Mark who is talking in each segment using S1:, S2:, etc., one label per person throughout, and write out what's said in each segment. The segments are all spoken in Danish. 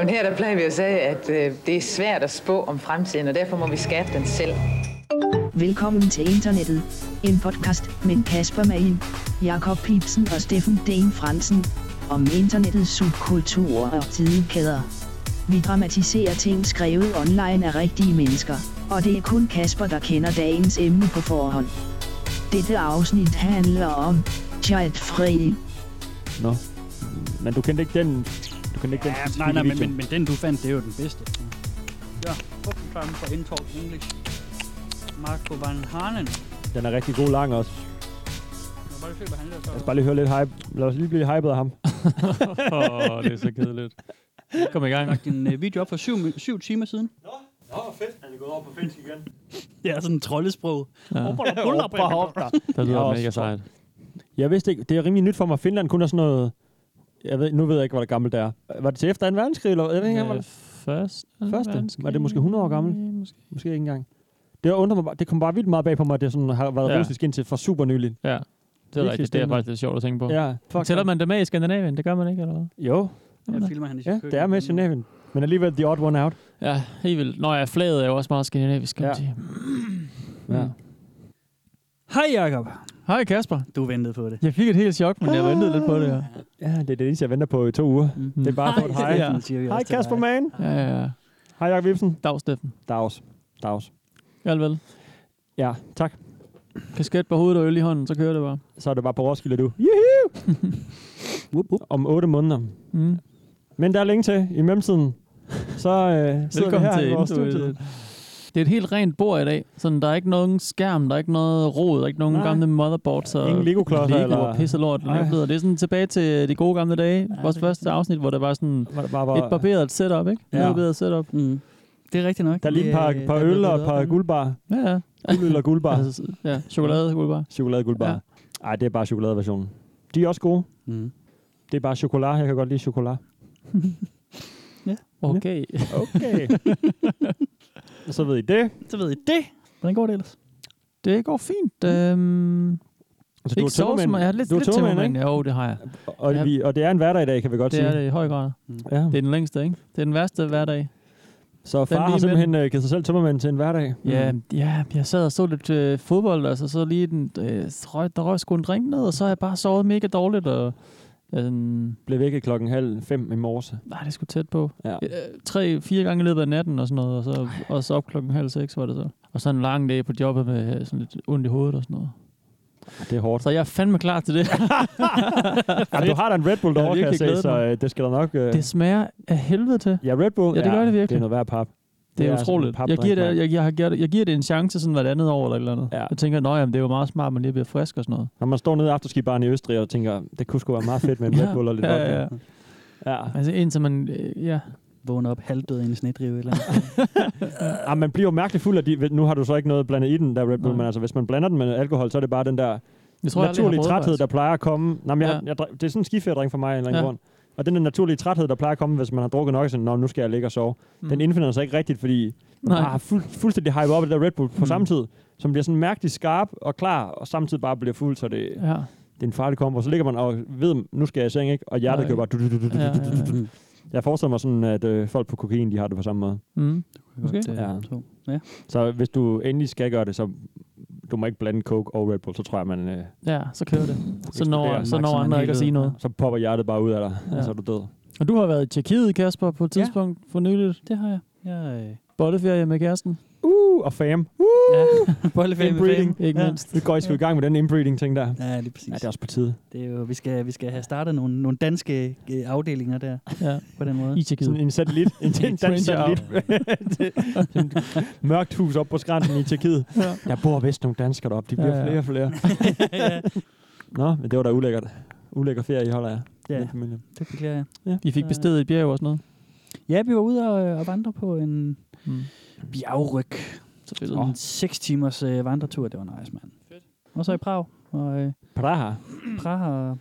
S1: Men her der plejer vi at sige, at øh, det er svært at spå om fremtiden, og derfor må vi skabe den selv.
S2: Velkommen til internettet. En podcast med Kasper Magen, Jakob Pipsen og Steffen Dane Fransen. Om internettets subkulturer og tidekæder. Vi dramatiserer ting skrevet online af rigtige mennesker. Og det er kun Kasper, der kender dagens emne på forhånd. Dette afsnit handler om Child-free.
S3: Mm.
S4: Nå. Men du kendte ikke den... Du kendte ikke den
S3: Ja, nej, nej, men, men, men den du fandt, det er jo den bedste. Ja, Puppenklappen fra Intalk English. Marco Van Harnen.
S4: Den er rigtig god lang også.
S3: Jeg bare lige se, hvad han
S4: Lad os
S3: lavede.
S4: bare lige høre lidt hype. Lad os lige blive hypet af ham.
S5: Åh, oh, det er så kedeligt. Kom i gang.
S3: Jeg en øh, video op for syv, mi- syv timer siden.
S4: Nå, fedt. Han er gået over på finsk igen.
S3: Det er sådan en troldesprog.
S5: Ja,
S4: Ja,
S5: det
S4: Jeg er
S5: lyder
S4: også
S5: mega sejt.
S4: jeg vidste ikke, det er rimelig nyt for mig. Finland kun er sådan noget... Jeg ved, nu ved jeg ikke, hvor det gammelt det er. Var det til efter 2. verdenskrig, eller jeg ved ikke, engang, hvor
S5: Øh,
S4: det
S5: Først.
S4: Første? Var det måske 100 år gammel?
S5: Måske.
S4: måske ikke engang. Det undrer mig bare, det kom bare vildt meget bag på mig, at det sådan har været ja.
S5: Ja.
S4: russisk indtil for super nylig.
S5: Ja, det
S4: Virkelig
S5: er rigtigt. Det er
S4: spændende.
S5: faktisk lidt sjovt at tænke på.
S4: Ja, fuck.
S5: Tæller man det med i Skandinavien? Det gør man ikke, eller hvad?
S4: Jo,
S3: Jeg filmer han i sit
S4: ja,
S3: køkken.
S4: det er med Genevien. Men alligevel the odd one out.
S5: Ja, helt vildt. Nå ja, flaget er jo også meget skandinavisk, kan man
S4: Ja.
S5: sige.
S4: Ja.
S3: Hej Jakob.
S5: Hej Kasper.
S3: Du ventede på det.
S5: Jeg fik et helt chok, men jeg ventede lidt på det. Ja.
S4: ja, det er det, jeg venter på i to uger.
S3: Mm.
S4: Det er bare for et hej.
S5: ja.
S3: siger vi
S4: Hej
S3: også til
S4: Kasper
S3: dig.
S4: Mann.
S5: Ja, ja, ja.
S4: Hej Jakob Ibsen.
S5: Dag, Steffen.
S4: Dags. Dags.
S5: Alt vel.
S4: Ja, tak.
S5: Kasket på hovedet og øl i hånden, så kører det bare.
S4: Så er det bare på Roskilde, du. Juhu! Wup, wup. Om otte måneder.
S5: Mm.
S4: Men der er længe til. I mellemtiden, så øh, sidder vi
S5: Velkommen
S4: her
S5: til
S4: i vores
S5: Industri-
S4: studie.
S5: Det er et helt rent bord i dag. Sådan, der er ikke nogen skærm, der er ikke noget rod, der er ikke nogen
S4: Nej.
S5: Nej. gamle motherboards og
S4: Ingen Lego-klodser
S5: Lego
S4: eller-
S5: og pisse lort.
S4: Nej.
S5: Det er sådan tilbage til de gode gamle dage. Vores første afsnit, hvor der var sådan
S4: Var det bare,
S5: et
S4: var,
S5: barberet setup, ikke?
S4: Ja.
S5: Ja. Barberet setup.
S3: Mm. Det er rigtigt nok.
S4: der er lige et par,
S3: Det,
S4: par
S3: der er
S4: øl og et
S3: blevet
S4: par
S3: bedre.
S4: guldbar.
S5: Ja, ja.
S4: Guldøl og guldbar.
S5: Altså, Mm. ja, chokolade, skulle bare.
S4: Chokoladeguldbar.
S5: Ja.
S4: Ja. Ej, det er bare chokoladeversionen. De er også gode.
S3: Mm.
S4: Det er bare chokolade. Jeg kan godt lide chokolade.
S5: Okay.
S4: Okay. så ved I det.
S3: Så ved I det. Hvordan går det ellers?
S5: Det går fint. Øhm,
S4: Altså,
S5: ikke sovet så meget. Jeg har lidt,
S4: du er
S5: lidt
S4: tømmermand,
S5: tømmermand. Jo, det har jeg.
S4: Og,
S5: Ja.
S4: vi, og det er en hverdag i dag, kan vi godt
S5: Det
S4: sige. Mm.
S5: er det i høj grad.
S4: Ja.
S5: Det er den længste, ikke? Det er den værste hverdag.
S4: Så
S5: lige
S4: far har
S5: imellem.
S4: simpelthen øh, givet sig selv tømmermænd Mm. til en hverdag.
S5: Ja, ja, jeg sad og så lidt øh, fodbold, altså så lige den, øh, røg, der røg sgu en drink ned, og så har jeg bare sovet mega dårligt, og øh,
S4: Blev vækket klokken halv fem i morse.
S5: nej, det skulle tæt på.
S4: Ja.
S5: Øh, tre, fire gange i løbet af natten og sådan noget, og så, og så op klokken halv seks var det så. Og så en lang dag på jobbet med øh, sådan lidt ondt i hovedet og sådan noget.
S4: Det er hårdt.
S5: Så jeg er fandme klar til det.
S4: Ja, Altså, du har da en Red Bull
S5: Jeg har
S4: derovre, kan jeg
S5: virkelig
S4: se,
S5: glædet
S4: så øh, det skal der nok... Øh,
S5: det smager af helvede til.
S4: ja, Red Bull,
S5: Ja, det gør det virkelig.
S4: Det er noget værd pap.
S5: Det er,
S4: Det er
S5: utroligt.
S4: sådan en
S5: Jeg giver, det,
S4: papdrink,
S5: jeg, jeg, har givet, jeg giver det en chance sådan hvert andet år eller et eller andet.
S4: Ja.
S5: Jeg tænker, nej, det er jo meget smart, at man lige bliver frisk og sådan noget.
S4: Når man står nede i afterskibaren i Østrig og tænker, det kunne sgu være meget fedt med en Red Bull og lidt
S5: ja,
S4: vodka.
S5: ja, ja.
S4: ja.
S5: Altså indtil man, øh, ja,
S3: Vågner op halvdød i en snedrive eller andet.
S4: ja. man bliver jo mærkeligt fuld af de... Nu har du så ikke noget blandet i den der Red Bull,
S5: Nej.
S4: men altså, hvis man blander den med alkohol, så er det bare den der
S5: Jeg
S4: tror,
S5: jeg aldrig har
S4: naturlige
S5: prøvet,
S4: træthed,
S5: faktisk.
S4: der plejer at komme. Nå, men jeg,
S5: Ja.
S4: jeg, drik- det er sådan en skifærdring for mig af en eller anden
S5: Ja.
S4: grund. Og den der naturlige træthed, der plejer at komme, hvis man har drukket nok, sådan, Nå, nu skal jeg ligge og sove. Mm. Den indfinder sig ikke rigtigt, fordi Nej.
S5: Nej.
S4: har fuld, fuldstændig hype op af det der Red Bull på mm.
S5: Mm.
S4: samme tid, som bliver sådan mærkeligt skarp og klar, og samtidig bare bliver fuld, så det, det
S5: Ja.
S4: er en farlig kombo. Så ligger man og ved, nu skal jeg i seng, ikke? Og hjertet
S5: Nej.
S4: gør bare... Du, du, du, du, du,
S5: Ja,
S4: du,
S5: ja,
S4: du, du. Jeg forestiller mig sådan, at øh, folk på kokain, de har det på samme måde.
S5: Mm.
S3: Måske.
S5: Måske.
S4: Ja.
S3: øh, Ja. Så.
S4: Så hvis du endelig skal gøre det, så du må ikke blande Coke og Red Bull, så tror jeg, man... Øh,
S5: Ja, så kører det. Så når,
S4: Eksploderer
S5: så når
S3: maksimum
S5: andre ikke at
S3: helt
S5: sige
S3: ud.
S5: noget.
S4: så popper hjertet bare ud af dig, ja.
S5: Ja.
S4: og så er du død.
S5: Og du har været i Tjekkiet, Kasper, på et
S3: Ja.
S5: tidspunkt for nyligt.
S3: Det har jeg. Jeg øh,
S5: Bolleferie med kæresten.
S4: Uh, og fam. Uh,
S3: Ja, bollefame
S4: Inbreeding.
S5: Ikke
S3: ja.
S5: mindst.
S4: vi går I sgu i gang med den inbreeding-ting der.
S3: Ja, lige præcis.
S4: Ja, det er også på tide.
S3: det er jo, vi, skal, vi skal have startet nogle, nogle danske øh, afdelinger der,
S5: Ja.
S3: på den måde.
S5: I
S4: Sådan
S5: Tjekkiet.
S4: en satellit. En, en dansk satellit. Mørkt hus op på skrænten i Tjekkiet.
S5: Ja.
S4: Der bor vist nogle danskere deroppe. De bliver
S5: Ja,
S4: ja,
S5: ja.
S4: flere og flere. Nå, men det var da ulækkert. Ulækker ferie, I holder jer.
S3: ja,
S4: Med familien.
S3: det beklager jeg.
S5: I fik bestedet et bjerg og sådan noget.
S3: Ja, vi var ude og, øh, og vandre på en
S5: Mm.
S3: bjergryg.
S5: Så fedt.
S3: Sådan en 6 timers øh, vandretur. Det var nice, mand. Fedt. Og så i Prag og øh,
S4: Praha.
S3: Praha. Og...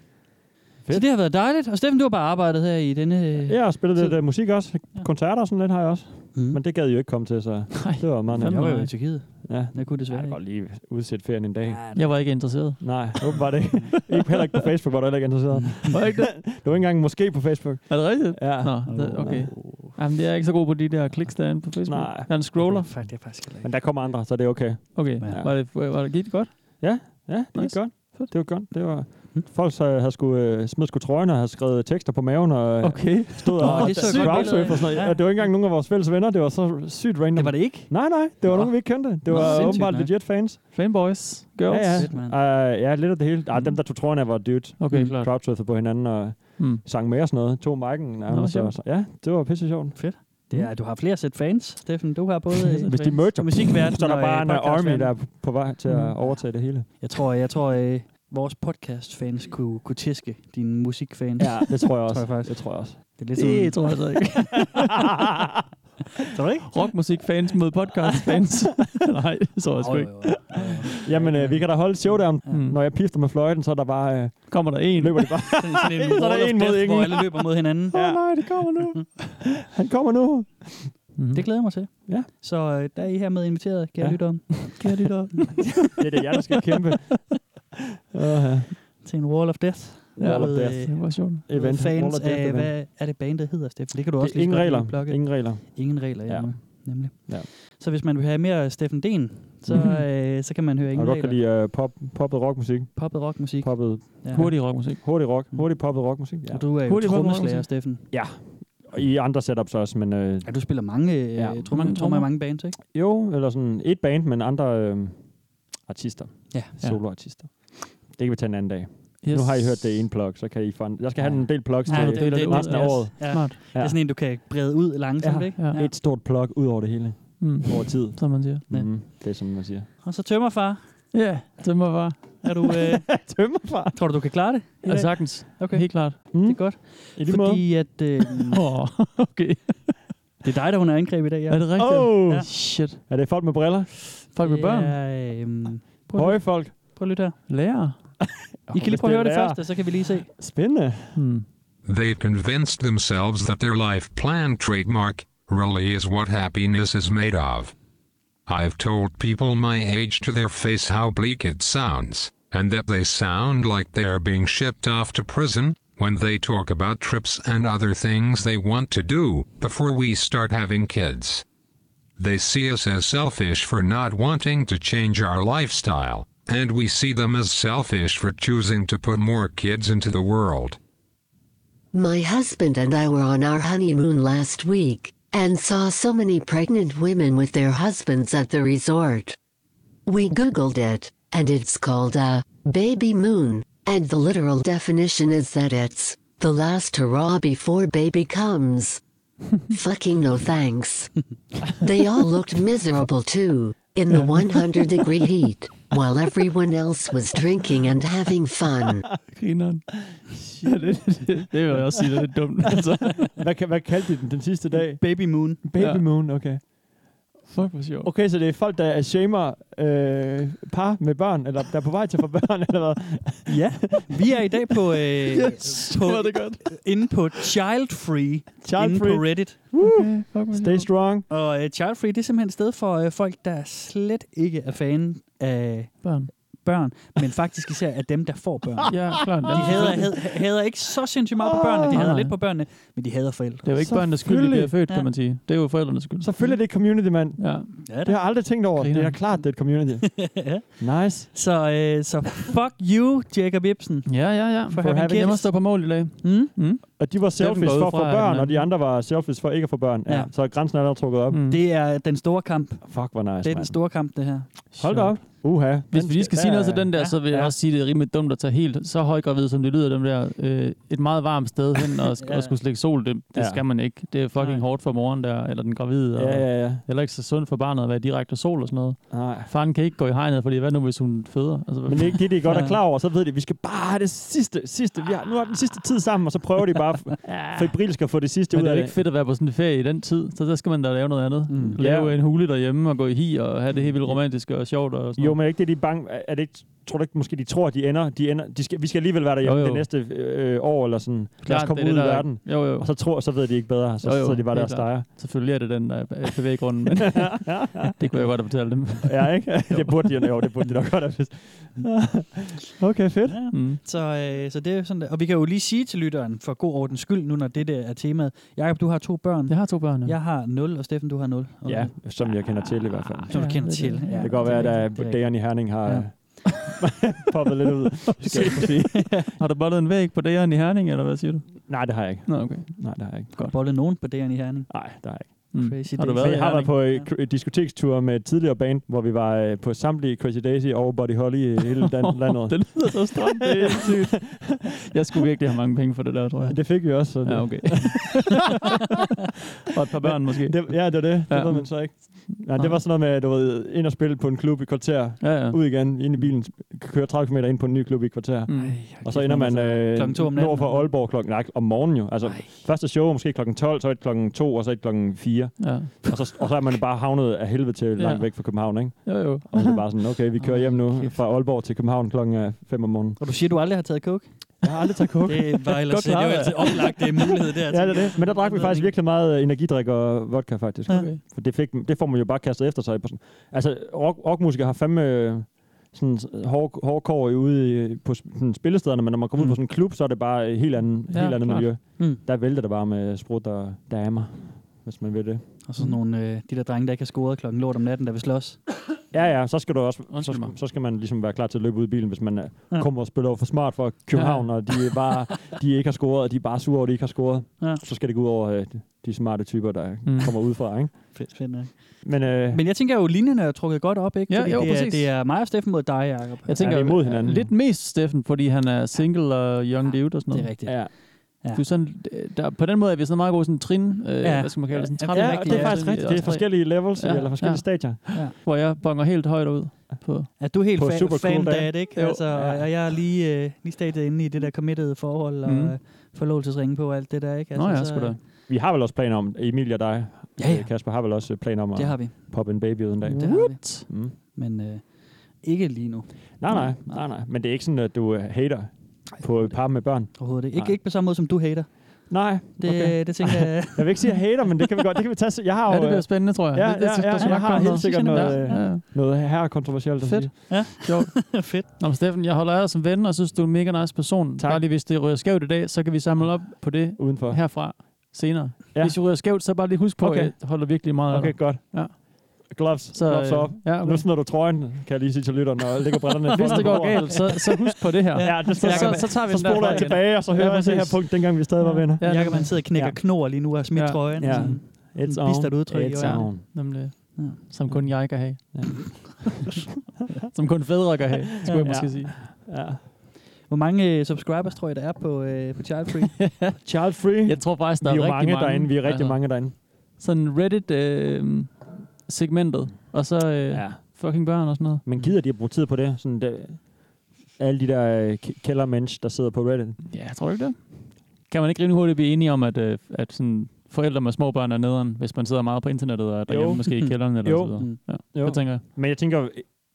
S4: Fedt.
S3: Så det har været dejligt. Og Steffen, du har bare arbejdet her i denne... Øh...
S4: Ja, og spillede
S3: Så-
S4: lidt uh, musik også.
S3: Ja.
S4: Koncerter og sådan lidt har jeg også.
S3: Mm.
S4: Men det gad I jo ikke komme til, så
S5: Nej.
S4: det var meget nemt.
S5: Fandme.
S3: Jeg var jo
S5: Nej.
S3: i Tyrkiet.
S4: Ja.
S5: Jeg kunne
S4: Jeg
S5: desværre
S4: kan
S5: ikke.
S4: godt lige udsætte ferien en dag.
S5: Jeg var ikke interesseret. Mm.
S4: Nej, åbenbart ikke. ikke heller ikke på Facebook, hvor du heller ikke er interesseret.
S5: Var ikke det?
S4: Du var ikke engang måske på Facebook.
S5: Er det rigtigt?
S4: Ja.
S5: Nå, det- okay. Jamen, det er ikke så god på de der kliks derinde på Facebook.
S4: Nej.
S5: Jeg er en scroller.
S3: Faktisk, det er faktisk heller
S4: Men
S3: ikke.
S4: der kommer andre, så det er okay.
S5: Okay,
S4: Ja.
S5: var det, var det, gik det godt?
S4: Ja, det
S5: Nice. Mm.
S4: er godt. Det var godt. Det var folk så havde sgu øh, smed sgu trøjen og havde skrevet tekster på maven og okay.
S5: Okay.
S4: stod
S5: Nå,
S4: og
S5: det er så godt
S4: crowdsurfede
S5: billede.
S4: og sådan noget.
S5: Ja.
S4: Ja. Det var ikke engang nogen af vores fælles venner. Det var så sygt random.
S3: Det var det ikke?
S4: Nej, nej. Det var
S5: Nå.
S4: nogen, vi ikke kendte. Det
S5: Nå,
S4: var
S5: sindssygt
S4: åbenbart
S5: nok.
S4: legit fans.
S5: Fanboys, girls. Mm.
S4: Ja,
S3: Fedt, mand.
S4: Uh, ja, lidt af det hele. Ah, dem, der tog trøjen af, var dudes.
S5: Okay,
S4: Mm.
S5: klart.
S4: Crowdsurfede på hinanden og
S5: Mm.
S4: sang med og sådan noget. Tog mic'en. nærmest,
S5: sjovt.
S4: og så- Ja, det var pisse sjovt.
S3: Det er, du har flere sæt fans, Steffen. Du har både... øh,
S4: Mm. Hvis de merger,
S3: Og musikverdenen
S4: så er der
S3: og, øh,
S4: bare en army,
S3: podcastverdenen.
S4: der er på vej
S5: Mm.
S4: til at overtage det hele.
S3: Jeg tror, jeg tror øh, vores podcast-fans kunne, kunne tæske dine musikfans.
S4: Ja, det tror jeg også.
S3: jeg faktisk.
S4: det tror jeg også.
S3: Det er lidt sådan,
S5: Det tror jeg så ikke.
S3: tror du ikke?
S5: Rockmusikfans mod podcastfans. Nej, det tror jeg sgu
S3: Jo,
S5: ikke.
S3: jo, jo, jo, jo.
S4: Jamen, øh, vi kan da holde showdown.
S3: Ja.
S5: Mm.
S4: Når jeg pifter med fløjten, så er der bare... Øh,
S5: Kommer der en?
S4: løber det bare.
S3: Sådan, sådan en
S4: Så er der
S3: wall of
S4: en mod
S3: death,
S4: ingen.
S3: hvor alle løber mod hinanden.
S4: Åh oh, nej, det kommer nu. Han kommer nu.
S5: Mm.
S3: Det glæder jeg mig til.
S4: Mm-hmm. Ja.
S3: Så øh, der er I hermed inviteret, kære
S4: Ja.
S3: ja. lyttere. Kære lyttere.
S4: Det er det, jeg der skal kæmpe. Uh,
S3: til en Wall of Death.
S4: Ja, Wall of
S3: Med,
S4: Death.
S3: øh,
S5: Det var sjovt.
S3: Event.
S4: event.
S3: Fans
S4: Wall of Death
S3: af,
S4: event.
S3: hvad er det bandet hedder, Steffen? Det kan du
S4: Det
S3: også
S4: er
S3: lige
S4: ingen
S3: så godt
S4: regler.
S3: lige plukke.
S4: Ingen regler.
S3: Ingen regler, ja.
S4: Ja.
S3: Nemlig.
S4: Ja. Mm-hmm.
S3: Så hvis man vil have mere Steffen Den, så, øh, så kan man høre
S4: Og
S3: ingen
S4: godt kan
S3: regler.
S4: lide øh, pop, poppet rockmusik.
S3: Poppet rockmusik.
S4: Poppet,
S3: Ja. Mm.
S5: Hurtig rockmusik.
S4: hurtig rock. Hurtig poppet rockmusik. Ja.
S3: Og du er jo
S5: Hurtigt poppet
S3: trommeslager,
S5: rockmusik.
S3: Steffen.
S4: Og I andre setups også, men øh,
S3: Ja, du spiller mange øh,
S4: Ja.
S3: ja.
S5: Mange
S3: trommer, trommer i mange bands, ikke?
S4: jo, eller sådan et band, men andre øh, artister.
S3: Ja.
S4: Soloartister. Det kan vi tage en anden dag.
S5: Yes.
S4: Yes. Nu har I hørt det ene plug, så kan I finde... Jeg skal have
S3: Ja.
S4: en del plugs
S5: Ja,
S4: til
S5: det er
S4: det,
S5: det ud,
S4: resten af
S5: yes.
S4: året.
S3: Ja.
S5: Smart.
S3: Det er sådan en, du kan brede ud langsomt,
S5: Ja,
S3: ikke?
S5: ja.
S4: Et stort plug ud over det hele.
S5: Mm.
S4: Over tid.
S5: Som man siger.
S3: Ja.
S4: Mm, det er som man siger.
S3: Og så tømmerfar.
S5: Ja, det må være.
S3: Er du, øh,
S4: Tømmerfar.
S3: tror du, du kan klare det? i
S5: Ja,
S3: dag?
S5: sagtens.
S3: Okay.
S5: Helt klart.
S4: Mm,
S3: Det er godt.
S4: I lige måde.
S3: Fordi at... Øh,
S5: Åh, okay.
S3: det er dig, der hun er angreb i dag, ja.
S5: Er det rigtigt?
S4: Oh,
S3: Ja.
S5: Shit.
S4: Er det folk med briller?
S5: Folk med børn.
S3: Ja, øhm, prøv, at
S4: Høje
S3: lytte,
S4: folk?
S3: prøv at lytte her.
S5: Lærer.
S3: I kan lige prøve at høre det første, så kan vi lige se.
S4: Spændende.
S5: Mm.
S6: They've convinced themselves that their life plan trademark really is what happiness is made of. I've told people my age to their face how bleak it sounds, and that they sound like they're being shipped off to prison when they talk about trips and other things they want to do before we start having kids. They see us as selfish for not wanting to change our lifestyle, and we see them as selfish for choosing to put more kids into the world.
S7: My husband and I were on our honeymoon last week and saw so many pregnant women with their husbands at the resort. We Googled it, and it's called a baby moon, and the literal definition is that it's the last hurrah before baby comes. Fucking no thanks. They all looked miserable too, in the 100 degree heat, while everyone else was drinking and having fun.
S5: Grineren. Ja, det, det, det vil jeg også sige, det er lidt dumt. Altså.
S4: Hvad, ka- hvad kaldte de den den sidste dag?
S3: Baby Moon.
S4: Baby
S5: Ja.
S4: Moon, okay.
S5: Fuck, hvor sjovt.
S4: Okay, så det er folk, der er shamer øh, par med børn, eller der er på vej til at få børn, eller hvad?
S3: Ja. Vi er i dag på, øh, yes, på
S5: Hvor er det godt.
S3: inde på Child Free,
S4: Child
S3: inde
S4: free.
S3: på Reddit.
S5: Okay, fuck, hvor
S4: Stay
S5: sjovt.
S4: strong.
S3: Og øh, Child Free, det er simpelthen et sted for øh, folk, der slet ikke er fan af
S5: Børn.
S3: børn, men faktisk især af dem, der får børn.
S5: Ja, klart.
S3: De hader, hader, hader ikke så sindssygt meget på børnene, de
S5: Ah.
S3: hader lidt på børnene, men de hader forældre.
S5: Det er jo ikke børnenes skyld, de
S4: Selvfølgelig.
S5: bliver født,
S3: Ja.
S5: kan man sige. Det er jo forældrenes skyld.
S4: Selvfølgelig er det et community, mand.
S5: Ja.
S3: Ja, det
S4: Det har jeg aldrig tænkt over. Det er da
S5: Grineren.
S4: klart, det er et community. nice.
S3: Så, øh, så fuck you, Jacob Ibsen.
S5: Ja, ja, ja.
S3: For having
S5: Jeg må
S3: kids.
S5: stå på mål i dag.
S3: Mm?
S5: Mm.
S4: Og de var selfish
S5: går
S4: for
S5: ud
S4: at få
S5: fra, at
S4: børn,
S5: den
S4: og de andre var selfish for ikke at få børn. Ja.
S3: Ja.
S4: Så grænsen er allerede trukket op.
S5: Mm.
S3: Det er den store kamp.
S4: Fuck, hvor nice,
S3: Det er den
S4: mand.
S3: store kamp, det her.
S4: Hold da op. Uha.
S5: Hvis
S4: Den
S5: vi lige skal sige noget til den der,
S3: ja,
S5: så vil jeg
S4: ja.
S5: også sige, at det er rimelig dumt at tage helt så højgravid, som det lyder, dem der øh, et meget varmt sted hen og, sk-
S3: Ja.
S5: og skulle slikke sol. Det, det
S4: Ja.
S5: skal man ikke. Det er fucking
S3: Nej.
S5: hårdt for moren der, eller den gravide. Og
S4: Ja, ja, ja.
S5: Heller ikke så sundt for barnet at være direkte sol og sådan noget.
S4: Nej.
S5: Faren kan ikke gå i hegnet, fordi hvad nu, hvis hun føder? Altså,
S4: Men det er ikke det, de godt
S5: Ja.
S4: er klar over. Så ved de, at vi skal bare have det sidste, sidste. Vi har, nu har den sidste tid sammen, og så prøver de bare
S5: ja.
S4: febrilsk at få det sidste
S5: Men
S4: ud
S5: det er
S4: af
S5: jo
S4: det.
S5: ikke fedt at være på sådan en ferie i den tid, så der skal man da lave noget andet.
S3: Mm.
S5: Lave
S4: Ja.
S5: en hule derhjemme og gå i hi og have det helt vildt romantisk og sjovt og sådan
S3: altså.
S4: Jo, men er ikke det, de er bange. Er det ikke tror du ikke, måske de tror, at de ender, de ender de skal, vi skal alligevel være derhjemme
S5: Jo,
S4: jo,
S5: jo.
S4: jo. det næste øh, år, eller sådan, lad os
S5: Klart,
S4: komme
S5: det er
S4: ud i
S5: det, der-
S4: verden.
S5: Jo, jo.
S4: Og så tror, så ved de ikke bedre, så
S5: Jo, jo,
S4: sidder de bare der og
S5: helt
S4: steger.
S5: Selvfølgelig er det den, der er bevæggrunden, men det kunne jeg godt have fortalt dem.
S4: Ja, ikke? det burde de jo, jo, det burde de nok godt have vidst. okay, fedt.
S3: Ja.
S5: Mm.
S3: Så, øh, så det er sådan der. Og vi kan jo lige sige til lytteren, for god ordens skyld, nu når det der er temaet. Jakob, du har to børn.
S5: Jeg har to børn, ja.
S3: Jeg har 0, og Steffen, du har 0. Okay.
S4: Ja, som jeg kender til i hvert fald.
S3: Som du kender
S5: det er
S3: til.
S5: det.
S3: Ja.
S4: Det kan godt være, at
S3: rigtigt, det er
S4: øh, Dagen i Herning har ja. poppet lidt ud. Skal jeg kunne sige.
S5: Har du bollet en væg på dageren i Herning, eller hvad siger du?
S4: Nej, det har jeg ikke.
S5: Nå, okay.
S4: Nej, det har jeg ikke.
S3: Godt. Bolle nogen på D'eren i Herning.
S4: Nej, det har jeg ikke.
S5: Mm.
S3: Crazy
S5: Har du
S3: days.
S5: været
S4: Så
S5: i
S4: jeg har været
S5: Herning?
S4: på øh, k- diskotekstur med et tidligere band, hvor vi var øh, på samtlige Crazy Daisy og Buddy Holly i hele dan- landet.
S5: Det lyder så stramt, det er helt sygt. Jeg skulle virkelig have mange penge for det der, tror jeg.
S4: Det fik vi også. Så
S5: Ja, okay. og et par børn måske.
S4: det, ja, det er det. Det
S5: Ja.
S4: ja. ved man så ikke. Nej,
S5: Nej.
S4: det var sådan noget med, du ved, ind og spille på en klub i kvarter,
S5: Ja, ja.
S4: ud igen, ind i bilen, køre 30 km ind på en ny klub i kvarter.
S5: Mm.
S4: Og så ender man øh,
S3: Klokken to om natten.
S4: nord for Aalborg klokken, nej, om morgenen jo. Altså, Ej. første show var måske klokken 12, så et klokken 2, og så et klokken 4.
S5: Ja.
S4: Og så, og så er man bare havnet af helvede til langt
S5: Ja.
S4: væk fra København, ikke?
S5: Jo, jo.
S4: Og det er bare sådan, okay, vi kører hjem nu
S3: kæft.
S4: fra Aalborg til København klokken 5 om morgenen.
S3: Og du siger, du aldrig har taget coke?
S4: Jeg har aldrig taget coke.
S3: Det var ellers
S4: Godt
S3: det var
S4: klaret.
S3: altid oplagt, det er mulighed der.
S4: Ja, det er det. Men der drak vi faktisk virkelig meget øh, energidrik og vodka, faktisk.
S3: Ja.
S5: Okay.
S4: For det, fik, det får man jo bare kastet efter sig. På sådan. Altså, rock, rockmusikere har fandme øh, sådan hård, hårdkår i- ude i, på sp- sådan spillestederne, men når man kommer mm.
S3: Mm.
S4: ud på sådan en klub, så er det bare et helt andet,
S5: Ja,
S4: ja, helt andet
S5: klart.
S4: miljø.
S3: Mm.
S4: Der vælter det bare med sprut og damer, hvis man vil det.
S3: Og sådan nogle, øh, de der drenge, der ikke har scoret klokken lort om natten, der vil slås.
S4: Ja, ja, så skal, du også,
S5: Undskyld
S4: så,
S5: mig.
S4: så skal man ligesom være klar til at løbe ud i bilen, hvis man
S3: Ja.
S4: ja. kommer og spiller over for smart for København, ja. og de, er bare, de ikke har scoret, og de er bare sure over, at de ikke har scoret.
S3: Ja.
S4: Ja. Så skal det gå ud over øh, de- de smarte typer, der
S5: Mm.
S4: mm. kommer udefra, ikke?
S3: Fedt, fedt nok.
S4: Men, øh,
S3: Men jeg tænker jo, linjen er trukket godt op, ikke?
S5: Ja,
S3: Fordi
S5: jo,
S3: det, er,
S5: præcis.
S3: det er mig og Steffen mod dig, Jacob.
S5: Jeg tænker
S4: Ja, vi er imod hinanden.
S5: lidt mest Steffen, fordi han er single og young dude og sådan
S3: det
S5: noget.
S3: er rigtigt.
S4: ja.
S5: Du er sådan, øh, der, på den måde er vi sådan meget gode sådan trin, øh,
S3: Ja.
S5: ja. hvad skal man kalde det, sådan
S3: Ja,
S5: trappe,
S3: det er
S4: Ja, og
S3: rigtigt,
S4: det er
S3: ja.
S4: faktisk rigtigt. Det er forskellige levels,
S5: Ja,
S4: ja, eller forskellige
S5: ja.
S4: ja. stadier.
S5: Hvor jeg bonger helt højt ud på
S3: Er du er helt
S4: På
S3: fa-
S4: super cool
S3: fan
S4: dag.
S3: dad, ikke?
S5: Jo.
S3: Altså,
S4: Ja.
S3: og jeg er lige, øh, lige stadig inde i det der committed forhold og
S5: Mhm.
S3: mm. forlovelsesringe på og alt det der, ikke? Altså,
S5: Nå ja, sgu da.
S4: Vi har vel også planer om, Emilie og dig,
S3: øh,
S4: øh,
S3: Ja, ja.
S4: Kasper, har vel også planer om at
S3: Det har vi.
S4: poppe en baby ud en dag.
S3: øh, Det har vi.
S4: Mm.
S3: Men øh, ikke lige nu.
S4: Nej, nej, nej, nej. Men det er ikke sådan, at du øh, hater på et par med børn.
S3: Overhovedet ikke. Ikke,
S4: Nej.
S3: ikke på samme måde, som du hater.
S4: Nej,
S3: Det,
S4: okay.
S3: okay. det tænker jeg...
S4: Jeg vil ikke sige, at jeg hater, men det kan vi godt. Det kan vi tage. se- Jeg har jo
S5: Ja, det
S4: øh,
S5: bliver spændende, tror jeg.
S4: Ja,
S5: det, det,
S4: ja,
S5: synes,
S4: ja,
S5: der skal
S4: jeg
S5: nok
S4: har
S5: komme
S4: helt
S5: noget.
S4: sikkert noget, øh,
S5: Ja, ja.
S4: noget her kontroversielt. at
S5: Fedt.
S4: sige.
S5: Sjovt.
S3: Fedt.
S5: Nå, men Steffen, jeg holder af dig som ven, og synes, du er en mega nice person.
S4: Tak. Ah.
S5: Bare lige, hvis det ryger skævt i dag, så kan vi samle op på det
S4: Udenfor.
S5: herfra senere. Ja.
S4: Ja.
S5: Hvis vi ryger skævt, så bare lige husk på, okay.
S4: Okay.
S5: at jeg holder virkelig meget af
S4: Okay,
S5: dig.
S4: godt.
S5: Ja.
S4: Gloves.
S5: Så,
S4: Gloves
S5: øh,
S4: op.
S5: Ja, okay.
S4: Nu smider du trøjen, kan jeg lige sige til lytterne, og lægger brænderne
S5: Hvis det går galt, så, så husk på det her.
S4: Ja, det
S5: så,
S4: skal
S5: så, så tager vi
S4: så
S5: den
S4: spoler
S5: derfra
S4: jeg
S5: igen.
S4: tilbage, og så
S5: Ja,
S4: hører jeg det her
S5: præcis.
S4: punkt, dengang vi stadig var venner.
S5: Ja,
S3: Jakob, han sidder og knækker
S4: Ja.
S3: knor lige nu og har smidt
S5: Ja.
S3: trøjen.
S4: Ja.
S3: Sådan.
S4: It's
S3: en
S4: on.
S3: bistert udtryk i
S4: It's
S3: øjnene.
S4: on.
S5: Nemlig,
S3: Ja.
S5: som kun jeg kan have.
S4: Ja.
S5: som kun fædre kan have, skulle jeg
S4: Ja.
S5: måske sige.
S4: Ja.
S3: Hvor mange øh, subscribers tror I, der er på, øh, på Child Free?
S4: Child free.
S5: Jeg tror faktisk,
S4: vi
S5: der
S4: er
S5: er,
S4: jo
S5: rigtig
S4: mange,
S5: mange
S4: derinde. Vi er rigtig
S5: altså,
S4: mange derinde.
S5: Sådan Reddit-segmentet, og så øh, ja. fucking børn og sådan noget.
S4: Men gider de at bruge tid på det? Sådan det alle de der øh, k- kældermensch, der sidder på Reddit.
S5: Ja, tror du ikke det? Kan man ikke rimelig hurtigt blive enige om, at, øh, at sådan forældre med små børn er nederen, hvis man sidder meget på internettet og er derhjemme
S4: Jo. Hmm.
S5: måske i kælderen eller
S4: Jo.
S5: så videre?
S3: Mm.
S5: Ja, det tænker jeg.
S4: Men jeg tænker, øh,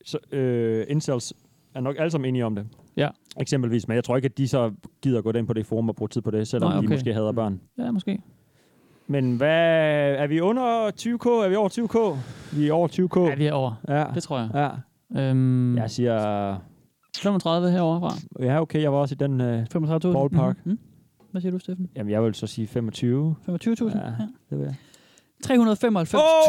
S4: så, øh, incels er nok alle sammen enige om det.
S5: Ja.
S4: Eksempelvis, men jeg tror ikke, at de så gider gå ind på det forum og bruge tid på det, selvom
S5: Nej,
S4: Nej, okay.
S5: okay. Hmm.
S4: de måske hader børn.
S5: Ja, måske.
S4: Men hvad, er vi under 20k? Er vi over 20k? Vi er over 20k.
S5: Ja, vi er over.
S4: Ja.
S5: Det tror jeg.
S4: ja.
S5: Øhm,
S4: Jeg siger,
S5: 35 herovre fra. Hmm.
S4: ja okay, jeg var også i den øh,
S3: 35.000?
S4: ballpark.
S3: Mhm. Mhm. Hvad siger du, Steffen?
S4: Jamen, jeg vil så sige 25.
S3: 25.000? Ja.
S4: Ja. Det vil jeg. Shit, man,
S3: 395.125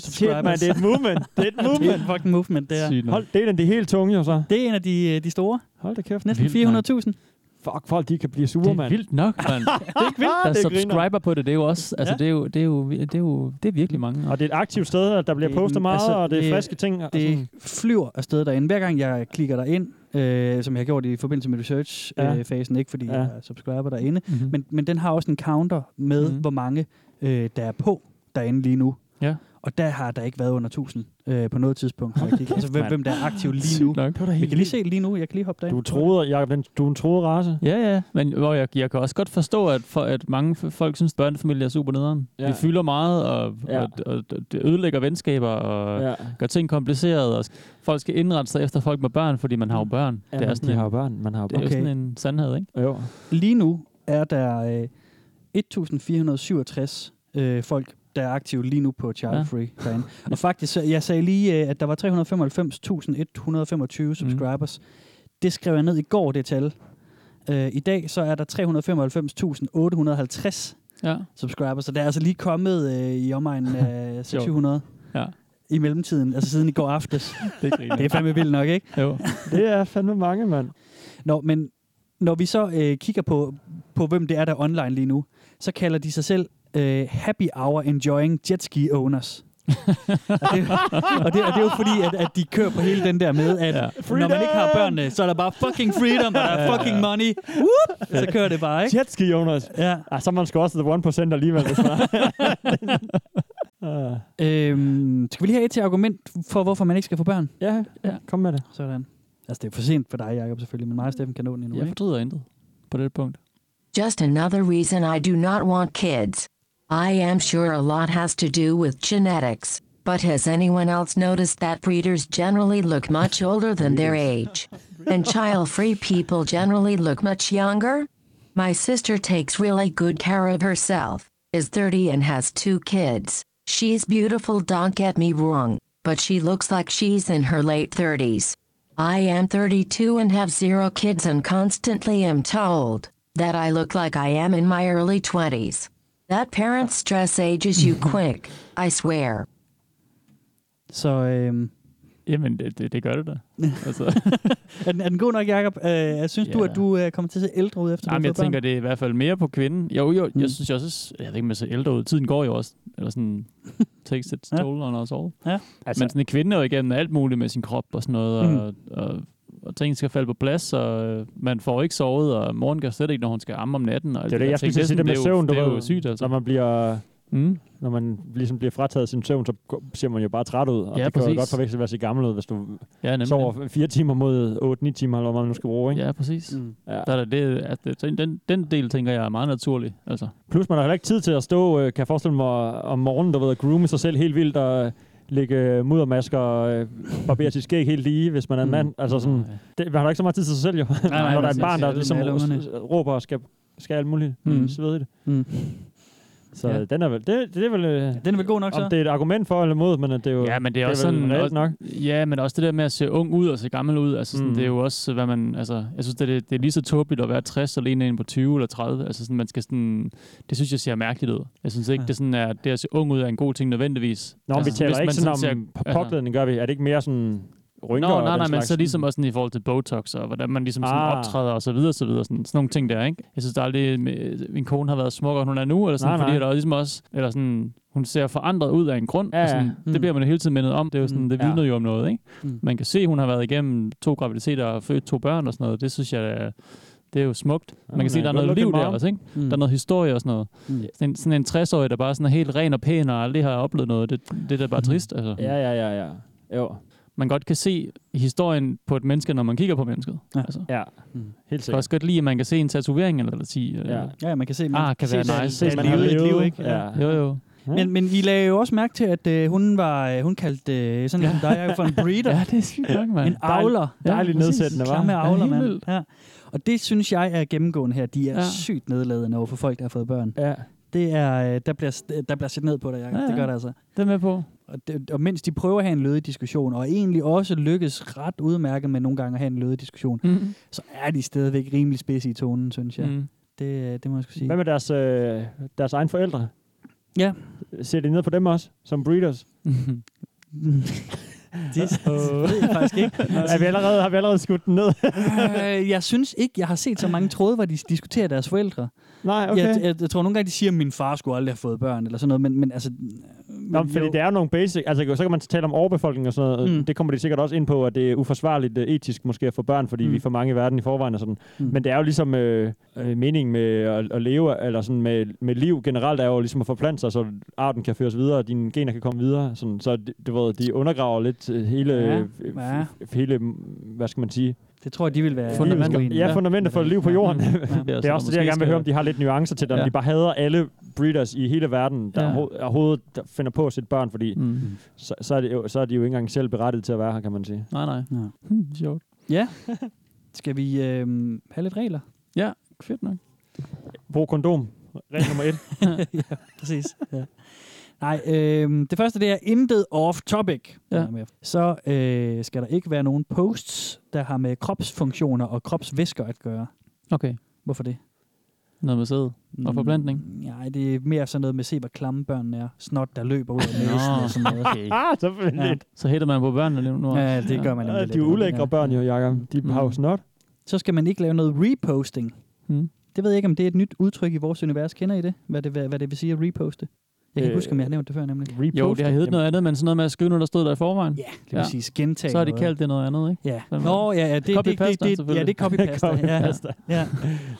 S3: subscribers.
S4: det er et movement. Det er et
S3: Det er
S4: movement.
S3: en fucking movement, det er.
S5: Sygt nok.
S4: Hold, det er den, det er helt tunge, jo så.
S3: Det er en af de, øh, de store.
S4: Hold da kæft.
S3: Næsten
S5: Vildt,
S3: 400.000.
S4: Fuck, folk de kan blive
S5: det
S4: sure,
S5: er
S4: mand.
S5: vildt nok, mand.
S4: Det er ikke vildt,
S5: Der er subscriber på det, det er jo også, altså
S3: Ja.
S5: ja. det, er jo, det, er jo, det er jo, det er virkelig mange.
S4: Og det er et aktivt sted, og der bliver
S3: Det-
S4: postet meget,
S3: altså,
S4: og det
S3: det-
S4: er friske ting. og sådan.
S3: Det flyver afsted derinde. Hver gang jeg klikker derind, øh, som jeg har gjort i forbindelse med
S4: Ja.
S3: research-fasen, ikke fordi
S4: Ja. Mhm.
S3: jeg er subscriber derinde,
S5: Mm-hmm.
S3: men, men den har også en counter med,
S5: Mhm.
S3: hvor mange øh, der er på derinde lige nu.
S5: Ja.
S3: Og der har der ikke været under 1000 øh, på noget tidspunkt. Når jeg kigger. altså, hvem,
S4: mand.
S3: hvem der er aktiv lige nu.
S5: Sygt nok. Det var da
S3: Vi
S5: helt
S3: kan lige se lige nu. Jeg kan lige hoppe derind.
S4: Du er troet, Jacob, den, du er en troet race.
S5: Ja, ja, men hvor jeg, jeg kan også godt forstå, at, for, at mange f- folk synes, at børnefamilier er super nederen.
S4: Ja.
S5: Ja. Vi fylder meget, og,
S4: Ja.
S5: ja. og, og, og det ødelægger venskaber, og ja.
S4: Ja.
S5: gør ting komplicerede. Og s- folk skal indrette sig efter folk med børn, fordi man har jo børn.
S4: Ja,
S5: det er,
S4: men de
S5: sådan
S4: har
S5: en,
S4: jo børn. Man har jo
S5: det er
S4: børn.
S5: jo
S3: Okay.
S5: sådan en sandhed, ikke?
S4: Jo.
S3: Lige nu er der øh, 1467 øh, folk, der er aktive lige nu på Child
S5: Ja.
S3: ja. Free derinde. Og faktisk, så- jeg sagde lige, øh, at der var
S5: Mhm.
S3: 395.125 subscribers. Mm. Det skrev jeg ned i går, det tal. Øh, I dag så er der 395.850
S5: Ja.
S3: subscribers, så der er altså lige kommet øh, i omegnen af 600
S5: Ja.
S3: i mellemtiden, altså siden i går aftes.
S5: Det griner.
S3: Det er fandme vildt nok, ikke?
S5: Jo.
S4: Det er fandme mange, mand.
S3: Nå, men når vi så øh, kigger på, på, hvem det er, der er online lige nu, så kalder de sig selv øh, Happy Hour Enjoying Jet Ski Owners. og, det, og, det, og det er jo fordi, at, at de kører på hele den der med, at ja.
S5: Ja.
S3: når man ikke har børnene, så er der bare fucking freedom, og der er fucking money. Whoop, så kører det bare, ikke?
S4: Jetski, Jonas.
S3: Ja.
S4: Ah, så er man skal også the 1% alligevel. Hvis man uh,
S3: Øhm, skal vi lige have et til argument for, hvorfor man ikke skal få børn?
S4: ja, ja,
S5: Ja.
S4: kom med det.
S3: Sådan. Altså, det er for sent for dig, Jacob, selvfølgelig, men mig og Steffen kan nå den endnu,
S5: Jeg
S3: ikke?
S5: fortryder intet på det punkt.
S7: Just another reason I do not want kids. I am sure a lot has to do with genetics, but has anyone else noticed that breeders generally look much older than their age? And child free people generally look much younger? My sister takes really good care of herself, is 30 and has two kids. She's beautiful, don't get me wrong, but she looks like she's in her late 30s. I am 32 and have zero kids and constantly am told that I look like I am in my early 20s. That parent stress ages you quick, I swear.
S3: Så øhm,
S5: Jamen, det, det, det gør det da. altså,
S3: er, den, er den god nok, Jacob? Øh, synes yeah. du,
S5: Ja.
S3: at du øh, kommer til at se ældre ud, efter
S5: jamen,
S3: du har
S5: jeg
S3: fået børn?
S5: tænker, det er i hvert fald mere på kvinden. Jo, jo,
S3: Hmm.
S5: jeg synes jo også, jeg ved ikke, om jeg ser ældre ud. Tiden går jo også. Eller sådan, takes its
S3: Ja.
S5: toll on us all.
S4: Altså,
S5: Altså, men sådan en kvinde er jo igennem alt muligt med sin krop og sådan noget, og,
S3: Hmm.
S5: mm. og, og ting skal falde på plads, og øh, man får ikke sovet, og moren gør slet ikke, når hun skal amme om natten. Og alt
S4: det er det,
S5: der
S4: jeg skulle
S5: ting.
S4: til at sige det med
S5: sådan,
S4: søvn.
S5: Det er jo, det
S4: du
S5: er jo
S4: ved.
S5: sygt, altså.
S4: Når man bliver...
S5: Mm.
S4: Når man ligesom bliver frataget sin søvn, så går- ser man jo bare træt ud. Og
S5: Ja,
S4: det kan jo
S5: præcis.
S4: godt forveksle at være gammel ud, hvis du
S5: Ja, nemlig.
S4: sover 4 timer mod 8-9 timer, eller hvad man nu skal bruge. Ikke?
S5: Ja, præcis.
S3: Mm.
S5: Mm.
S4: Ja.
S5: Ja. Der er det, at det, den- den, den del, tænker jeg, er meget naturlig. Altså.
S4: Plus man har heller ikke tid til at stå, øh, kan jeg forestille mig, om morgenen, du ved, at groome sig selv helt vildt og øh, lægge øh, muddermasker og øh, barbere sit skæg helt lige, hvis man er en
S5: Mm.
S4: mand. Altså sådan,
S5: Ja.
S4: det, man har ikke så meget tid til sig selv, jo. Nej,
S5: nej,
S4: Når der er et
S5: præcis.
S4: barn, der
S3: Ja, det
S4: ligesom
S3: med alle ungerne.
S4: råber og skal, skal alt muligt, mm.
S5: Mm.
S4: så ved I det.
S3: Mm.
S4: Så
S5: Ja.
S4: den er vel, det, det er vel, øh,
S3: Den er vel god nok, så?
S4: om det er et argument for eller imod, men at det er jo,
S5: Ja, men det er,
S4: det
S5: også
S4: vel
S5: sådan...
S4: reelt
S5: også,
S4: nok.
S5: Ja, men også det der med at se ung ud og se gammel ud. Altså sådan,
S4: Mm.
S5: mm. det er jo også, hvad man... Altså, jeg synes, det er, det er lige så tåbeligt at være 60 og ligne en på 20 eller 30. Altså sådan, man skal sådan... Det synes jeg ser mærkeligt ud. Jeg synes ikke,
S3: Ja.
S5: ja. det sådan er, det at se ung ud er en god ting nødvendigvis.
S4: Nå, altså, vi taler
S5: hvis
S4: ikke
S5: man
S4: sådan om
S5: altså-
S4: påklædning, gør vi. Er det ikke mere sådan rynker
S5: Nå,
S4: og
S5: nej,
S4: den
S5: nej, men
S4: slags?
S5: så ligesom også sådan i forhold til Botox, og hvordan man ligesom sådan
S4: Ah.
S5: optræder og så videre, så videre, sådan, sådan nogle ting der, ikke? Jeg synes der aldrig, øh, min kone har været smukkere, end hun er nu, eller sådan,
S4: Nej,
S5: nej, fordi
S4: nej.
S5: nej. der er ligesom også, eller sådan, hun ser forandret ud af en grund,
S4: Ja,
S5: og sådan,
S4: ja.
S5: det bliver man jo hele tiden mindet om, det er jo sådan,
S3: Mm.
S5: det
S4: Ja.
S5: vidner jo om noget, ikke?
S3: Mm.
S5: Man kan se, at hun har været igennem to graviditeter og født to børn og sådan noget, det synes jeg, er- det er jo smukt. Man
S4: hun
S5: kan se,
S4: er
S5: der er
S4: godt
S5: noget
S4: looking
S5: liv der
S4: mom.
S5: også, ikke?
S3: Mm.
S5: Der er noget historie og sådan noget.
S3: Mm.
S5: Sådan en, sådan en 60-årig, der bare sådan er helt ren og pæn og aldrig har oplevet noget, det, det er da bare trist, altså
S4: Mm. Ja, ja, ja, ja. Jo,
S5: man godt kan se historien på et menneske, når man kigger på mennesket.
S3: Ja.
S5: Ja. Altså, jeg
S4: ja.
S3: Mm.
S4: Helt
S5: kan
S4: sikkert.
S5: også godt lide, at man kan se en tatovering, eller lad os sige. Øh,
S4: Ja.
S5: ja.
S3: Ja, man kan se, man
S5: Ah, kan
S3: se,
S5: være
S3: der-
S5: nice.
S3: der
S5: Ses,
S3: er
S5: man
S3: livet
S5: har
S3: et
S4: levet.
S3: liv, ikke?
S4: Ja.
S5: Jo, jo.
S3: Men, men I lagde jo også mærke til, at øh, hun var, øh, hun kaldte øh, sådan ja. som dig, Jacob, for en breeder.
S5: Ja, det er sygt nok, mand.
S3: En avler.
S5: Ja,
S4: Dejligt
S5: præcis.
S4: nedsættende, var.
S3: Klamme avler,
S5: helt
S3: mand.
S5: vildt.
S3: Ja. Og det synes jeg er gennemgående her. De er
S5: Ja.
S3: ja. sygt nedladende over for folk, der har fået børn.
S4: Ja.
S3: Det er, øh, der, bliver, st- der bliver set ned på dig, Jacob. Ja,
S5: Ja,
S3: ja.
S5: ja.
S3: Det gør det altså.
S5: Det er med på.
S3: Og, det, og mens de prøver at have en lødig diskussion, og egentlig også lykkes ret udmærket med nogle gange at have en lødig diskussion,
S5: Mm.
S3: så er de stadigvæk rimelig spidse i tonen, synes jeg. Mm.
S5: Mm.
S3: Det, øh, det må jeg sgu sige.
S4: Hvad med deres, øh, deres egen forældre?
S3: Ja.
S4: Ser de ned på dem også, som breeders?
S3: det ved jeg faktisk ikke.
S4: er vi allerede, har vi allerede skudt den ned?
S3: Øh, jeg synes ikke, jeg har set så mange tråde, hvor de diskuterer deres forældre.
S4: Nej,
S3: Okay.
S4: okay.
S3: Jeg, jeg, jeg tror nogle gange, de siger, at min far skulle aldrig have fået børn, eller sådan noget, men, men altså,
S4: Nå, men fordi
S3: jo.
S4: det er jo nogle basic... Altså, så kan man tale om overbefolkning og sådan noget.
S3: Mm.
S4: Mm. Det kommer de sikkert også ind på, at det er uforsvarligt øh, etisk måske at få børn, fordi
S3: Mm.
S4: mm. vi er for mange i verden i forvejen og sådan.
S3: Mm.
S4: Mm. Men det er jo ligesom øh, øh, meningen med at, at leve, eller sådan med, med liv generelt, er jo ligesom at forplante sig, så arten kan føres videre, og dine gener kan komme videre. Sådan. Så det, du ved, de undergraver lidt øh, hele...
S3: Ja,
S4: Ja.
S3: ja.
S4: hele, hvad skal man sige?
S3: Det tror jeg, de vil være...
S5: Fundamentet.
S3: uenige i.
S4: Ja, fundamentet for liv på jorden.
S3: Ja.
S4: Det er også det, jeg gerne vil høre, om de har lidt nuancer til det,
S5: Ja.
S4: ja. de bare hader alle breeders i hele verden, der
S5: Ja.
S4: ja. overhovedet der finder på at sætte børn, fordi
S5: Mm.
S4: så, så, er det jo, så er de jo ikke engang selv berettiget til at være her, kan man sige.
S5: Nej, nej.
S3: Nå.
S5: Hmm, sjovt.
S3: Ja. Skal vi øh, have lidt regler?
S5: Ja, fedt nok.
S4: Brug kondom. Regel nummer et.
S3: Præcis. ja. Nej, øh, det første det er intet off-topic.
S5: Ja.
S3: Så øh, skal der ikke være nogen posts, der har med kropsfunktioner og kropsvæsker at gøre.
S5: Okay.
S3: Hvorfor det?
S5: Noget med sæd og forplantning.
S3: Mm, Nej, det er mere sådan noget med, se hvor klamme børnene er. Snot, der løber ud af
S5: Nå,
S3: næsen og sådan noget.
S5: okay.
S4: Ah, selvfølgelig.
S3: Ja.
S4: Ja.
S5: Så hætter man på børnene lige nu.
S3: Ja, det gør man
S4: Ja,
S3: nemlig
S4: de er
S3: lidt.
S4: jo ulækre
S3: Ja.
S4: børn jo, Jacob. De
S5: Mm.
S4: har jo snot.
S3: Så skal man ikke lave noget reposting.
S5: Mm.
S3: Det ved jeg ikke, om det er et nyt udtryk i vores univers. Kender I det? Hvad det, hvad, hvad det vil sige at reposte? Jeg kan ikke
S4: Øh,
S3: huske, om jeg har nævnt det før nemlig.
S4: Repost.
S5: Jo, det har heddet noget andet, men sådan noget med at skrive noget, der stod der i forvejen.
S3: Ja, det vil ja.
S5: Ja.
S3: sige gentage
S5: Så har de
S3: noget.
S5: kaldt det noget andet, ikke?
S3: Ja.
S5: Sådan
S3: Nå, ja, ja, det, det, det,
S5: Copypasteren,
S3: det, det, ja,
S5: selvfølgelig.
S3: det er copypasta. ja,
S4: Copypasta.
S3: ja.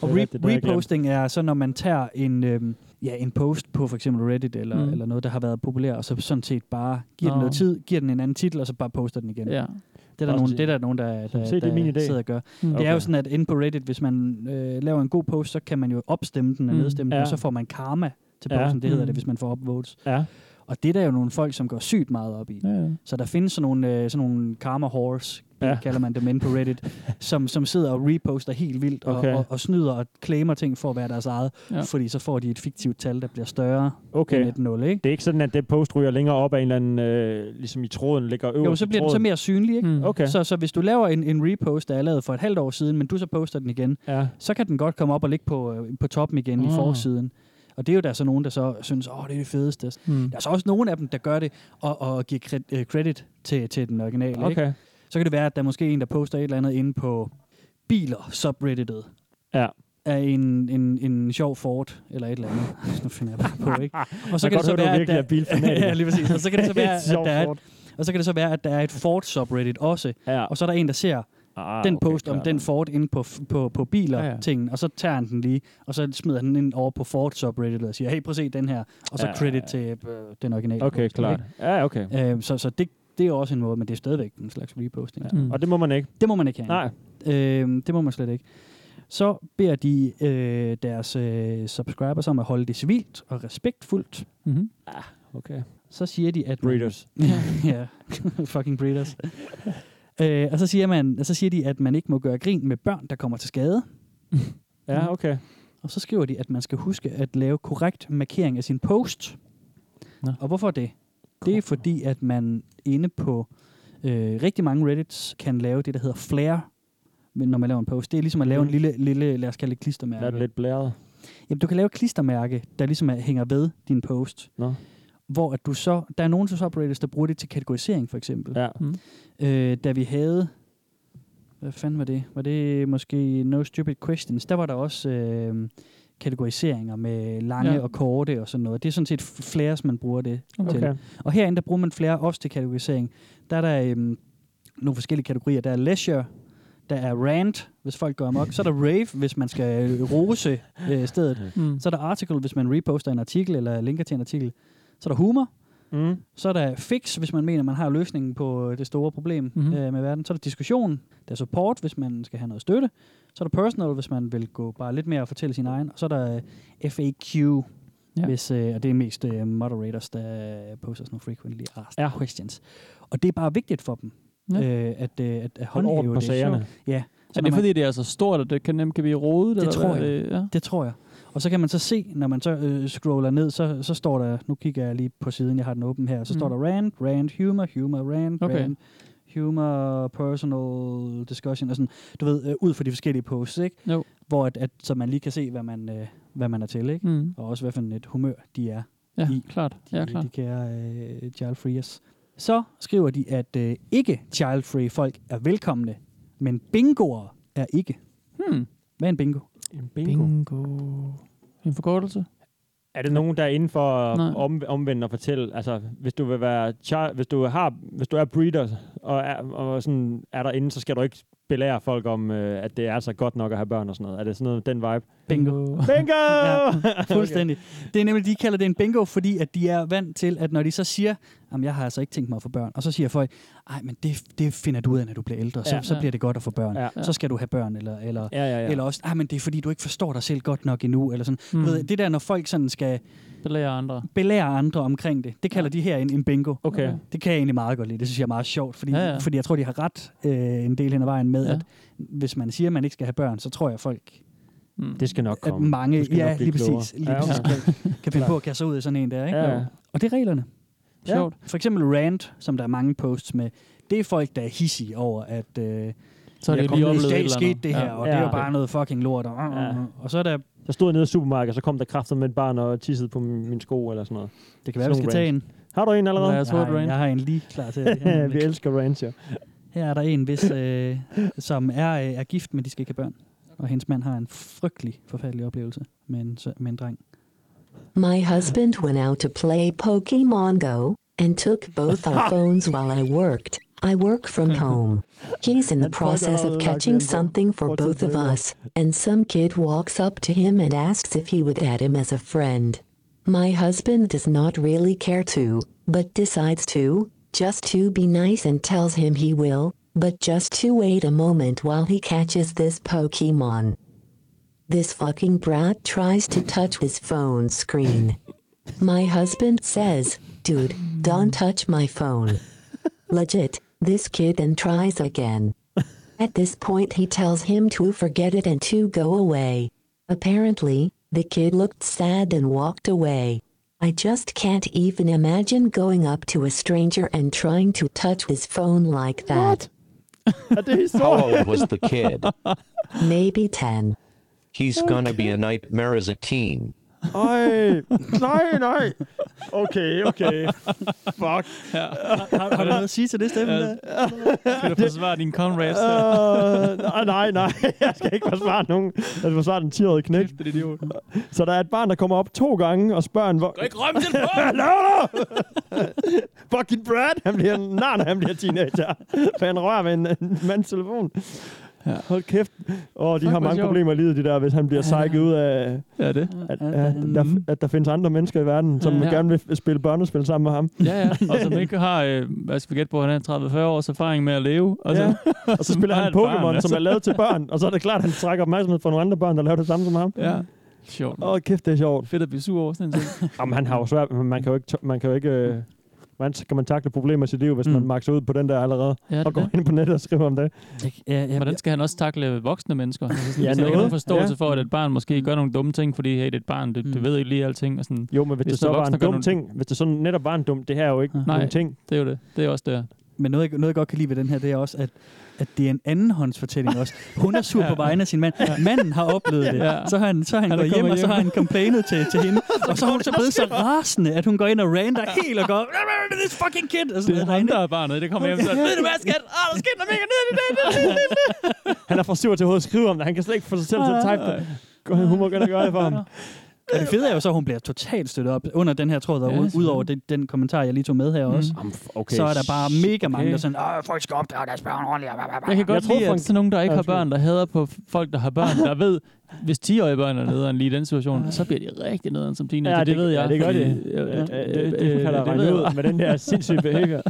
S3: Og
S4: Det er rigtigt,
S3: re-
S4: det har jeg glemt.
S3: reposting er så, når man tager en, øhm, ja, en post på for eksempel Reddit eller, mm.
S5: Mm.
S3: eller noget, der har været populær, og så sådan set bare giver den
S5: Nå.
S3: noget tid, giver den en anden titel, og så bare poster den igen.
S5: Ja.
S3: Det er der
S4: Også
S3: nogen,
S4: det.
S3: det er der, nogen der, der,
S4: Se, det er
S3: der
S4: min idé.
S3: sidder og gør. Okay.
S5: Mm.
S3: Det er jo sådan, at inde på Reddit, hvis man øh, laver en god post, så kan man jo opstemme den og
S5: Mm.
S3: nedstemme den, og
S4: Ja.
S3: så får man karma til
S4: Ja.
S3: posten. Det hedder
S5: Mm.
S3: det, hvis man får upvotes.
S4: Ja.
S3: Og det er der jo nogle folk, som går sygt meget op i.
S5: Ja, ja.
S3: Så der findes sådan nogle, øh, sådan nogle karma horse, ja.
S4: Ja.
S3: kalder man dem inde på Reddit, som, som sidder og reposter helt vildt og, okay.
S4: Okay.
S3: og, og snyder og claimer ting for at være deres eget, ja.
S5: Ja.
S3: fordi så får de et fiktivt tal, der bliver større okay. end
S4: Okay.
S3: et 0, ikke?
S4: Det er ikke sådan, at det post ryger længere op af en eller anden, øh, ligesom i tråden, ligger øverst
S3: Jo, så bliver
S4: i
S3: den så
S4: tråden.
S3: mere synlig, ikke?
S5: Mm.
S4: Okay.
S3: Okay. Så, så hvis du laver en, en repost, der er lavet for et halvt år siden, men du så poster den igen,
S4: Ja. Mm.
S3: så kan den godt komme op og ligge på, øh, på toppen igen i
S5: Ah.
S3: forsiden. Og det er jo der så nogen, der så synes, åh, det er det fedeste.
S5: Mm.
S3: Der er så også nogen af dem, der gør det og, og giver kred- øh, credit til, til den originale, ikke?
S4: Okay.
S3: så kan det være, at der er måske en, der poster et eller andet inde på biler subredditet
S4: Ja.
S3: af en, en, en sjov Ford, eller et eller andet. nu finder jeg bare på, ikke? Og så
S4: Jeg kan
S3: kan det
S4: godt
S3: så
S4: høre, du
S3: være, at
S4: virkelig
S3: der...
S4: er bilfanatisk.
S3: ja, lige præcis. Og så kan det så være, at
S4: Sjovt
S3: der er,
S4: kort.
S3: og så kan det så være, at der er et Ford subreddit også.
S4: Ja.
S3: Og så er der en, der ser
S4: Ah,
S3: den
S4: okay,
S3: post om
S4: klart.
S3: den Ford inde på, på, på
S5: Ja, ja.
S3: biler-tingen, og så tager han den lige, og så smider han den ind over på Ford subreddit og siger, hey, prøv at se den her, og så
S4: Ja, ja,
S3: credit
S4: ja.
S3: til øh, den originale.
S4: Okay,
S3: post,
S4: klart. Ja, okay.
S3: ikke? Øhm, så så det, det er også en måde, men det er stadigvæk en slags reposting. Ja.
S5: Mm.
S4: Og det må man ikke.
S3: Det må man ikke have.
S4: Nej.
S3: Øh, det må man slet ikke. Så beder de øh, deres øh, subscribers om at holde det civilt og respektfuldt.
S5: Mm-hmm.
S4: Ah, Okay.
S3: Så siger de, at...
S4: Breeders.
S3: ja, fucking breeders. øh, og så siger, man, og så siger de, at man ikke må gøre grin med børn, der kommer til skade.
S4: Ja, okay.
S3: Og så skriver de, at man skal huske at lave korrekt markering af sin post.
S5: Nå.
S3: Og hvorfor det? Det er fordi, at man inde på øh, rigtig mange Reddits kan lave det, der hedder flare, men når man laver en post. Det er ligesom at lave en
S4: Mhm.
S3: lille, lille lad os kalde det klistermærke.
S4: Der er den lidt blæret.
S3: Jamen, du kan lave et klistermærke, der ligesom er, hænger ved din post.
S4: Nå.
S3: Hvor at du så, der er nogen subreddits, der bruger det til kategorisering, for eksempel.
S4: Ja.
S3: Øh, da vi havde, hvad fanden var det? Var det måske No Stupid Questions? Der var der også øh, kategoriseringer med lange ja.
S5: Ja.
S3: og korte og sådan noget. Det er sådan set f- flares, man bruger det okay. til.
S4: Okay.
S3: Og herinde, der bruger man flere også til kategorisering. Der er der øhm, nogle forskellige kategorier. Der er leisure, der er rant, hvis folk går amok. Så er der rave, hvis man skal øh, rose øh, stedet.
S5: Mm.
S3: Så er der article, hvis man reposter en artikel eller linker til en artikel. Så er der humor.
S4: Mm.
S3: Så er der fix, hvis man mener, man har løsningen på det store problem mm-hmm.
S5: Mhm.
S3: øh, med verden. Så er der diskussion. Der er support, hvis man skal have noget støtte. Så er der personal, hvis man vil gå bare lidt mere og fortælle sin egen. Og så er der øh, FAQ, ja.
S5: Ja.
S3: hvis, øh, og det er mest øh, moderators, der øh, poster sådan nogle frequently asked ja.
S4: Ja.
S3: questions. Og det er bare vigtigt for dem, ja.
S5: Ja.
S3: øh, at, øh, at, at
S4: Hold
S3: håndhæve
S4: orden på
S3: det.
S4: sagerne.
S3: Så
S5: Er det
S3: når man-
S5: fordi, det er så stort, at det kan nemt kan blive rodet?
S3: Det
S5: eller
S3: tror
S5: hvad?
S3: jeg.
S5: Øh, Ja.
S3: Det tror jeg. Og så kan man så se, når man så øh, scroller ned, så, så står der, nu kigger jeg lige på siden, jeg har den åben her, så mm.
S5: Mm.
S3: står der rant, rant, humor, humor, rant, okay.
S5: Okay.
S3: rant, humor, personal discussion og sådan, du ved, øh, ud fra de forskellige posts, ikke?
S5: Jo.
S3: Hvor at, at, så man lige kan se, hvad man, øh, hvad man er til, ikke?
S5: Mm.
S3: Og også, hvad for et humør de er,
S5: Ja,
S3: I-
S5: klart.
S3: de,
S5: Ja, klart.
S3: de kære øh, child freers. Så skriver de, at øh, ikke child free folk er velkomne, men bingoer er ikke.
S5: Hmm.
S3: Hvad er en bingo?
S4: En bingo.
S5: En forkortelse?
S4: Er det nogen, der er inden for
S5: Nej.
S4: om, omvendt at fortælle, altså hvis du vil være, char, hvis du har, hvis du er breeder, og er, og sådan, er der inde, så skal du ikke belære folk om, øh, at det er altså godt nok at have børn og sådan noget. Er det sådan noget, den vibe?
S3: Bingo.
S4: Bingo!
S3: Ja,
S4: Okay.
S3: Fuldstændig. Det er nemlig, de kalder det en bingo, fordi at de er vant til, at når de så siger, jamen jeg har altså ikke tænkt mig at få børn, og så siger folk, nej, men det, det finder du ud af, når du bliver ældre, så,
S4: Ja.
S3: ja, så bliver det godt at få børn.
S4: Ja.
S3: Ja, Så skal du have børn, eller, eller, ja,
S4: Ja, ja,
S3: ja.
S4: ja.
S3: eller også, nej, men det er fordi, du ikke forstår dig selv godt nok endnu, eller sådan.
S5: Mm.
S3: Mm. Ved, det der, når folk sådan skal
S5: Belærer andre.
S3: belære andre omkring det, det kalder de her en, en bingo.
S4: Okay.
S3: Det kan jeg egentlig meget godt lide. Det synes jeg er meget sjovt, fordi,
S5: Ja,
S3: ja,
S5: ja.
S3: ja. fordi jeg tror, de har ret øh, en del hen ad vejen med,
S5: Ja.
S3: ja. at hvis man siger, at man ikke skal have børn, så tror jeg, folk
S5: Mm.
S4: Det skal nok
S3: at
S4: komme. Du
S3: mange,
S4: skal
S3: ja,
S4: nok blive
S3: lige præcis,
S4: klogere.
S3: lige
S4: Ja,
S3: præcis
S4: okay.
S3: kan, kan finde på at kaste sig ud i sådan en der, ikke?
S4: Ja, ja.
S3: Og det er reglerne.
S4: Ja.
S5: Sjovt.
S3: For eksempel rant, som der er mange posts med, det er folk, der er hissige over, at øh,
S5: Så er
S3: jeg
S5: det
S3: kom
S5: lige
S3: ned i
S5: oplevet
S3: dag
S5: et eller
S3: skete
S5: andet.
S3: det her, ja. og
S4: Ja.
S3: det er jo
S4: Okay.
S3: bare noget fucking lort. Og,
S4: Ja.
S3: og så er der,
S4: Så stod jeg nede i supermarkedet, og så kom der kraftet med et barn og tissede på min min sko eller sådan noget.
S3: det kan være, vi skal
S4: Sådan
S3: tage en.
S4: Har du en allerede?
S5: Lad
S4: Ja.
S5: os-
S3: Jeg har, en- jeg har en lige klar til.
S4: vi elsker ranch, ja.
S3: Her er der en, hvis, øh, som er, øh, er gift, men de skal ikke have børn. Og hendes mand har en frygtelig, forfærdelig oplevelse med en, sø- med en dreng.
S8: My husband went out to play Pokemon Go and took both our phones while I worked. I work from home. He's in the process of catching something for both of us, and some kid walks up to him and asks if he would add him as a friend. My husband does not really care to, but decides to, just to be nice and tells him he will, but just to wait a moment while he catches this Pokemon. This fucking brat tries to touch his phone screen. My husband says, Dude, don't touch my phone. Legit, this kid and tries again. At this point, he tells him to forget it and to go away. Apparently, the kid looked sad and walked away. I just can't even imagine going up to a stranger and trying to touch his phone like that.
S4: Er det
S9: How
S4: historie?
S9: old was the kid?
S8: Maybe 10.
S9: He's gonna be a nightmare as a teen.
S4: Ej, nej, nej. Okay, okay. Fuck.
S3: Har, har du noget at sige til det, Steffen? der?
S5: Skal du forsvare din Conrads?
S4: Øh, nej, nej, nej. Jeg skal ikke forsvare nogen. Jeg skal forsvare den 10-årige knægt.
S5: Det er idiot.
S4: Så der er et barn, der kommer op to gange og spørger en... Hvor...
S5: Ikke rømme til på!
S4: Fucking Brad! Han bliver en nar, når han bliver teenager. For han rører ved en, en mands telefon. Ja. Hold kæft. Og de
S5: Fuck,
S4: har
S5: hvor
S4: mange
S5: sjovt.
S4: problemer i livet, de der, hvis han bliver psyket ud af,
S5: Ja, det.
S4: at, at, der, at der findes andre mennesker i verden, som
S5: Ja.
S4: ja. gerne vil spille børnespil sammen med ham.
S5: Ja, ja. Og som ikke har, øh, hvad skal vi gætte på, han har 30-40 års erfaring med at leve. Og så,
S4: Ja. Og så spiller
S5: bare
S4: han
S5: et barn,
S4: Pokémon, barn,
S5: altså.
S4: som er lavet til børn. Og så er det klart, at han trækker opmærksomhed fra nogle andre børn, der laver det samme som ham.
S5: ja. Sjovt.
S4: Åh, kæft, det er sjovt.
S5: Fedt at blive sur over sådan en ting.
S4: Jamen, han har jo svært, men man kan jo ikke, t- man kan jo ikke øh, hvordan kan man takle problemer i sit liv, hvis mm. man
S3: Mm.
S4: makser ud på den der allerede,
S5: Ja, det
S4: og går
S5: er det.
S4: ind på nettet og skriver om det.
S3: Ja, ja,
S5: Hvordan skal han også takle voksne mennesker? Altså sådan,
S4: Ja,
S5: ja, hvis han ikke har nogen
S4: noget.
S5: forståelse
S4: Ja.
S5: for, at et barn måske gør nogle dumme ting, fordi hey, det er et barn, det, det
S3: Mm.
S5: ved ikke lige alting. Og sådan.
S4: Jo, men hvis,
S5: Hvis
S4: det så
S5: der
S4: var
S5: voksne
S4: en
S5: gør
S4: dum
S5: nogle-
S4: ting, hvis det sådan netop var en dum, det her er jo ikke
S5: Nej.
S4: nogen ting.
S5: Det er jo det. Det er også det.
S3: Men noget, jeg- noget, jeg godt kan lide ved den her, det er også, at, at det er en andenhåndsfortælling også. Hun er sur på vegne af sin mand. Manden har oplevet det.
S5: Ja.
S3: Så har han, så har han,
S5: Han er
S3: han gået hjem,
S5: kommet
S3: og så
S5: hjem.
S3: har han complainet til, til hende. og så er hun så blevet så rasende, at hun går ind og rander helt og går, this fucking kid! Altså, Og sådan
S5: Det er
S3: noget.
S5: ham, der er barnet. Det kommer hjem til. Ved du hvad, skat? Åh, der skete noget mega ned i det.
S4: Han er for sur til hovedet at skrive om det. Han kan slet ikke få sig selv til at type det. Gå- Hun må gerne gøre det for ham.
S3: Og det fede er jo så, at hun bliver totalt støttet op under den her tråd,
S5: Ja,
S3: der ja, ud over den, den kommentar, jeg lige tog med her også.
S4: Mm. Jamen, f- Okay.
S3: Så er der bare mega mange,
S5: okay.
S3: der er sådan, "Åh, folk skal opdrage deres børn ordentligt.
S5: Jeg kan godt
S4: Jeg tror,
S5: lide,
S4: for en-
S5: at sådan nogen, der ikke
S4: Ja,
S5: har
S4: undskyld.
S5: børn, der hader på f- folk, der har børn, der ved, hvis 10-årige børn er nederen lige i den situation, så bliver de rigtig nederen som teenager.
S4: Ja, det,
S5: ved jeg.
S4: Ja, det gør
S5: fordi-
S4: det.
S5: Ja,
S4: Øh,
S5: øh,
S4: øh, Det, det, kan der
S5: ved
S4: regne
S5: jeg.
S4: ud med den der sindssyge behavior.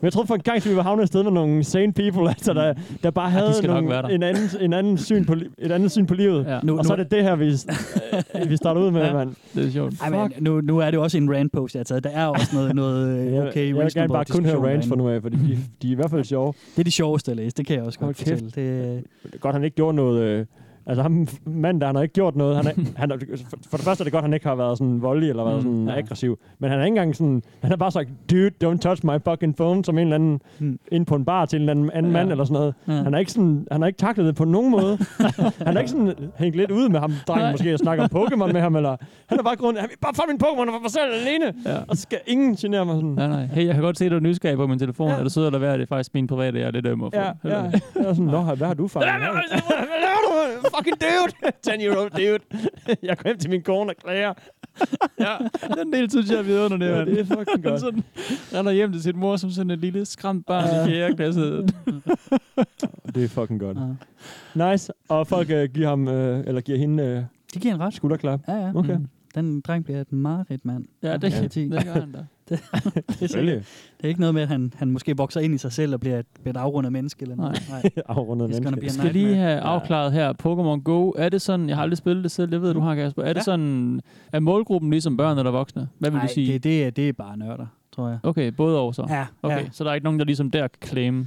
S4: Men jeg tror for en gang, at vi var havnet et sted med nogle sane people, altså, der, der bare havde
S5: skal nok være der.
S4: nogle, en, anden, en anden syn på, li- et andet syn på livet.
S5: Ja,
S3: Nu,
S4: Og så er det det her, vi, øh, vi starter ud med,
S5: Ja.
S4: ja. mand.
S5: det er sjovt.
S3: Ej, men nu, nu er det jo også en rant post, jeg har taget. Der er jo også noget, noget øh,
S4: Jeg,
S3: okay,
S4: jeg vil gerne
S3: reasonable
S4: bare kun høre
S3: diskussion
S4: range
S3: derinde.
S4: fra nu af, fordi de, de er i hvert fald sjove.
S3: Det er de sjoveste at læse, det kan jeg også
S4: Hold
S3: godt
S4: kæft.
S3: fortælle. Det, øh,
S4: Det er Godt, han ikke gjorde noget... Øh, altså ham f- manden, der han har ikke gjort noget. Han er, han er, for, for det første er det godt, han ikke har været sådan voldelig eller været
S5: Mm,
S4: sådan
S5: ja.
S4: ja. aggressiv. Men han er ikke engang sådan... Han har bare sagt, dude, don't touch my fucking phone, som en eller anden...
S3: Mm.
S4: Mm. Ind på en bar til en eller anden, anden
S5: Ja.
S4: ja. mand eller sådan noget.
S3: Ja.
S4: Ja. Han har ikke sådan... Han har ikke taklet det på nogen måde. han har ikke sådan hængt lidt ud med ham, drengen måske, og snakker om Pokémon med ham, eller... Han er bare grund... Han vil bare få min Pokémon for mig selv alene,
S5: Ja.
S4: og så skal ingen genere mig sådan...
S5: Nej, nej. Hey, jeg kan godt se, at du er nysgerrig på min telefon.
S4: Ja.
S5: Er du sød eller hvad? Det er faktisk min private, jeg er lidt ømmer for.
S4: Ja, ja. Jeg er sådan, Nå, hvad har du fanget? Hvad laver du? Fucking dude! 10 year old dude. Jeg kom hjem til min kone og klager.
S5: ja, den del synes jeg er vidunderlig,
S4: Ja,
S5: mand.
S4: det er fucking
S5: Han
S4: godt.
S5: sådan render hjem til sin mor som sådan et lille skræmt barn i fjerde klasse.
S4: Det er fucking godt. Nice. Og folk øh, giver ham, øh, eller giver hende øh,
S3: Det giver en ret.
S4: skulderklap.
S3: Ja, ja.
S4: Okay.
S5: Mm.
S3: Den dreng bliver et mareridt, mand.
S5: Ja, det,
S3: Ja.
S5: ja. det gør han da.
S3: Det er, sikkert-
S4: Selvfølgelig.
S3: det er ikke noget med, at han, han måske vokser ind i sig selv og bliver et, bliver et afrundet menneske. Eller noget. Nej.
S4: Afrundet
S3: It's gonna
S4: menneske.
S3: be a
S5: Jeg skal lige
S3: nightmare.
S5: have afklaret her. Pokémon Go, er det sådan, jeg har aldrig spillet det selv, jeg ved, du har, Kasper. Er det
S3: Mm. Ja.
S5: sådan, er målgruppen ligesom børn eller voksne? Hvad vil
S3: Nej,
S5: du sige?
S3: det, det, er, det er bare nørder, tror jeg.
S5: Okay, både over så.
S3: Ja,
S5: Okay,
S3: ja.
S5: så der er ikke nogen, der ligesom der kan claim,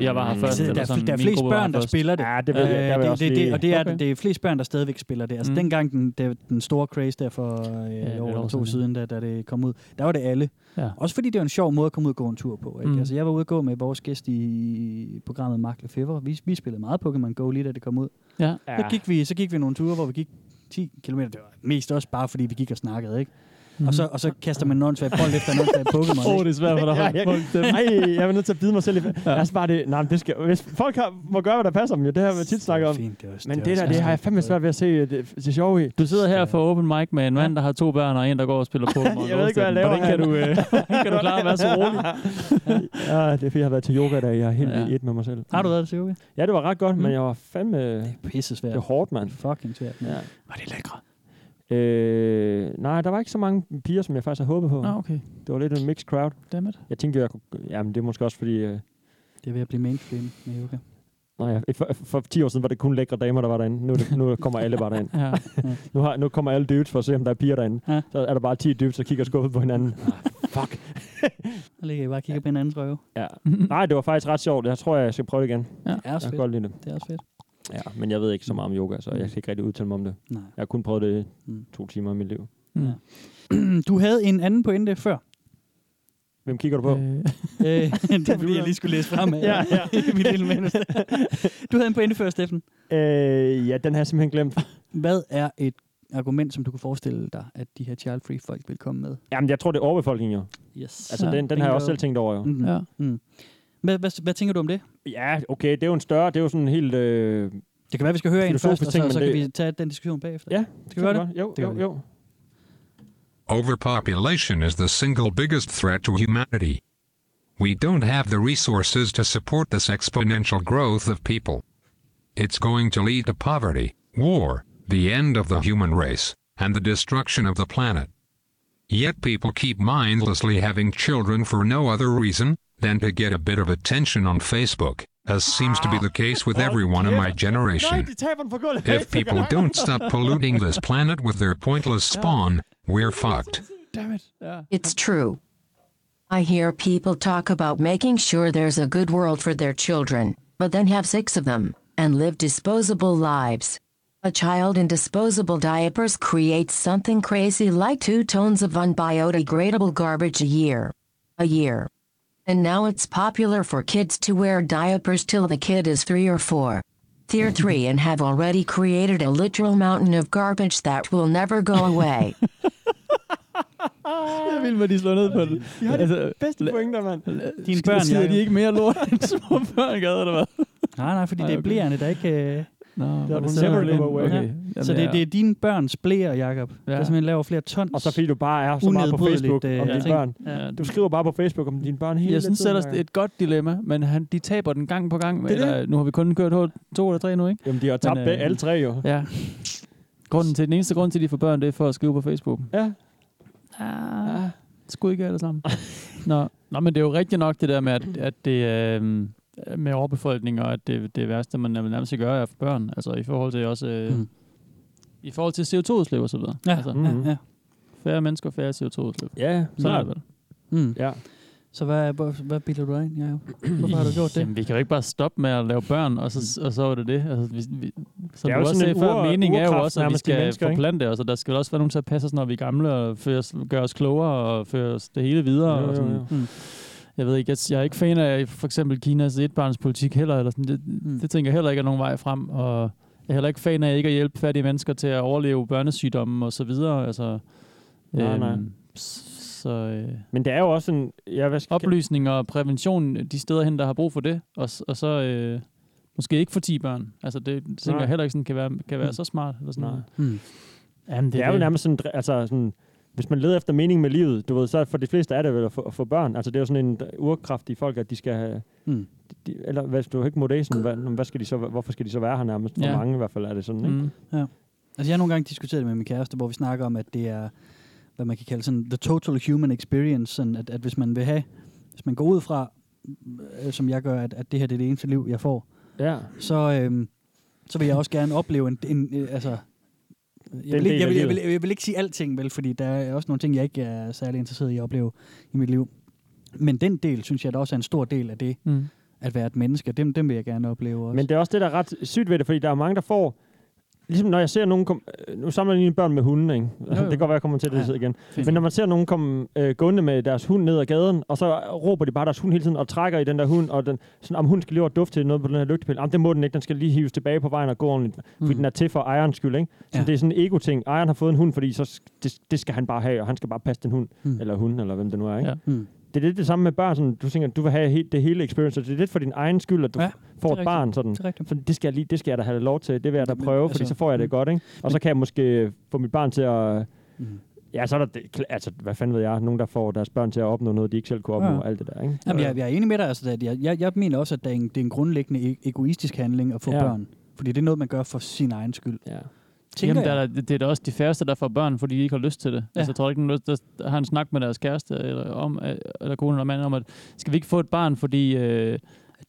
S5: jeg var her først.
S3: Altså, der,
S5: eller
S3: er,
S5: sådan,
S3: der er
S5: min
S3: flest
S5: gruppe var her
S3: børn, der
S5: først.
S3: spiller det.
S4: Mm. Ja, det ved
S3: Øh,
S4: jeg. Der vil jeg
S3: det,
S4: også
S3: det, det,
S4: lige...
S3: og det er,
S5: Okay.
S3: okay. det er flest børn, der stadigvæk spiller det. Altså
S5: Mm.
S3: mm. dengang den, det, den store craze der for øh, ja,
S5: et
S3: et
S5: år
S3: år eller
S5: siden,
S3: to
S5: ja.
S3: siden, da, da det kom ud, der var det alle.
S5: Ja.
S3: Også fordi det var en sjov måde at komme ud og gå en tur på. Ikke?
S5: Mm.
S3: Mm. Altså jeg var ude og gå med vores gæst i programmet Mark Lefebvre. Vi, vi spillede meget Pokémon Go lige da det kom ud.
S5: Ja.
S3: Ja. Så, gik vi, så gik vi nogle ture, hvor vi gik 10 km. Det var mest også bare fordi vi gik og snakkede, ikke? Mm. Og, så, og så kaster man en åndssvag bold efter en åndssvag
S5: Mhm. Åh,
S3: Pokémon. ikke?
S5: det er svært for dig at
S4: Ja,
S5: holde
S4: jeg,
S5: på dem.
S4: nej, jeg er nødt til at bide mig selv i... Ja. Altså bare det, nej, men det skal, hvis folk har, må gøre, hvad der passer dem, jo, det har jeg tit snakket om.
S3: Fint, det var,
S4: Men
S3: var
S4: det der, det har jeg fandme svært ved at se øh, det, det sjove i.
S5: Du sidder her for open mic med en mand, der har to børn og en, der går og spiller Pokémon.
S4: Jeg ved ikke, hvad
S5: Go.
S4: jeg laver
S5: Hvordan kan,
S4: her.
S5: du, øh, hvordan kan du klare at være så rolig?
S4: Ja, det er fordi, jeg har været til yoga, da jeg er helt
S5: Ja.
S4: ja. i et med mig selv.
S3: Har du været det, Sivke?
S4: Ja, det var ret godt,
S5: Mm.
S4: men jeg var fandme...
S3: Pisse svært.
S4: Det var hårdt, mand.
S3: Fucking svært.
S4: Ja.
S3: Var det lækre?
S4: Øh, nej, der var ikke så mange piger, som jeg faktisk havde håbet på.
S5: Nå,
S3: Ah,
S4: No.
S5: okay.
S4: Det var lidt en mixed crowd.
S5: Dammit.
S4: Jeg tænkte, jeg kunne... Jamen, det er måske også fordi... Øh,
S3: Det er ved at blive mainstream med yoga.
S4: nej, jeg- for, for, 10 år siden var det kun lækre damer, der var derinde. Nu, er det, nu kommer alle bare derind.
S5: Ja.
S4: Nu, har, nu kommer alle dudes for at se, om der er piger derinde.
S3: Ja. Ah,
S4: Ja. Så er der bare 10 dudes, der kigger skuffet på hinanden. Fuck.
S3: Der ligger I bare og kigger ja. på hinandens røve.
S4: Ja. Nej, det var faktisk ret sjovt. Jeg tror, jeg skal prøve det igen.
S3: Det er også
S4: Jeg kan
S3: fedt.
S4: godt lide det.
S3: Det er også fedt. Mm.
S4: Ja, men jeg ved ikke så meget om yoga, så jeg kan ikke rigtig udtale mig om det.
S3: Nej.
S4: Jeg har kun prøvet det
S3: Mm.
S4: to timer i mit liv.
S5: Mm.
S3: Du havde en anden pointe før.
S4: Hvem kigger du på?
S5: Øh,
S3: Øh, det er fordi, jeg lige skulle læse frem af
S4: Ja, ja.
S3: mit lille manus. Du havde en pointe før, Steffen.
S4: Øh, ja, den har jeg simpelthen glemt.
S3: Hvad er et argument, som du kunne forestille dig, at de her child-free folk vil komme med?
S4: Jamen, jeg tror, det er overbefolkningen jo.
S3: Yes.
S4: Altså,
S5: Ja,
S4: ja, den, den har jeg
S3: bingo.
S4: også selv tænkt over jo.
S3: Mm-hmm.
S5: ja.
S3: Ja. Hvad, hvad, hvad tænker du om det?
S4: Ja, okay, det er jo en større, det er jo sådan en helt... Øh,
S3: Det kan være, vi skal høre en
S4: Filosofisk
S3: først, og så,
S4: ting, men
S3: så kan
S4: det-
S3: vi tage den diskussion bagefter.
S4: ja,
S3: Skal vi
S4: kan
S3: gøre
S4: vi
S3: det?
S4: godt. Jo,
S3: Det gør
S4: jo,
S3: vi.
S4: jo.
S6: Overpopulation is the single biggest threat to humanity. We don't have the resources to support this exponential growth of people. It's going to lead to poverty, war, the end of the human race, and the destruction of the planet. Yet people keep mindlessly having children for no other reason than to get a bit of attention on Facebook, as seems to be the case with everyone in my
S4: Nej,
S6: generation.
S4: de taber den på gulvet.
S6: If people don't stop polluting this planet with their pointless spawn, we're fucked.
S5: Dammit. Ja.
S7: It's true. I hear people talk about making sure there's a good world for their children, but then have six of them and live disposable lives. A child in disposable diapers creates something crazy like two tons of unbiodegradable garbage a year. A year. And now it's popular for kids to wear diapers till the kid is three or four. Tier 3 and have already created a literal mountain of garbage that will never go away.
S5: Jeg vil med, de slår ned på det.
S4: har de
S5: Altså,
S4: bedste pointer, mand.
S3: Dine børn,
S5: sidder
S3: Jacob.
S5: de ikke mere lort end små børn, gør eller hvad?
S3: Nej, nej, fordi
S5: Nej,
S3: det er
S5: okay.
S3: blærende, der ikke... Øh...
S5: Nå,
S4: var
S5: det
S4: den
S5: så-
S4: separately
S5: okay.
S4: away.
S5: Okay.
S3: Ja. Så det,
S5: ja.
S3: det er dine børns blæer, Jacob.
S5: Ja.
S3: Ja. Der simpelthen laver flere tons.
S4: Og så fordi du bare er så meget på
S3: Unedbrydeligt,
S4: Facebook
S3: øh,
S4: om
S5: ja.
S4: dine
S5: ting.
S4: børn.
S5: Ja,
S4: Du skriver bare på Facebook om dine børn hele
S5: jeg synes
S4: tiden.
S5: ellers, det er et godt dilemma, men han, de taber den gang på gang.
S4: Det er
S5: eller, Nu har vi kun kørt hul- to eller tre nu, ikke?
S4: Jamen, de har tabt
S5: Men,
S4: øh,
S5: øh,
S4: alle tre jo.
S5: Ja. Grunden til, den eneste grund til, at de får børn, det er for at skrive på Facebook.
S4: Ja.
S5: Ah, skulle ikke alle sammen. Nå. Nå, men det er jo rigtigt nok det der med, at, at det øh, med overbefolkning, og at det, det værste, man nærmest kan gøre, er for børn. Altså i forhold til også... Øh, mm.
S3: Mm.
S5: I forhold til CO2-udslip og så videre.
S3: Ja,
S5: Altså,
S3: ja,
S4: Mhm.
S3: ja.
S5: færre mennesker, færre CO2-udslip.
S4: Ja,
S5: Sådan er det vel.
S3: Mm.
S4: Ja.
S3: Så hvad, hvor- hvad bilder du dig ind, Jacob? Mm. Hvorfor har du gjort det?
S5: Jamen, vi kan jo ikke bare stoppe med at lave børn, og så, og så er det det. Altså, vi, vi, som
S4: Mm. Det er
S5: du
S4: jo
S5: også
S4: sådan
S5: sagde
S4: en
S5: før,
S4: ur-
S5: meningen er jo
S4: urkraft
S5: også, at vi
S4: nærmest i
S5: skal
S4: mennesker, ikke?
S5: forplante os, og der skal også være nogen til at passe os, når vi er gamle, og føre os, gøre os klogere, og føre os det hele videre.
S4: Jo,
S5: og
S4: jo,
S5: sådan.
S4: jo.
S3: Mm.
S5: Jeg ved ikke, jeg, jeg er ikke fan af for eksempel Kinas etbarnspolitik heller, eller sådan. Det, mm.
S3: Mm.
S5: det tænker jeg heller ikke er nogen vej frem, og jeg er heller ikke fan af ikke at hjælpe fattige mennesker til at overleve børnesygdomme og så videre. Altså,
S4: Nej, nej.
S5: s- Så øh,
S4: Men det er jo også en... Ja, hvad skal,
S5: oplysning og prævention de steder hen, der har brug for det, og, s- og så øh, måske ikke for 10 børn. Altså det tænker
S4: Nej.
S5: jeg heller ikke sådan kan være, kan være
S3: Mm.
S5: så smart. Eller sådan.
S4: Nej.
S3: Mm.
S5: Jamen,
S4: det, det er jo nærmest sådan, dr- altså sådan, hvis man leder efter mening med livet, du ved, så for de fleste er det vel at få, at få børn. Altså det er jo sådan en urkraft i folk, at de skal have,
S3: Mm.
S4: de, eller hvis du ikke må det, sådan, hvad, hvad skal de så, hvorfor skal de så være her nærmest? For
S3: Ja.
S4: ja. mange i hvert fald er det sådan, ikke? Mm.
S3: Ja. Altså, jeg har nogle gange diskuteret det med min kæreste, hvor vi snakker om, at det er, hvad man kan kalde sådan, the total human experience, sådan at, at hvis man vil have, hvis man går ud fra, øh, som jeg gør, at, at det her det er det eneste liv, jeg får,
S4: Ja.
S3: så, øhm, så vil jeg også gerne opleve en, en øh, altså, jeg
S4: Den
S3: vil, ikke,
S4: del af
S3: jeg, vil, jeg, vil,
S4: livet.
S3: jeg vil ikke sige alting, vel, fordi der er også nogle ting, jeg ikke er særlig interesseret i at opleve i mit liv. Men den del, synes jeg, der også er en stor del af det,
S5: Mm.
S3: at være et menneske, dem, dem vil jeg gerne opleve også.
S4: Men det er også det, der er ret sygt ved det, fordi der er mange, der får... Ligesom når jeg ser nogen... Kom, øh, nu samler jeg lige børn med hunden, ikke?
S5: jo.
S4: Jo, jo. Det kan godt være, jeg kommer til det
S5: Ja,
S4: ja, igen.
S5: fint.
S4: Men når man ser nogen komme øh, gående med deres hund ned ad gaden, og så råber de bare deres hund hele tiden, og trækker i den der hund, og den, sådan, om hun skal lige over duft til noget på den her lygtepæl. Jamen, det må den ikke. Den skal lige hives tilbage på vejen og gå ordentligt. Fordi
S5: Mm.
S4: mm. den er til for ejerens skyld, ikke? Så
S3: Ja.
S4: ja. det er sådan en ego-ting. Ejeren har fået en hund, fordi så, sk- det, det skal han bare have, og han skal bare passe den hund,
S3: Mm.
S4: mm. eller hun, eller hvem det nu er, ikke?
S5: Ja.
S3: Mm.
S4: Det er lidt det samme med børn. Sådan, du tænker, du vil have helt, det hele experience, og det er lidt for din egen skyld, at du
S3: Ja,
S4: ja, får et
S5: rigtigt.
S4: barn. Sådan.
S3: Det er rigtigt.
S4: For det skal, jeg lige, det skal jeg da have lov til. Det vil jeg da
S3: Men,
S4: prøve, fordi
S3: altså,
S4: så får jeg
S3: mm.
S4: det godt, ikke? Og så kan jeg måske få mit barn til at...
S3: Mm.
S4: Ja, så er der, det, altså, hvad fanden ved jeg, nogen, der får deres børn til at opnå noget, de ikke selv kunne opnå,
S3: Ja.
S4: ja. alt det der, ikke? Øh.
S3: Jamen, jeg, jeg er enig med dig. Altså, at jeg, jeg, jeg mener også, at det er, en, det er en grundlæggende e- egoistisk handling at få ja.
S4: Ja.
S3: børn. Fordi det er noget, man gør for sin egen skyld.
S4: Ja.
S3: Tænker
S5: Jamen,
S3: Jamen,
S5: der
S3: jeg.
S5: er, da- det er da også de færreste, der får børn, fordi de ikke har lyst til det. Ja. Altså, jeg tror ikke, nogen der der har en snak med deres kæreste, eller, om, øh, eller kone eller mand, om, at skal vi ikke få et barn, fordi... Øh,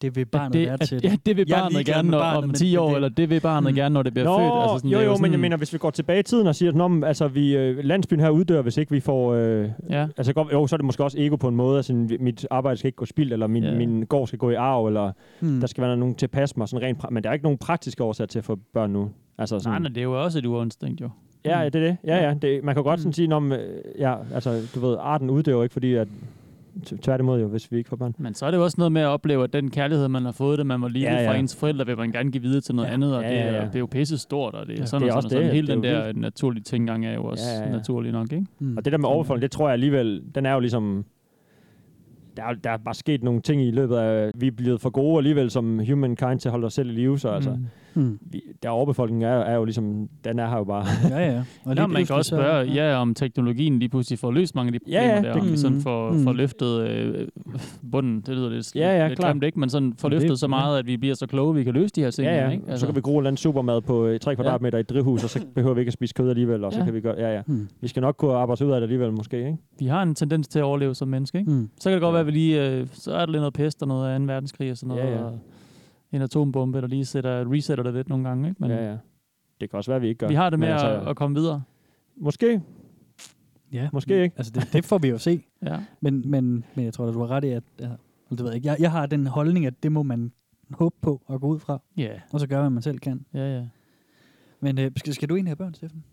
S3: Det vil barnet
S5: det,
S3: være
S5: at-
S3: til.
S5: Ja, det vil
S3: Jeg er
S5: barnet
S3: ligeglad
S5: gerne
S3: med
S5: når,
S3: barnet,
S5: om
S3: men-
S5: 10
S3: men
S5: år,
S3: det-
S5: eller det vil barnet gerne, når det bliver
S4: Nå,
S5: født. Altså sådan,
S4: jo,
S5: det er
S4: jo, men jeg
S5: sådan-
S4: mener, hvis vi går tilbage i tiden og siger, at altså, vi, øh, landsbyen her uddør, hvis ikke vi får... Øh,
S5: Ja.
S4: altså, godt, jo, så er det måske også ego på en måde, altså, mit arbejde skal ikke gå spild, eller min,
S5: Ja.
S4: ja. min gård skal gå i arv, eller
S3: Hmm.
S4: der skal være nogen til at passe mig, sådan rent, pra- men der er ikke nogen praktiske årsager til at få børn nu. Altså, sådan,
S5: Nej, nej, det er jo også et urinstinkt, jo.
S4: Ja,
S5: Mm.
S4: ja, det er det. Ja, ja. Det, man kan godt
S5: Mm.
S4: sådan sige, når man, ja, altså, du ved, arten uddør ikke, fordi at, t- tværtimod jo, hvis vi ikke får børn.
S5: Men så er det jo også noget med at opleve, at den kærlighed, man har fået, det man var lige ja,
S4: Mm. Ja,
S5: ja. fra
S4: ja.
S5: ens forældre, vil man gerne give videre til noget ja, andet, og ja, ja, ja. Det, er, det er jo pisse stort, og det er sådan
S4: det
S5: det
S4: er
S5: er og
S4: også
S5: sådan, og sådan.
S4: det.
S5: Hele
S4: Det er
S5: den
S4: jo
S5: der
S4: vildt.
S5: naturlige tinggang er jo også ja, ja, ja. naturlig nok, ikke?
S4: Og det der med overfaldet, det tror jeg alligevel, den er jo ligesom, der er, jo- der er bare sket nogle ting i løbet af, vi er blevet for gode alligevel som humankind til at holde os selv i live, så altså,
S5: Mm.
S3: Hmm.
S4: vi, der overbefolkningen er, er jo ligesom, den er her jo bare.
S3: Ja, ja. Og
S5: Nå, man
S3: lige
S5: kan
S3: pludselig
S5: også
S3: så-
S5: spørge, ja, om teknologien lige pludselig får løst mange af de
S4: Ja,
S5: problemer
S4: ja,
S5: der,
S4: det-
S5: om vi sådan
S3: Mm.
S5: får,
S3: Mm.
S5: får løftet øh, bunden, det lyder lidt,
S4: Ja, ja,
S5: lidt
S4: klart.
S5: grimt, ikke? Men sådan får
S4: Men det-
S5: løftet så meget, at vi bliver så kloge, vi kan løse de her ting.
S4: ja, ja.
S5: Ikke? Altså.
S4: Så kan vi gro en eller anden supermad på øh, 3 kvadratmeter i et drivhus, og så behøver vi ikke at spise kød alligevel, og så
S5: Ja.
S4: kan vi gøre, ja, ja.
S3: Mm.
S4: Vi skal nok kunne arbejde os ud af det alligevel, måske, ikke?
S5: vi har en tendens til at overleve som menneske, ikke?
S3: Mm.
S5: Så kan det godt være, at vi lige, øh, så er der lige noget pest og noget af 2. verdenskrig og sådan noget,
S4: Ja, ja.
S5: og en atombombe, der lige sætter, resetter det lidt nogle gange, ikke? Men
S4: Men, ja, ja. Det kan også være, at vi ikke gør.
S5: vi har det
S4: Men
S5: med altså, at, at komme videre.
S4: Måske,
S3: Ja.
S4: måske ikke.
S3: Altså, det, det får vi jo se.
S5: Ja.
S3: Men, men, men jeg tror, at du har ret i, at... Ja, altså, det ved jeg ikke. Jeg, jeg har den holdning, at det må man håbe på og gå ud fra.
S5: Ja,
S3: Og så gøre, hvad man selv kan.
S5: ja, ja.
S3: Men øh, skal, skal du egentlig have børn, Steffen?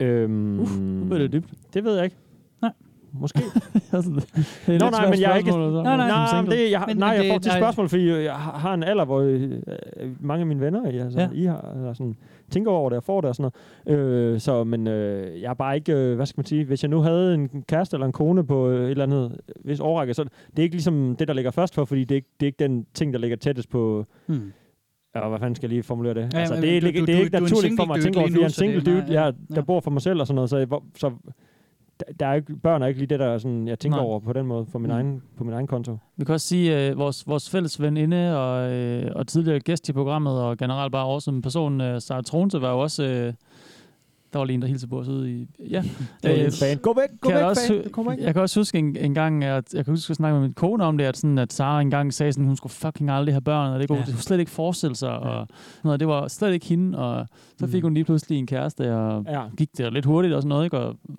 S4: Øhm, Uff,
S5: Uh, Nu bliver det dybt.
S4: Det ved jeg ikke.
S3: Nej.
S4: Måske.
S5: Altså, det er et
S4: Nå,
S5: lidt
S4: nej,
S5: svært
S4: men jeg er ikke-
S5: spørgsmål, så.
S3: Nej, nej.
S5: Som
S4: nej,
S5: single.
S4: men det, jeg,
S3: Men-
S4: men,
S3: men
S4: nej, jeg
S3: det-
S4: får til
S3: nej.
S4: spørgsmål, fordi jeg har har en alder, hvor øh, øh, mange af mine venner, jeg, altså,
S3: Ja.
S4: ja. I har, eller sådan, tænker over det og får det og sådan noget. Øh, så, men øh, jeg er bare ikke, øh, hvad skal man sige, hvis jeg nu havde en kæreste eller en kone på øh, et eller andet hvis overrække, så det er ikke ligesom det, der ligger først for, fordi det er ikke, det er ikke den ting, der ligger tættest på,
S3: Hmm.
S4: Ja, hvad fanden skal jeg lige formulere det?
S3: Ja,
S4: Ja, altså,
S3: men
S4: det, er,
S3: du-
S4: du, det
S3: du-
S4: er
S3: du-
S4: ikke
S3: du er en
S4: naturligt
S3: single
S4: for mig
S3: dude
S4: at tænke over,
S3: lige
S4: fordi jeg er en
S3: nu, så
S4: single
S3: det er-
S4: dude,
S3: nej,
S4: jeg,
S3: ja.
S4: der bor for mig selv og sådan noget, så, hvor, så der- der er ikke, børn er ikke lige det, der er sådan, jeg tænker
S5: Nej.
S4: over på den måde for min
S5: Mm.
S4: egen, på min egen konto.
S5: Vi kan også sige, at øh, vores, vores fælles veninde og, øh, og tidligere gæst i programmet, og generelt bare awesome person, øh, Sara Tronte, var jo også... Øh, der var lige en, der hilste på os ude i... Ja.
S4: Det er
S5: Øh,
S4: lidt fan. Gå væk, gå
S5: kan jeg
S4: væk,
S5: også
S4: fan.
S5: hø-
S4: Du kommer ikke.
S5: Jeg kan også huske en, en gang, at jeg kan huske at snakke med min kone om det, at, sådan, at Sara engang sagde, sådan, hun skulle fucking aldrig have børn, og det kunne
S3: Ja.
S5: ja. hun slet ikke forestille sig, og sådan noget, det var slet ikke hende, og så fik
S3: Mm.
S5: hun lige pludselig en kæreste, og
S4: Ja,
S5: gik det lidt hurtigt og sådan noget, ikke? Og øh,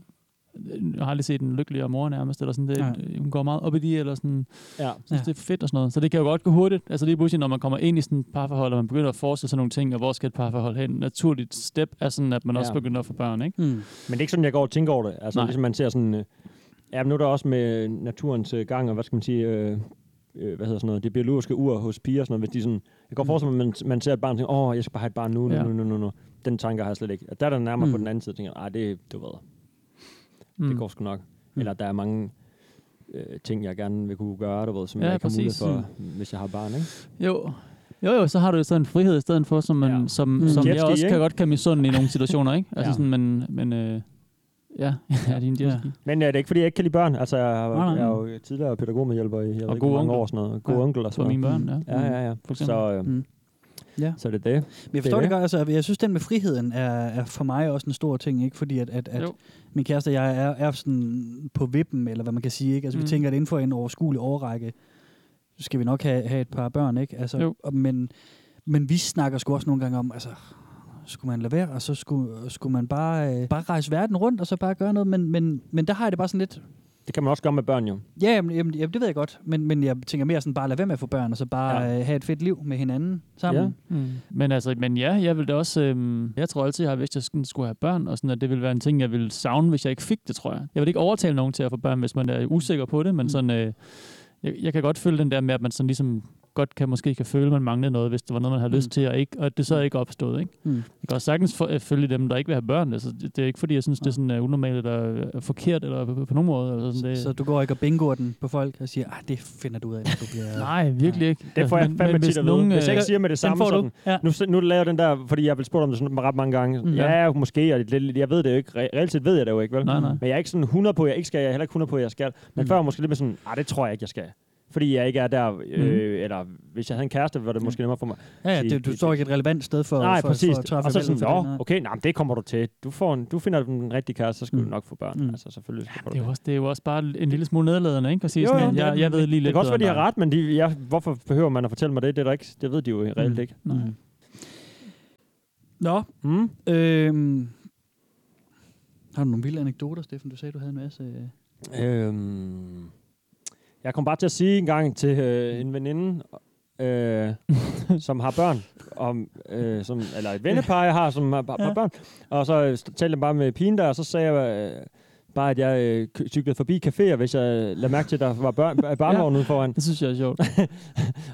S5: jeg har aldrig set en lykkeligere mor nærmest, eller sådan det.
S3: Nej.
S5: Ja. Hun går meget op i det, eller sådan,
S4: ja.
S5: synes,
S3: Ja.
S5: ja. det er fedt og sådan noget. Så det kan jo godt gå hurtigt. Altså lige pludselig, når man kommer ind i sådan et parforhold, og man begynder at forestille sig nogle ting, og hvor skal et parforhold hen? Naturligt step er sådan, at man ja. også
S4: Ja.
S5: begynder at få børn, ikke?
S3: Hmm.
S4: Men det er ikke sådan, jeg går og tænker over det. Altså,
S5: Nej.
S4: Nej. ligesom man ser sådan... Øh, ja, men nu er der også med naturens øh, gang, og hvad skal man sige... Øh, øh, hvad hedder sådan noget, det biologiske ur hos piger og sådan noget, hvis de sådan, jeg går forestille mig, at man, man ser et barn og tænker, åh, jeg skal bare have et barn nu, nu,
S5: Mm. Ja.
S4: nu, nu, nu, nu. Den tanke har jeg slet ikke. Der er der nærmere mm. på
S3: Mm.
S4: den anden side, tænker jeg, nej, det, du ved,
S5: Mm.
S4: det går sgu nok. Eller der er mange øh, ting, jeg gerne vil kunne gøre, du ved, som
S5: Ja,
S4: jeg ikke har mulighed
S5: præcis. Mm.
S4: for, hvis jeg har barn, ikke?
S5: Jo, Jo, jo, så har du jo sådan en frihed i stedet for, som, man, ja. som,
S4: Mm.
S5: mm. som jeg
S4: Jetski,
S5: også
S4: ikke?
S5: kan godt kan misunde i nogle situationer, ikke? Altså
S4: Ja.
S5: ja. sådan, men, men øh, ja, ja, din
S4: Ja.
S5: jetski.
S4: Men øh, det er ikke, fordi jeg ikke kan lide børn. Altså, jeg,
S5: Nej,
S4: jeg,
S5: nej.
S4: jeg er jo tidligere pædagogmedhjælper i jeg ved ikke,
S5: god
S4: hvor mange
S5: onkel.
S4: år og sådan noget. God
S5: Ja,
S4: onkel og
S5: For
S4: sådan
S5: mine
S4: noget.
S5: børn, ja.
S4: Ja, ja, ja.
S5: For eksempel.
S4: så, øh,
S3: Mm. Ja.
S4: så er det det.
S3: Men jeg forstår
S4: Det er
S3: det, godt. Altså, jeg synes, den med friheden er, er for mig også en stor ting, ikke? Fordi at, at, at
S5: Jo.
S3: min kæreste og jeg er, er sådan på vippen, eller hvad man kan sige, ikke? Altså, mm.
S5: Mm.
S3: vi tænker, at inden for en overskuelig årrække, så skal vi nok have, have et par børn, ikke? Altså,
S5: Jo.
S3: og, men, men vi snakker sgu også nogle gange om, altså, skulle man lade være, og så skulle, skulle man bare, øh, bare rejse verden rundt, og så bare gøre noget, men, men, men der har jeg det bare sådan lidt,
S4: Det kan man også gøre med børn, jo.
S3: ja, jamen, jamen, jamen, det ved jeg godt, men, men jeg tænker mere sådan, bare lade være med at få børn, og så bare
S4: Ja.
S3: ja. øh, have et fedt liv med hinanden sammen.
S4: Ja.
S3: Ja.
S5: Mm. Men altså, men ja, jeg ville da også, øhm, jeg tror altid, jeg har vidst, at jeg sådan skulle have børn, og sådan, at det ville være en ting, jeg ville savne, hvis jeg ikke fik det, tror jeg. Jeg vil ikke overtale nogen til at få børn, hvis man er usikker på det, men
S3: Mm.
S5: sådan, øh, jeg, jeg, kan godt føle den der med, at man sådan ligesom godt kan, måske kan føle, at man manglede noget, hvis det var noget, man havde
S3: Mm.
S5: mm. lyst til, og, ikke, og at det så ikke er opstået. Ikke?
S3: Mm.
S5: Jeg kan også sagtens for, øh, følge dem, der ikke vil have børn. Altså, det, det er ikke, fordi jeg synes, det er sådan, uh, unormalt eller uh, forkert eller på, på, på nogen måde. Eller sådan, det,
S3: Så du går ikke og bingoer den på folk og siger, ah, det finder du ud af, når du bliver...
S5: nej, virkelig ikke.
S3: Altså,
S4: Det får jeg
S5: men-
S4: fandme
S5: men
S4: tit
S5: hvis
S4: at vide.
S5: nogen,
S4: Hvis jeg
S5: øh,
S4: ikke siger med det samme,
S5: den får
S4: sådan,
S5: du. Ja.
S4: Nu, nu laver jeg den der, fordi jeg blev spurgt om det sådan ret mange gange.
S5: Mm.
S4: ja, ja, måske, og lidt, jeg ved det jo ikke. Re- Reelt set ved jeg det jo ikke, vel?
S5: Nej, nej.
S4: Men jeg er ikke sådan 100 på, jeg ikke skal, jeg er heller ikke 100 på, jeg skal. Men mm.
S5: Mm.
S4: før var jeg måske lidt med sådan, nej, det tror jeg ikke, jeg skal. Fordi jeg ikke er der, øh, mm. eller hvis jeg havde en kæreste, var det måske nemmere for mig.
S3: Ja, ja
S4: sige,
S3: det, du
S4: det-
S3: står ikke et relevant sted for,
S4: nej,
S3: for,
S4: præcis.
S3: for at træffe
S4: og så
S3: valget
S4: sådan,
S3: for det,
S4: nå,
S3: nej.
S4: okay, nej, men det kommer du til. Du, får en, du finder den rigtige kæreste, så skal mm. du
S3: Mm.
S4: nok få børn. Mm.
S3: Mm.
S4: Altså, selvfølgelig skal du
S5: Det er,
S4: det.
S5: jo også, det er jo også bare en lille smule nedladende, ikke? At sige
S4: Jo,
S5: jo, sådan,
S4: jo,
S5: at
S4: det er
S5: jeg,
S4: det,
S5: jeg ved lige
S4: Det
S5: lidt
S4: kan også være, de
S5: bedre
S4: har ret, men de, jeg, hvorfor behøver man at fortælle mig det? Det, er der ikke, det ved de jo reelt
S3: Mm.
S4: ikke.
S5: end dig. Nej.
S3: Nå,
S4: Mm.
S3: øhm, har du nogle vilde anekdoter, Steffen? Du sagde, du havde en masse... øh,
S4: Øhm, jeg kom bare til at sige en gang til øh, en veninde, øh, som har børn, om, øh, som, eller et vennepar, jeg har, som har, har ja.
S3: Ja.
S4: børn. Og så øh, talte jeg bare med pigen der, og så sagde jeg øh, bare, at jeg øh, ky- cyklede forbi caféer, hvis jeg lagde mærke til, at der var børn, barnevogn ude foran.
S5: Det synes jeg er sjovt.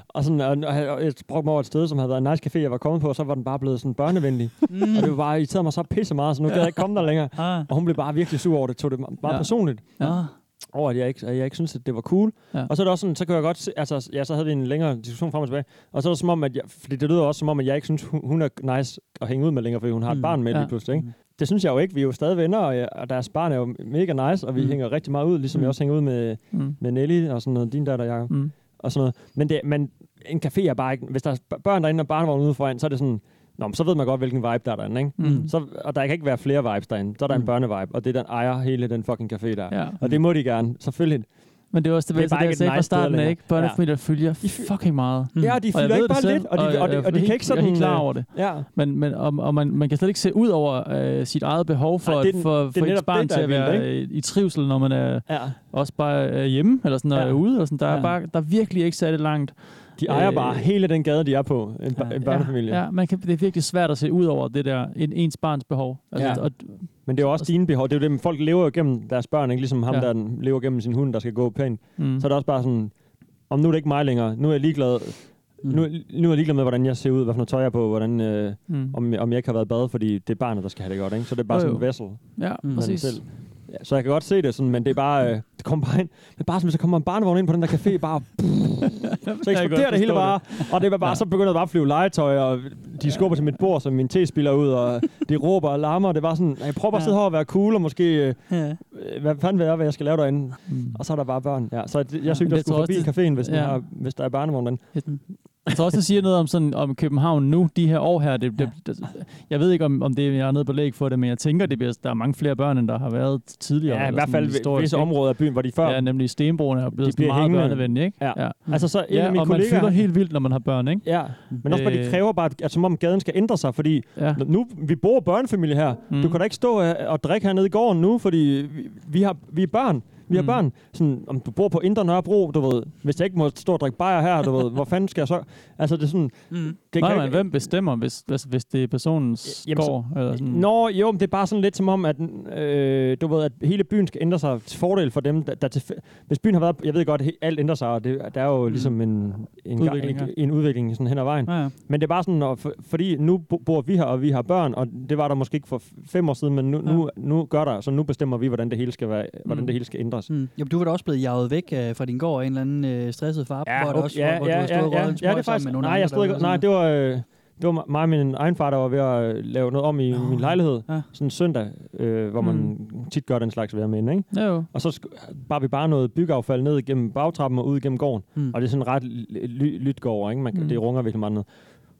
S4: Og, sådan, og, og og jeg brugte mig over et sted, som havde været en nice café, jeg var kommet på, og så var den bare blevet sådan børnevenlig. Mm. Og det var bare irriterede mig så pisse meget, så nu gad jeg ikke komme der længere.
S3: Ah,
S4: Og hun blev bare virkelig sur over det, tog det me- meget ja.
S5: Ja.
S4: personligt
S5: Ja.
S3: ah,
S4: over, at jeg ikke, at jeg ikke synes, at det var cool. Ja.
S5: Ja.
S4: Og så er det også sådan, så kan jeg godt se, altså, ja, så havde vi en længere diskussion frem og tilbage, og så er det som om, at jeg, fordi det lyder også som om, at jeg ikke synes, hun, hun er nice at hænge ud med længere, fordi hun har et
S3: Mm,
S4: barn med
S5: ja.
S4: lige pludselig, ikke? Det synes jeg jo ikke, vi er jo stadig venner, og, jeg, og deres barn er jo mega nice, og vi mm.
S3: Mm.
S4: hænger rigtig meget ud, ligesom mm.
S5: Mm.
S4: jeg også hænger ud med,
S5: Mm.
S4: med Nelly og sådan noget, din datter, Jacob,
S5: Mm.
S4: og sådan noget. Men, det, men en café er bare ikke, hvis der er b- børn derinde og barnevogn ude foran, så er det sådan, Nå, men så ved man godt, hvilken vibe der er derinde, ikke?
S5: Mm.
S4: Så, og der kan ikke være flere vibes derinde. Så er der en
S3: Mm.
S4: børnevibe, og det er den ejer hele den fucking café der.
S5: Ja.
S4: Og det må de gerne, selvfølgelig.
S5: Men det er også det,
S4: Det er
S5: bedste, det
S4: bare ikke
S5: jeg
S4: et
S5: sagde
S4: nice
S5: fra
S4: sted
S5: starten,
S4: længere.
S5: ikke? Børnefamilier ja. følger
S4: f-
S5: fucking meget.
S4: Ja, de
S5: Og jeg
S4: fylder
S5: ved
S4: ikke
S5: det
S4: bare
S5: selv,
S4: lidt, og de, og, de, og, de,
S5: jeg-
S4: og de
S5: jeg-
S4: kan ikke sådan...
S5: Jeg er helt klar
S4: øh,
S5: over det.
S4: Ja,
S5: Men, men og, og man, man kan slet ikke se ud over øh, sit eget behov for,
S4: Nej, det er
S5: at
S4: den-
S5: for,
S4: er
S5: for ens
S4: netop
S5: barn
S4: det, der
S5: til
S4: er
S5: at
S4: vildt,
S5: være øh, i trivsel, når man er
S4: ja.
S5: også bare er hjemme, eller sådan, når
S4: Ja.
S5: ja. er ude. Eller sådan. Der,
S4: Ja.
S5: er bare, der er virkelig ikke særlig langt.
S4: De ejer øh,
S5: Øh,
S4: bare hele den gade, de er på, en, ja,
S3: Ja.
S4: en børnefamilie. Ja,
S5: Ja, ja, man kan, det er virkelig svært at se ud over det der, en, ens barns behov. Altså,
S4: Ja.
S5: ja. og,
S4: Men det er jo også dine behov. Det er jo det, folk lever jo gennem deres børn, ikke? Ligesom ham, ja.
S5: Ja.
S4: der den lever gennem sin hund, der skal gå pænt.
S5: mm.
S4: Mm. Så er det også bare sådan, om nu er det ikke mig længere. Nu er jeg ligeglad, mm.
S3: Mm.
S4: nu, nu er jeg ligeglad med, hvordan jeg ser ud, hvad for noget tøj jeg er på, hvordan, øh,
S5: mm.
S4: om, om jeg ikke har været i bad, fordi det er barnet, der skal have det godt. Ikke? Så det er bare
S5: Jo,
S4: sådan
S5: jo.
S4: en vessel.
S5: Ja,
S3: Mm.
S5: præcis.
S4: selv. Ja, så jeg kan godt se det, sådan, men det er bare, øh, det kommer bare ind. Men bare som, så kommer en barnevogn ind på den der café, bare Så
S5: Jeg kan
S4: eksploderer
S5: godt
S4: det hele
S5: forstå
S4: bare, og det var bare, så begynder det bare at flyve legetøj, og de skubber til mit bord, som min te spiller ud, og de råber og larmer, og det var sådan, jeg prøver bare at sidde her og være cool, og måske, øh,
S3: ja.
S4: øh, hvad fanden ved jeg, hvad jeg skal lave derinde?
S5: Mm.
S4: Og så er der bare børn. Ja, så det- jeg synes,
S5: Men
S4: der
S5: jeg
S4: skulle
S5: tror
S4: forbi
S5: også,
S4: caféen, hvis, ja.
S5: ja.
S4: har, hvis der er barnevogn derinde.
S5: Jeg tror også, det siger noget om, sådan, om København nu, de her år her. Det, det, det, jeg ved ikke, om, om det, jeg er nede på læg for det, men jeg tænker, det bliver, der er mange flere børn, end der har været tidligere.
S4: Ja, i
S5: eller
S4: hvert
S5: sådan
S4: fald
S5: historisk,
S4: visse
S5: ikke?
S4: områder af byen, hvor de før...
S5: Ja, nemlig Stenbroen er blevet
S4: bliver
S5: sådan meget
S4: hængende.
S5: børnevenlig, ikke?
S4: Ja.
S5: ja.
S4: Altså så en
S5: ja
S4: af mine
S5: og man fylder
S4: kollegaer...
S5: helt vildt, når man har børn, ikke?
S4: Ja, men også bare, de
S5: Øh.
S4: kræver bare, at, at som om gaden skal ændre sig, fordi
S5: Ja.
S4: Nå, Nu, vi bor børnefamilie her. Mm.
S5: Mm.
S4: Du kan da ikke stå øh, og drikke hernede i gården nu, fordi vi, vi, har, vi er børn. Vi har
S5: Mm.
S4: børn. Sådan, om du bor på Indre Nørrebro, du ved, hvis jeg ikke må stå og drikke bajer her, du ved, hvor fanden skal jeg så? Altså, det er sådan,
S3: Mm.
S5: Det
S4: kan
S5: Nej, men
S4: ikke-
S5: hvem bestemmer, hvis, altså, hvis det er personens
S4: Jamen, så- Mm.
S5: gård? Eller sådan?
S4: Nå, jo, men det er bare sådan lidt som om, at, øh, du ved, at hele byen skal ændre sig til fordel for dem, der, der til, Hvis byen har været... Jeg ved godt, at he- alt ændrer sig, og det, der er jo ligesom en, en,
S5: Mm. Udvikling,
S4: udvikling,
S5: ja.
S4: en, en udvikling sådan hen ad vejen.
S5: Ja, ja.
S4: Men det er bare sådan, og for, fordi nu bo- bor vi her, og vi har børn, og det var der måske ikke for f- fem år siden, men nu, ja. nu, nu gør der, så nu bestemmer vi, hvordan det hele skal, være, hvordan
S3: Mm.
S4: det hele skal ændres.
S3: Mm. Jamen, du var da også blevet jaget væk øh, fra din gård af en eller anden øh, stresset far, hvor, det også, hvor, hvor du har stået og røget en
S4: ja, det
S3: smøg
S4: er
S3: sammen
S4: faktisk,
S3: med nogle
S4: nej,
S3: andre,
S4: jeg
S3: der
S4: stod ikke,
S3: var
S4: nej,
S3: sådan-
S4: det var, øh, det var mig og min egen far, der var ved at øh, lave noget om i Nå. min lejlighed,
S3: Ja. Hmm.
S4: sådan en søndag, øh, hvor man tit gør den slags ved med ikke?
S5: Ja, jo.
S4: Og så sk- bar vi bare noget byggeaffald ned gennem bagtrappen og ud gennem gården.
S3: Mm.
S4: Mm. Og det er sådan ret ly- ly- lyt gård, over, ikke? Man, mm. Det runger virkelig meget ned.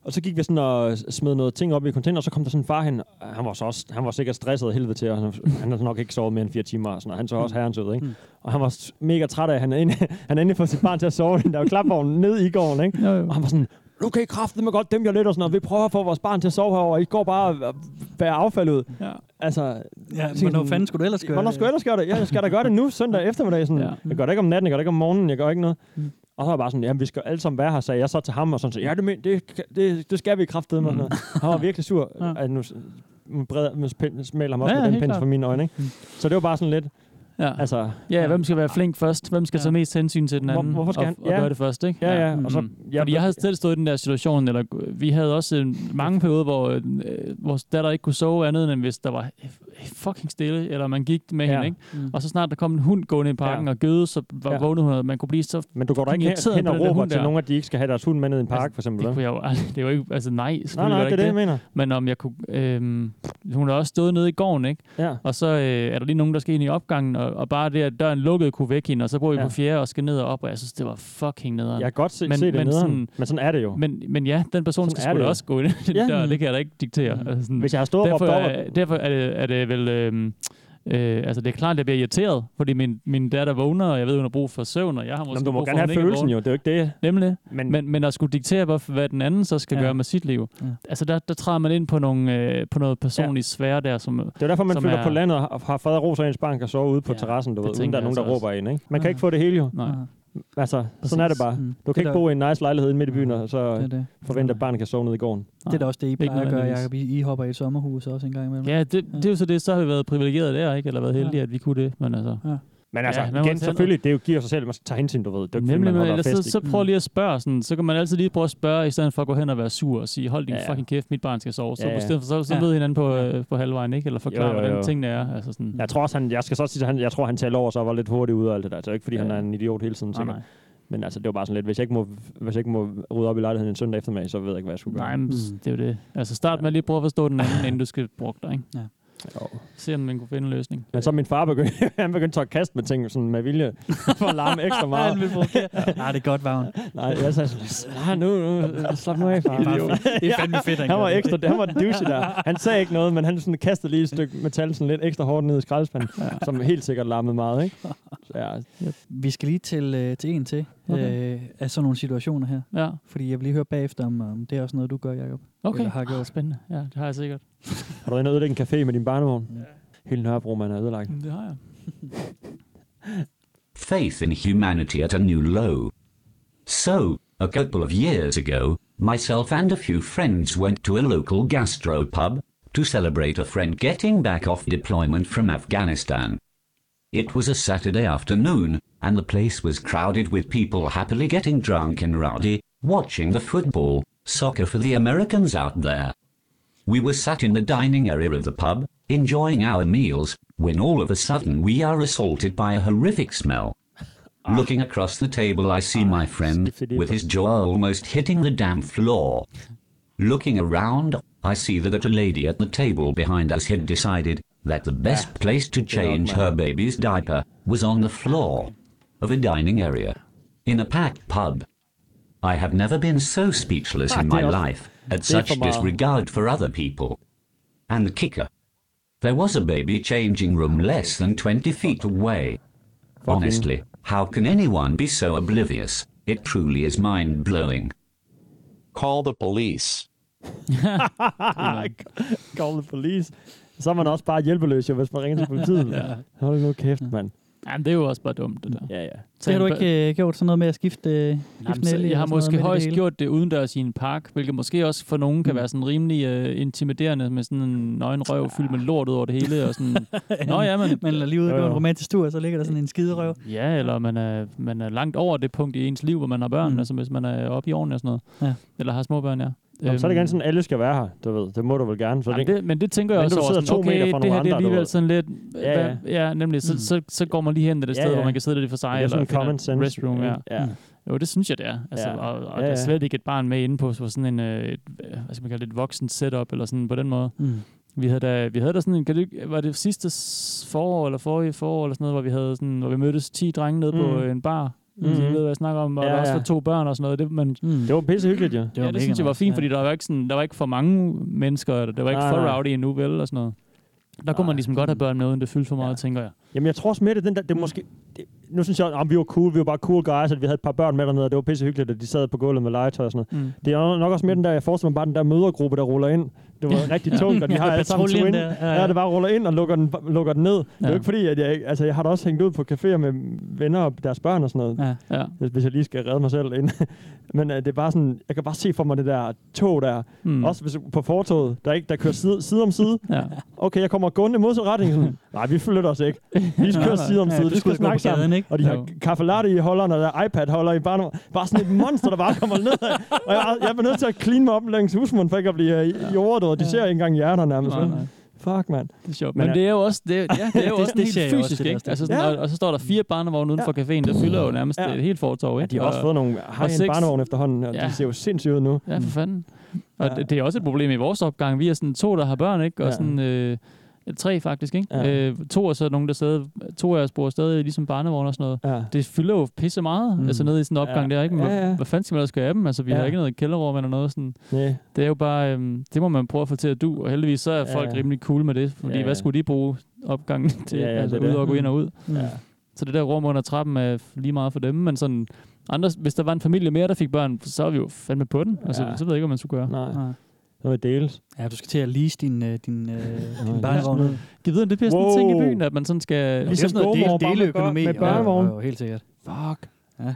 S4: Og så gik vi sådan og smed noget ting op i container, og så kom der sådan en far hen. Han var, så også, han var sikkert stresset af helvede til, og han, han havde nok ikke sovet mere end fire timer. Og sådan, noget. han så også herrens ud, ikke? Mm. Og han var s- mega træt af, at han havde, endelig, han havde endelig fået sit barn til at sove i den der klapvogn ned i gården, ikke?
S5: Jo, jo.
S4: Og han var sådan, nu kan I kraftedeme godt dæmpe jer lidt og sådan noget. Vi prøver at få vores barn til at sove herover. I går bare og- og bærer affald ud.
S5: Ja.
S4: Altså,
S3: Ja,
S4: tænkte
S3: hvornår
S4: sådan,
S3: fanden skulle du ellers gøre
S4: Hvornår
S3: det?
S4: skulle jeg ellers gøre det? Ja, jeg skal da gøre det nu, søndag eftermiddag. Sådan.
S5: Ja. Mm.
S4: Ja. Jeg gør det ikke om natten, jeg gør det ikke om morgenen, jeg gør ikke noget. Og så var jeg bare sådan, jamen vi skal alle sammen være her, sagde jeg så til ham, og sådan, så, ja, det, men, det, det, det skal vi kraftedeme. med. Mm. Han var virkelig sur,
S5: Ja.
S4: at nu, s- nu, breder, nu spil- smaler ham også
S5: Ja,
S4: ja,
S5: ja,
S4: med den
S5: helt
S4: pind
S5: klart. Mm.
S4: for mine øjne. Ikke? Så det var bare sådan lidt,
S5: Ja. Altså,
S4: altså,
S5: ja, hvem skal være flink først? Hvem skal
S3: Ja.
S5: tage mest hensyn til den
S4: Hvor-
S5: anden?
S4: hvorfor skal
S5: og,
S4: han-
S5: og
S4: ja.
S5: gøre det først, ikke?
S4: ja, ja. Og så,
S5: Ja, Mm. Fordi jeg havde selv stået i den der situation, eller øh, vi havde også en, mange perioder, hvor øh, øh, vores datter ikke kunne sove andet, end hvis der var øh, fucking stille, eller man gik med ja.
S4: Ja.
S5: hende, ikke?
S3: Mm.
S5: Og så snart der kom en hund gående i parken
S4: Ja.
S5: og gøde, så var,
S4: Ja.
S5: vågnede hun, og man kunne blive så...
S4: men du går da ikke
S5: irriteret
S4: hen, hen
S5: på
S4: og
S5: den der
S4: råber
S5: hund
S4: til
S5: der.
S4: nogen, at de ikke skal have deres hund med ned i en park,
S5: Altså,
S4: for eksempel.
S5: Det
S4: vel?
S5: kunne jeg jo aldrig... Det var ikke... Altså nej,
S4: Nej,
S5: selvfølgelig
S4: nej,
S5: var
S4: det er
S5: ikke
S4: det, jeg mener.
S5: Men om jeg kunne... Øh, hun har også stået nede i gården, ikke?
S4: Ja.
S5: Og så øh, er der lige nogen, der skal ind i opgangen, og, og bare det, at døren lukkede, kunne vække hende, og så bor vi ja.
S4: Ja.
S5: på fjerde og skal ned og op, og jeg synes, det var fucking nederen.
S4: Jeg kan godt se,
S5: Men-
S4: men, se det
S5: men
S4: men nederen,
S5: sådan-
S4: sådan, men sådan er det jo. Men,
S5: Men, men ja, den person skal
S4: Sådan er
S5: sgu
S4: det
S5: da
S4: jo.
S5: også gå ind i den
S4: Ja. Mm.
S5: dør, det kan jeg da ikke diktere. Altså sådan,
S4: Hvis jeg har stået og
S5: derfor,
S4: råbt over,
S5: er, derfor er det, er det vel... Øh, øh, altså det er klart, at jeg bliver irriteret, fordi min, min datter vågner, og jeg ved, hun har brug for søvn, og jeg har
S4: Nå,
S5: måske
S4: men du må
S5: brug for,
S4: gerne
S5: at
S4: have
S5: hun ikke er
S4: følelsen
S5: vågen.
S4: jo, det er jo ikke det.
S5: Nemlig.
S4: Men,
S5: Men, men at skulle diktere, hvad, hvad den anden så skal
S3: Ja.
S5: ja. gøre med sit liv.
S3: Ja.
S5: Ja. Altså der, der træder man ind på, nogle, øh, på noget personligt ja. svære der, som...
S4: Det er derfor, man
S5: som
S4: flytter
S5: er-
S4: er... på landet og har- har fred og ro, så ens barn kan sove ude på
S5: Ja,
S4: ja, terrassen, du
S5: det
S4: ved, uden
S5: tænker
S4: der er nogen,
S5: jeg
S4: der
S5: altså også.
S4: råber ind. Ikke? Man kan
S3: Ja.
S4: ikke få det hele jo.
S5: Nej.
S3: Ja,
S4: Altså,
S3: præcis.
S4: sådan er det bare. Du
S3: Mm. Det
S4: kan
S3: der-
S4: ikke bo i en nice lejlighed inde midt i byen, og så
S3: Det er det.
S4: forvente, at barnet kan sove nede i gården.
S3: Det er da også det, I plejer at gøre,
S5: nødvendigvis.
S3: Jacob. I, I hopper i et sommerhus også en gang imellem.
S5: Ja, det, det er jo så det, så har vi været privilegeret der, ikke? Eller været heldige, at vi kunne det, men altså...
S4: Men altså,
S5: Ja, man
S4: ja,
S5: må
S4: igen,
S5: tage noget.
S4: selvfølgelig, det er jo giver sig selv, man skal tage hensyn, du ved. Det er jo ikke, Mm.
S5: Nemlig,
S4: Nemlig, man
S5: men
S4: holder
S5: ellers
S4: fest,
S5: så,
S4: så,
S5: så prøv lige at spørge sådan, så kan man altid lige prøve at spørge, i stedet for at gå hen og være sur og sige, hold din
S4: Ja, ja.
S5: fucking kæft, mit barn skal sove. Så,
S4: Ja,
S5: ja,
S4: ja.
S5: stedet for, så, så
S3: Ja.
S5: ved hinanden på, øh, på halvvejen, ikke? Eller forklare,
S4: Jo, jo,
S5: hvordan
S4: jo.
S5: tingene er. Altså sådan,
S4: Jeg tror også, han, jeg skal så sige, at han, jeg tror, han talte over, så var lidt hurtigt ude af alt det der. Så det er jo ikke, fordi
S5: Ja,
S4: han
S5: ja.
S4: er en idiot hele tiden,
S5: nej,
S4: sikkert.
S5: nej.
S4: Men altså, det var bare sådan lidt, hvis jeg ikke må, hvis jeg ikke må rydde op i lejligheden en søndag eftermiddag, så ved jeg ikke, hvad jeg skulle gøre.
S5: nej men,
S3: Mm.
S5: det er jo det. Altså start med at lige prøve at forstå den anden, inden du skal bruge dig, ikke?
S4: Jo.
S5: Se om man kunne finde en løsning.
S4: Men så min far begyndte, han begyndte at kaste med ting sådan med vilje, for at larme ekstra meget.
S3: Han vil provokere. Nej, det er godt, Vagn.
S4: Nej, jeg sagde sådan, nej, nu, nu, slap nu af, far.
S3: Det er fandme fedt, han
S4: Han
S3: gør
S4: var
S3: det.
S4: ekstra, han var en douche der. Han sagde ikke noget, men han sådan kastede lige et stykke metal sådan lidt ekstra hårdt ned i skraldespanden, ja. som helt sikkert larmede meget, ikke? Så ja,
S3: Vi skal lige til, øh, til en til
S5: Okay.
S3: øh, af sådan nogle situationer her.
S5: Ja,
S3: Fordi jeg vil lige høre bagefter, om, om det er også noget, du gør, Jacob.
S5: okay.
S3: Eller har
S5: Ah,
S3: gjort.
S5: spændende. Ja, det har jeg sikkert.
S4: har du været inde og ødelægge en café med din barnevogn? Ja. Hele Nørrebro, man er ødelagt.
S5: Det har jeg.
S10: faith in humanity at a new low. So, a couple of years ago, myself and a few friends went to a local gastro pub to celebrate a friend getting back off deployment from Afghanistan. It was a Saturday afternoon, and the place was crowded with people happily getting drunk and rowdy, watching the football, soccer for the Americans out there. We were sat in the dining area of the pub, enjoying our meals, when all of a sudden we are assaulted by a horrific smell. Looking across the table, I see my friend with his jaw almost hitting the damn floor. Looking around, I see that a lady at the table behind us had decided that the best place to change her baby's diaper was on the floor of a dining area in a packed pub. I have never been so speechless in my life at such
S4: Deformar.
S10: disregard for other people. And the kicker. There was a baby changing room less than 20 feet away. Honestly, how can anyone be so oblivious? It truly is mind blowing.
S9: Call the police.
S4: Call the police. Så er man også bare hjælpeløs, jo, hvis man ringer til politiet. ja. Hold nu kæft, mand.
S5: Jamen, det er jo også bare dumt, det der.
S4: Ja, ja.
S3: Så har du ikke øh, gjort sådan noget med at skifte, øh,
S5: Jamen,
S3: skifte
S5: så,
S3: næle
S5: jeg har
S3: eller sådan noget midt i
S5: måske
S3: det
S5: højst
S3: hele? Mm.
S5: gjort det udendørs i en park, hvilket måske også for nogen kan være sådan rimelig øh, intimiderende med sådan en nøgen røv fyldt med lort ud over det hele. Og sådan, Nå ja, men...
S3: Man lader lige ud og
S5: Jo,
S3: gå en
S5: jo.
S3: romantisk tur, og så ligger der sådan en skiderøv.
S5: Ja, eller man er, man er langt over det punkt i ens liv, hvor man har børn, mm. altså hvis man er oppe i årene og sådan noget.
S3: Ja.
S5: Eller har små børn, ja. Øhm,
S4: Jamen, så er det gerne sådan, at alle skal være her, du ved. Det må du vel gerne. Så
S5: Jamen, det, men det tænker jeg
S4: Men
S5: også
S4: du
S5: over.
S4: sidder
S5: Sådan, okay,
S4: to meter fra
S5: det
S4: nogle
S5: her det er
S4: andre, du ved.
S5: alligevel sådan lidt...
S4: Ja,
S5: Ja, ja. ja nemlig. Så,
S4: Mm.
S5: så, så går man lige hen til det
S4: Ja,
S5: sted, ja, ja.
S4: ja.
S5: hvor man kan sidde lidt for sig.
S4: Det er sådan
S5: eller
S4: en
S5: finder
S4: common
S5: et
S4: sense.
S5: Restroom, ja.
S4: Ja. Mm.
S5: Jo, det synes jeg, det er. Altså,
S4: Ja.
S5: Og, og
S4: Ja,
S5: der er
S4: ja.
S5: slet ikke et barn med inde på så sådan en, øh, et, øh, hvad skal man kalde det, et voksen setup, eller sådan på den måde.
S3: Mm.
S5: Vi havde da, vi havde da sådan en, kan du, ikke- var det sidste s- forår, eller forrige forår, eller sådan noget, hvor vi, havde sådan, hvor vi mødtes 10 drenge nede mm. på
S4: Mm.
S5: øh, en bar. Mm.
S4: Mhm.
S5: Så I ved, hvad jeg snakker om. Og
S4: Ja,
S5: der også
S4: ja. Mm.
S5: var to børn og sådan noget. Det, men,
S4: Det var pisse hyggeligt, ja.
S5: det, ja, det synes jeg var fint, fordi der var ikke, sådan, der var ikke for mange mennesker, og der var ikke
S4: Nej,
S5: for
S4: nej.
S5: rowdy endnu, vel, og sådan noget. Der kunne man ligesom godt have børn med, uden det fyldte for meget, ja. tænker jeg.
S4: Jamen, jeg tror også med det, den der, det er måske... Det, nu synes jeg, at vi var cool, vi var bare cool guys, at vi havde et par børn med dernede, og det var pisse hyggeligt, at de sad på gulvet med legetøj og sådan noget.
S5: Mm.
S4: Det er nok også mere den der, jeg forestiller mig bare den der mødergruppe, der ruller ind. Det var rigtig tungt, og de har alle sammen twin.
S3: Patruljen der, ja, ja.
S4: Ja, det bare ruller ind og lukker den, lukker den ned.
S5: Ja.
S4: Ja. Det er jo ikke fordi, at jeg, ikke- altså, jeg har da også hængt ud på caféer med venner og deres børn og sådan noget.
S3: Ja.
S5: Ja.
S4: hvis, hvis jeg lige skal redde mig selv ind. Men uh, det er bare sådan, jeg kan bare se for mig det der tog der,
S5: Mm.
S4: mm. også hvis, på fortoget, der, ikke, der kører side, side om side.
S5: Ja.
S4: Okay, jeg kommer gående i modsat retning. Sådan, Nej, vi flytter os ikke. Vi kører side om
S3: Ja,
S4: side, vi
S3: du
S4: skal
S3: skulle gå på
S4: snakke sammen.
S3: gaden, ikke?
S4: Og de har
S5: Jo.
S4: kaffe latte i holderen, og der er iPad holder i bare, bare sådan et monster, der bare kommer ned. Og jeg, jeg er nødt til at clean mig op længs husmunden, for ikke at blive uh, jordet, og de ser ikke engang hjerner nærmest.
S5: Nej, nej.
S4: Fuck, mand.
S5: Det er sjovt.
S4: Men øh,
S5: Men,
S4: er-
S5: det er jo også, det, ja, det er jo
S3: Det-
S5: også
S3: det
S5: det,
S3: ser
S5: helt
S3: jeg også,
S5: fysisk,
S3: det der
S5: ikke?
S3: sted.
S5: Altså sådan,
S4: Ja.
S5: og, og, så står der fire barnevogne uden for caféen, der fylder jo nærmest
S4: Ja.
S5: ja. et helt fortorv,
S4: Ja,
S5: ikke?
S4: de har også
S5: Og-
S4: fået nogle high-end
S5: seks-
S4: barnevogn efterhånden, og
S5: Ja.
S4: de ser jo sindssygt ud nu.
S5: Ja, for fanden. Og
S4: Ja.
S5: det, det er også et problem i vores opgang. Vi er sådan to, der har børn, ikke? Og
S4: Ja.
S5: sådan øh, tre faktisk, ikke?
S4: Ja.
S5: Øh, to er så nogen, der sidder, to af os bor stadig ligesom barnevogne og sådan noget.
S4: Ja.
S5: Det fylder jo pisse meget,
S3: Mm.
S5: mm. altså nede i sådan en opgang
S4: Ja.
S5: der, ikke? Men
S4: Ja, ja.
S5: Hvad fanden skal man ellers gøre af dem? Altså, vi
S4: Ja.
S5: har ikke noget kælderrum eller noget sådan.
S4: Yeah.
S5: Det er jo bare, øhm, det må man prøve at få til at du, og heldigvis så er
S4: Ja,
S5: folk
S4: ja.
S5: rimelig cool med det, fordi
S4: Ja, ja.
S5: hvad skulle de bruge opgangen til,
S4: Ja, ja,
S5: altså
S4: det er
S5: ud
S4: det. Mm.
S5: og gå ind og ud.
S4: Ja.
S5: Så det der rum under trappen er f- lige meget for dem, men sådan, andre, hvis der var en familie mere, der fik børn, så er vi jo fandme på den. Altså,
S4: Ja.
S5: så ved jeg ikke, hvad man skulle gøre.
S4: Nej,
S3: Nej.
S4: det var deles.
S3: Ja, du skal til at lease din, øh, din, øh, din barnevogn ud.
S5: Giv videre, det bliver sådan en ting i
S4: Wow.
S5: byen, at man sådan skal...
S3: Det er
S4: Ligesom
S3: sådan noget
S4: GoMore,
S3: del,
S4: bare med
S3: deleøkonomi.
S4: bør- med børnevogn.
S3: Jo, jo, jo, helt sikkert.
S4: Fuck.
S3: Det,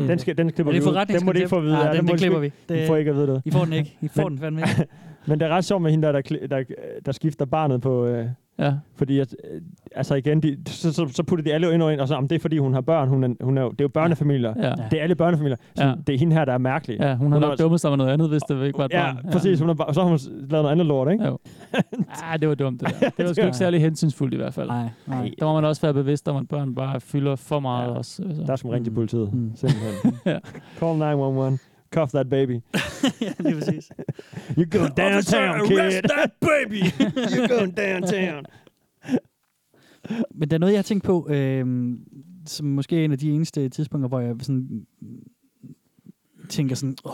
S4: Mm. Den, skal, den klipper
S3: er det
S4: vi ud. Den må de ikke få at vide.
S3: Ah,
S4: Ja,
S3: den,
S4: må
S3: den
S4: de
S3: klipper
S4: sgu
S3: vi.
S4: ikke- I får ikke at vide det.
S3: I får den ikke. I får
S4: Men-
S3: den fandme ikke.
S4: Men det er ret sjovt med hende, der, der, kli- der, der skifter barnet på... Øh,
S5: Ja,
S4: fordi at, øh, altså igen, de, så, så, så putter de alle ind og ind, og så, om det er fordi, hun har børn. Hun er, hun er, jo- det er jo børnefamilier. Ja.
S5: ja.
S4: Det er alle børnefamilier. Så
S5: Ja.
S4: ja. det er hende her, der er mærkelig.
S5: ja hun har
S4: Hun
S5: nok
S4: har-
S5: dummet sig med noget andet, hvis det ikke var et
S4: Ja,
S5: barn.
S4: præcis. Hun har, bare- så har hun s- lavet noget andet lort, ikke?
S5: Ja. Ah, det var dumt, det der. Det var sgu
S4: var-
S5: ikke særlig hensynsfuldt i hvert fald.
S3: Nej, nej.
S5: Der må man også være bevidst om, at børn bare fylder for meget
S4: Ja.
S5: også. Altså.
S4: Der er som ringe til
S3: Mm.
S4: politiet.
S3: Mm.
S4: Simpelthen.
S5: Ja.
S4: Call 911. Cuff that baby.
S3: ja, lige præcis.
S4: You go downtown, kid.
S3: that baby!
S4: You go downtown.
S3: Men der er noget, jeg har tænkt på, øh, som måske er en af de eneste tidspunkter, hvor jeg sådan, tænker sådan, åh,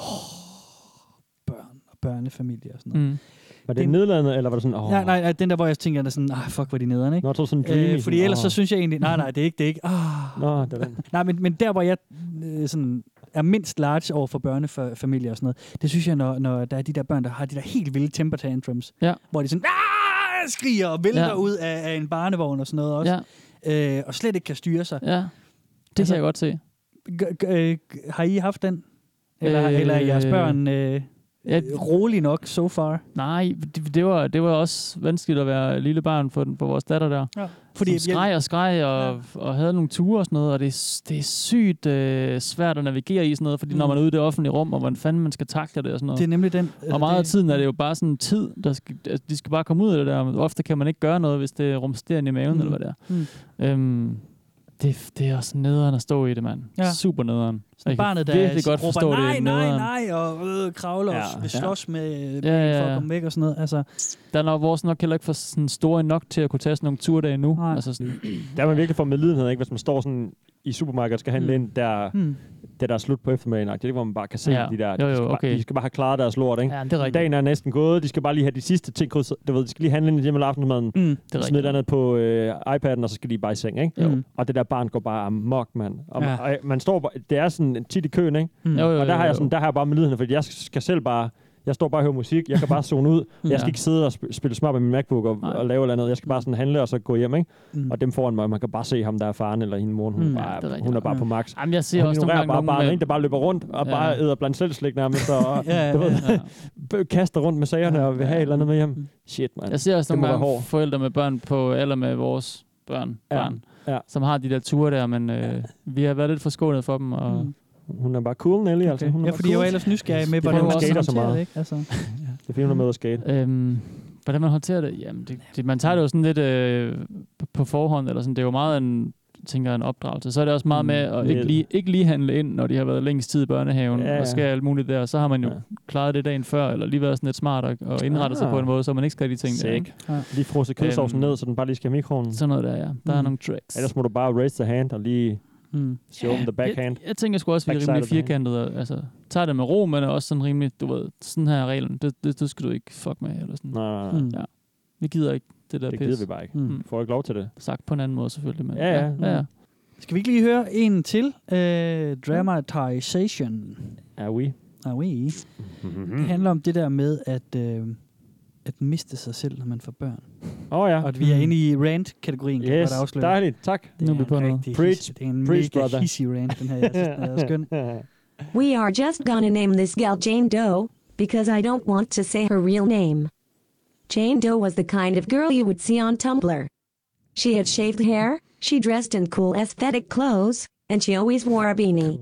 S3: børn og børnefamilier og sådan noget.
S5: Mm.
S4: Var
S3: Det-
S4: det nedladende, eller var det sådan...
S3: Mm.
S4: Åh,
S3: Nej, nej, nej, den der, hvor jeg tænker, der er sådan, ah, fuck, hvor er de nederen, ikke?
S4: Nå, jeg tror sådan dreamy.
S3: Øh, fordi
S4: sådan,
S3: ellers så
S4: åh.
S3: synes jeg egentlig, nej, nej, det er ikke, det er ikke, ah,
S4: Nå, det var den.
S3: Nej, men, men der, hvor jeg øh, sådan, er mindst large over for børnefamilier og sådan noget, det synes jeg, når, når der er de der børn, der har de der helt vilde temper tantrums,
S5: Ja.
S3: hvor de sådan "Ah!" skriger og vælter
S5: Ja.
S3: ja. ud af, af en barnevogn og sådan noget også,
S5: Ja,
S3: ja. øh, og slet ikke kan styre sig.
S5: ja. Det
S3: Altså-
S5: kan jeg godt se.
S3: G- g- øh, g- har I haft den? Eller, øh,
S5: Øh,
S3: eller er jeres børn øh,
S5: Ja,
S3: rolig nok so far?
S5: nej, det, det, var, det var også vanskeligt at være lille barn for, den, for vores datter der.
S3: Ja.
S5: Fordi som skreg og skreg og, ja. og havde nogle ture og sådan noget, og det, er- det er sygt øh, svært at navigere i sådan noget, fordi mm. når
S3: Mm.
S5: man er ude i det offentlige rum, og hvordan fanden man skal takle det og sådan noget.
S3: det er nemlig den.
S5: og meget af tiden er det jo bare sådan tid, der skal, altså, de skal bare komme ud af det der. Ofte kan man ikke gøre noget, hvis det rumsterer i maven,
S3: Mm.
S5: mm. eller hvad det er. Øhm, det, det er også nederen at stå i det, mand.
S3: Ja.
S5: Ja. Super nederen.
S3: Sådan
S5: Jeg kan
S3: barnet, der
S5: virkelig godt
S3: råber,
S5: forstå, det er
S3: nej, nej,
S5: nederen."
S3: nej, og øh, kravler ja, og vil
S5: Ja.
S3: slås med øh,
S5: Ja,
S3: for
S5: ja,
S3: at
S5: ja.
S3: komme væk og sådan noget. Altså,
S5: Der er nok vores nok heller ikke for sådan store nok til at kunne tage sådan nogle turdage nu.
S3: Nej.
S5: Altså sådan,
S4: Der er man virkelig for medlidenhed, ikke? Hvis man står sådan i supermarkedet og skal handle
S5: Mm.
S4: ind, der,
S3: hmm.
S4: det der er slut på eftermiddagen, og det er, hvor man bare kan se
S5: Ja.
S4: ja. de der.
S5: Jo,
S4: de,
S5: jo,
S4: skal
S5: okay.
S4: bare, de skal bare have klaret deres lort, ikke?
S5: ja, det er
S4: Ja.
S5: rigtigt.
S4: Dagen er næsten gået, de skal bare lige have de sidste ting krydset. Du ved, de skal lige handle ind hjem eller aftensmaden,
S3: Mm.
S5: det er
S4: smide
S5: rigtigt.
S4: det andet på øh, iPad'en, og så skal de bare i seng, ikke?
S5: Jo.
S3: Mm.
S4: Og det der barn går bare amok, mand. Og,
S3: Ja.
S4: ja. og, øh, man står bare, det er sådan tit i køen, ikke?
S3: Mm.
S5: Jo, jo,
S4: Og der har
S5: jo,
S4: jeg
S5: jo.
S4: sådan, der har jeg bare medlidenhed, fordi jeg skal selv bare Jeg står bare og hører musik. Jeg kan bare zone ud. Jeg
S5: Ja.
S4: skal ikke sidde og sp- spille smart med min MacBook og, og lave et eller andet. Jeg skal bare sådan handle og så gå hjem, ikke?
S5: Mm.
S4: Mm. Og dem foran mig, man kan bare se ham, der er faren eller hende mor. Hun,
S5: Mm,
S4: mm,
S5: ja,
S4: bare,
S5: det er rigtigt
S4: hun er
S5: nok.
S4: bare
S5: Ja.
S4: på max.
S5: Jamen, jeg ser
S4: Hun
S5: også nogle
S4: ignorerer
S5: gange
S4: bare
S5: nogen
S4: barnet,
S5: med-
S4: ikke, der bare løber rundt og
S5: Ja.
S4: bare æder blandt selv slik nærmest. Og,
S5: Ja, ja,
S4: du ved,
S5: ja. Mm.
S4: b- kaster rundt med sagerne og vil have et eller andet med hjem. Shit, mand.
S5: Jeg ser også
S4: Det må
S5: nogle
S4: være
S5: gange
S4: hårdt.
S5: forældre med børn på alder med vores børn,
S4: Ja,
S5: barn,
S4: ja.
S5: som har de der ture der, men øh, vi har været lidt forskånet for dem. Og
S3: Mm.
S4: Hun er bare cool, Nelly. Altså. Hun er
S3: Ja,
S4: bare
S3: fordi jeg var ellers nysgerrig med,
S4: Det er
S3: hvordan
S4: fordi,
S3: man
S4: hun skater så
S3: håndterer
S4: meget.
S3: det, ikke? Altså.
S4: Det er fordi, hun er med at skate.
S5: øhm, hvordan man håndterer det? Jamen, det, det, man tager det jo sådan lidt øh, på- på forhånd, eller sådan. det er jo meget en, tænker jeg, en opdragelse. Så er det også meget
S4: Mm,
S5: med at
S4: ned.
S5: ikke lige, ikke lige handle ind, når de har været længst tid i børnehaven,
S4: Ja,
S5: ja,
S4: ja.
S5: og skal alt muligt der. Så har man jo
S4: Ja.
S5: ja. klaret det dagen før, eller lige været sådan lidt smart og, og indrettet sig på
S4: Ah.
S5: en måde, så man ikke skal have de ting der.
S4: Sick.
S5: ikke?
S4: Lige frose kødsovsen
S5: Øhm.
S4: ned, så den bare lige skal i mikroen.
S5: Sådan noget der, ja. Der mm. er
S3: Mm.
S5: nogle tricks.
S4: Ellers må du bare raise the hand og lige
S5: Mm.
S4: show them the backhand.
S5: Jeg, jeg tænker sgu også, at vi er
S4: Backside
S5: rimelig
S4: of the hand.
S5: firkantede. og- Altså, tager det med ro, men er også sådan rimelig, du ved, sådan her er reglen. Det, det, det skal du ikke fuck med, eller sådan.
S4: Nej, nej, nej.
S3: Mm.
S5: Ja. Vi gider ikke det der
S4: Det
S5: pis.
S4: gider vi bare ikke.
S5: Mm.
S4: Vi får ikke lov til det.
S5: Sagt på en anden måde, selvfølgelig. Men,
S4: Ja, Mm. ja.
S5: ja, ja.
S3: Skal vi ikke lige høre en til? Øh, dramatization.
S4: Er we?
S3: Ah, oui. Det
S4: Åh
S3: handler om det der med at, øh, at miste sig selv, når man får børn.
S4: oh, ja.
S3: Og at vi er inde i rant-kategorien, kan jeg
S4: Yes,
S3: godt afsløre.
S4: dejligt. Tak.
S3: Det
S5: Nu er
S3: er
S5: vi på
S3: en
S5: noget.
S3: rigtig
S4: Preach,
S3: hissig- det er en
S4: preach,
S3: mega
S4: brother.
S3: hissig rant, den her. Jeg synes, den er skøn.
S11: We are just gonna name this gal Jane Doe, because I don't want to say her real name. Jane Doe was the kind of girl you would see on Tumblr. She had shaved hair, she dressed in cool aesthetic clothes, and she always wore a beanie.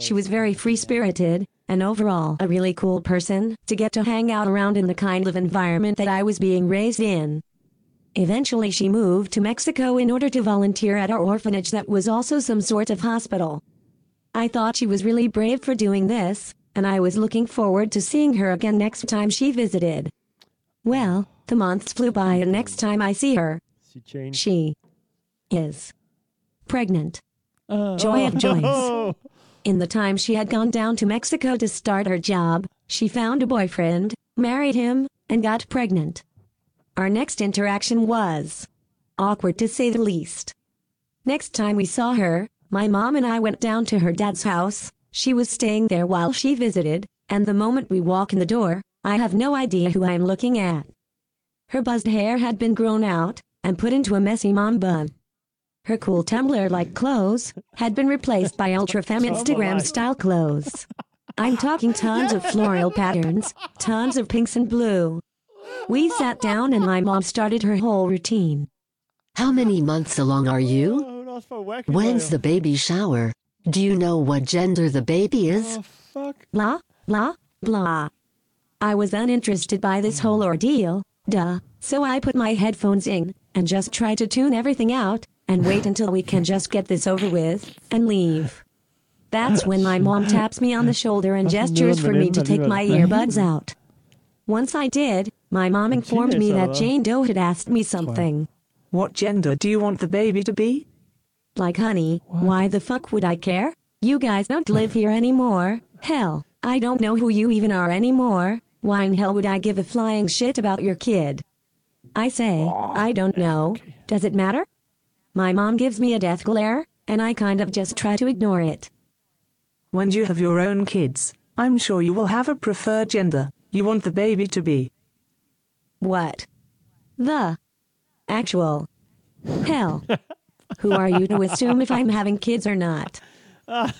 S11: She was very free spirited, and overall a really cool person to get to hang out around in the kind of environment that I was being raised in. Eventually, she moved to Mexico in order to volunteer at our orphanage that was also some sort of hospital. I thought she was really brave for doing this, and I was looking forward to seeing her again next time she visited. Well, the months flew by, and next time I see her,
S4: She changed.
S11: she is pregnant.
S4: Uh,
S11: Joy
S4: oh.
S11: of joys. In the time she had gone down to Mexico to start her job, she found a boyfriend, married him, and got pregnant. Our next interaction was awkward to say the least. Next time we saw her, my mom and I went down to her dad's house. She was staying there while she visited, and the moment we walk in the door, I have no idea who I am looking at. Her buzzed hair had been grown out and put into a messy mom bun. Her cool tumbler like clothes had been replaced by ultra
S8: Oh
S11: femme Instagram style clothes. I'm talking tons of floral patterns, tons of pinks and blue. We sat down and my mom started her whole routine.
S7: How many months along are you?
S4: Hun er også for wacky.
S7: When's the baby shower? Do you know what gender the baby is?
S11: Blah, blah, blah. I was uninterested by this whole ordeal, duh, so I put my headphones in and just try to tune everything out and wait until we can just get this over with and leave. That's when my mom taps me on the shoulder and gestures for me to take my earbuds out. Once I did, my mom informed me that Jane Doe had asked me something.
S12: What gender do you want the baby to be?
S11: Like, honey, why the fuck would I care? You guys don't live here anymore. Hell, I don't know who you even are anymore. Why in hell would I give a flying shit about your kid? I say, I don't know. Does it matter? My mom gives me a death glare, and I kind of just try to ignore it.
S12: When you have your own kids, I'm sure you will have a preferred gender you want the baby to be.
S11: What? The actual hell. Who are you to assume if I'm having kids or not?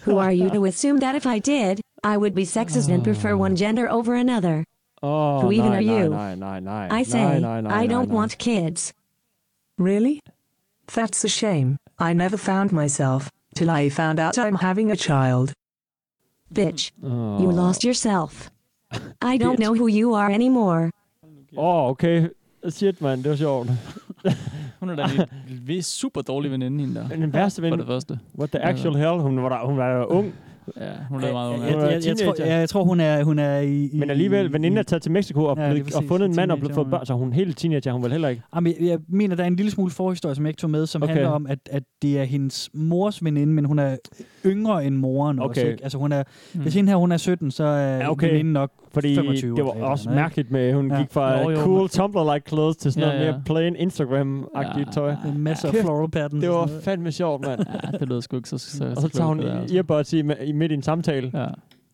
S11: Who are you to assume that if I did, I would be sexist and prefer one gender over another?
S4: Oh,
S11: Who even
S4: nej,
S11: are you?
S4: Nej, nej, nej, nej.
S11: I say,
S4: nej, nej, nej,
S11: I don't
S4: nej.
S11: want kids.
S12: Really? That's a shame. I never found myself till I found out I'm having a child.
S11: Bitch,
S4: Åh,
S11: you lost yourself. I don't know who you are anymore.
S4: oh, okay. Shit, mand. Det var sjovt.
S5: Hun er da en en super dårlig veninde, hende der.
S4: Men Den værste
S5: For det
S4: ven.
S5: første.
S4: What the actual hell? Hun var, der, hun var der ung.
S5: Ja, hun er meget ung.
S3: Jeg,
S4: Hun er
S3: jeg, jeg, jeg, tror,
S4: teenager.
S3: jeg, jeg tror, hun er, hun er i, i...
S4: Men alligevel, veninden er
S3: i-
S4: taget til Mexico og,
S3: Ja,
S4: blevet,
S3: lige
S4: og
S3: præcis.
S4: fundet en mand og blevet
S3: Teenager,
S4: fået børn, så hun er helt teenager, hun vel heller ikke.
S3: Jamen, jeg, jeg mener, der er en lille smule forhistorie, som jeg ikke tog med, som
S4: Okay.
S3: okay. handler om, at, at det er hendes mors veninde, men hun er yngre end moren okay. også.
S4: Okay. Hmm.
S3: Ikke? Altså, hun er, hvis hende her hun er 17, så er
S4: Ja,
S3: ja,
S4: okay.
S3: okay. veninden nok
S4: Fordi
S3: 25
S4: det var
S3: eller
S4: også
S3: noget, ikke?
S4: mærkeligt med, at hun
S3: Ja.
S4: gik fra
S5: Jo, jo,
S4: cool
S5: men-
S4: Tumblr-like clothes til sådan
S5: Ja,
S4: noget
S5: ja.
S4: mere plain Instagram-agtigt
S5: Ja.
S4: tøj.
S3: Det er masser af
S4: Kæft,
S3: floral patterns.
S4: Det
S3: og
S4: var
S3: sådan noget.
S4: fandme sjovt, mand.
S5: Ja, det lød sgu ikke så, så
S4: Og så tager hun earbuds i, i midt i en samtale.
S5: Ja.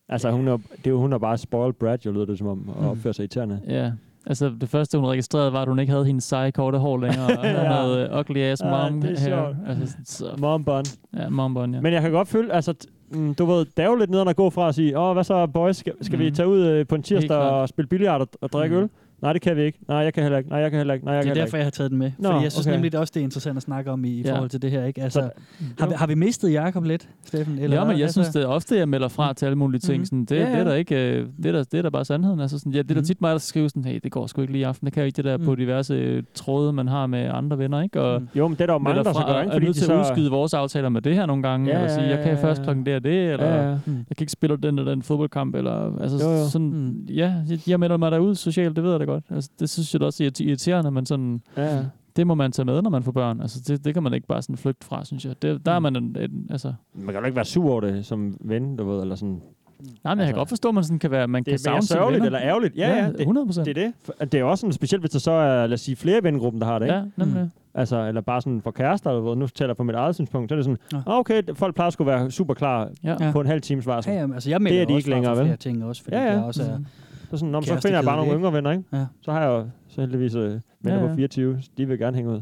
S4: Altså, hun er, det er, jo- hun er bare spoiled brat, jo lyder det som om, og opfører sig irriterende.
S5: Ja. Altså, det første, hun registrerede, var, at hun ikke havde hendes seje, korte hår længere. Og hun
S4: Ja.
S5: havde øh, ugly ass
S4: Ah,
S5: mom
S4: det er
S5: hair.
S4: sjovt.
S5: Altså, så,
S4: mom bun.
S5: Ja, mom bun, ja.
S4: Men jeg kan godt føle, altså, t- mm, du ved, det er jo lidt nederen at gå fra og sige, åh, hvad så, boys, skal, skal mm. vi
S5: Mhm.
S4: tage ud øh, på en
S5: Helt
S4: tirsdag
S5: klart.
S4: og spille billiard og, og drikke
S5: Mhm.
S4: mm. øl? Nej, det kan vi ikke. Nej, jeg kan heller ikke. Nej, jeg kan heller ikke. Nej, jeg
S3: Det er
S4: kan heller
S3: derfor,
S4: ikke.
S3: jeg har taget den med. Nå, fordi jeg synes okay. nemlig det er også, det er interessant at snakke om i, i
S5: Ja.
S3: forhold til det her. Ikke? Altså,
S5: Så-
S3: har, vi, har vi mistet Jakob lidt, Steffen?
S5: Eller ja, men jeg
S3: altså,
S5: synes det er ofte, jeg melder fra til alle mulige ting.
S3: Mhm.
S5: Mm. Sådan, det,
S3: Ja,
S5: ja,
S3: ja.
S5: det, er der ikke, øh, det, er der, det er der bare sandheden. Altså, sådan, ja,
S4: Mm.
S5: det er der tit mig, der skal skrive sådan, hey, det går sgu ikke lige i aften. Det kan jeg ikke det der mm. på diverse øh, tråde, man har med andre venner. Ikke? Og
S4: Mm. Jo, men det er der jo mange,
S5: melder
S4: der så
S5: fra,
S4: gør, ikke?
S5: Fordi
S4: Fordi
S5: er nødt
S4: de
S5: til at
S4: så-
S5: udskyde vores aftaler med det her nogle gange.
S4: Ja,
S5: Ja, eller sige,
S4: ja,
S5: jeg kan
S4: ja,
S5: først
S4: ja.
S5: klokken det og det, eller
S4: Ja, ja.
S5: jeg kan ikke spille den eller den fodboldkamp. Eller, altså, jo,
S4: Jo, jo. Mm.
S5: jo. Sådan, ja, jeg, jeg melder mig derud socialt, det ved jeg da godt. Altså, det synes jeg da også er irrit- irriterende, men sådan,
S4: ja.
S5: det må man tage med, når man får børn. Altså, det, det kan man ikke bare sådan flygte fra, synes jeg. Det,
S4: Mm.
S5: der er man en, en, altså,
S4: Man kan jo ikke være sur over det som ven, du ved, eller sådan.
S5: Nej, men altså, jeg kan godt forstå, at man sådan kan være, man
S4: Det
S5: kan
S4: er
S5: savne
S4: mere
S5: sine
S4: sørgeligt
S5: venner.
S4: eller ærgerligt. Ja, ja,
S5: det, 100 procent.
S4: Det er det. For- Det er jo også sådan, specielt hvis der så er, lad os sige, flere i vennegruppen, der har det, ikke?
S5: Ja, nemlig. Mm.
S4: Altså, eller bare sådan for kærester, eller hvad, nu taler jeg på mit eget synspunkt, så er det sådan, ja. okay, folk plejer at skulle være super klar
S3: Ja.
S4: ja. på en halv times varsel.
S3: Ja, jamen, altså, jeg melder
S4: det er de
S3: også
S4: ikke
S3: fra for
S4: længere, vel?
S3: flere ting også, fordi der også er
S4: Mhm. Så, sådan, "Nå, men så
S3: kæreste-
S4: finder jeg bare nogle
S3: kedelig,
S4: yngre venner, ikke?
S3: Ja.
S4: Så har jeg jo så heldigvis øh, venner
S5: Ja,
S4: ja,
S5: ja.
S4: på 24, så de vil gerne hænge ud.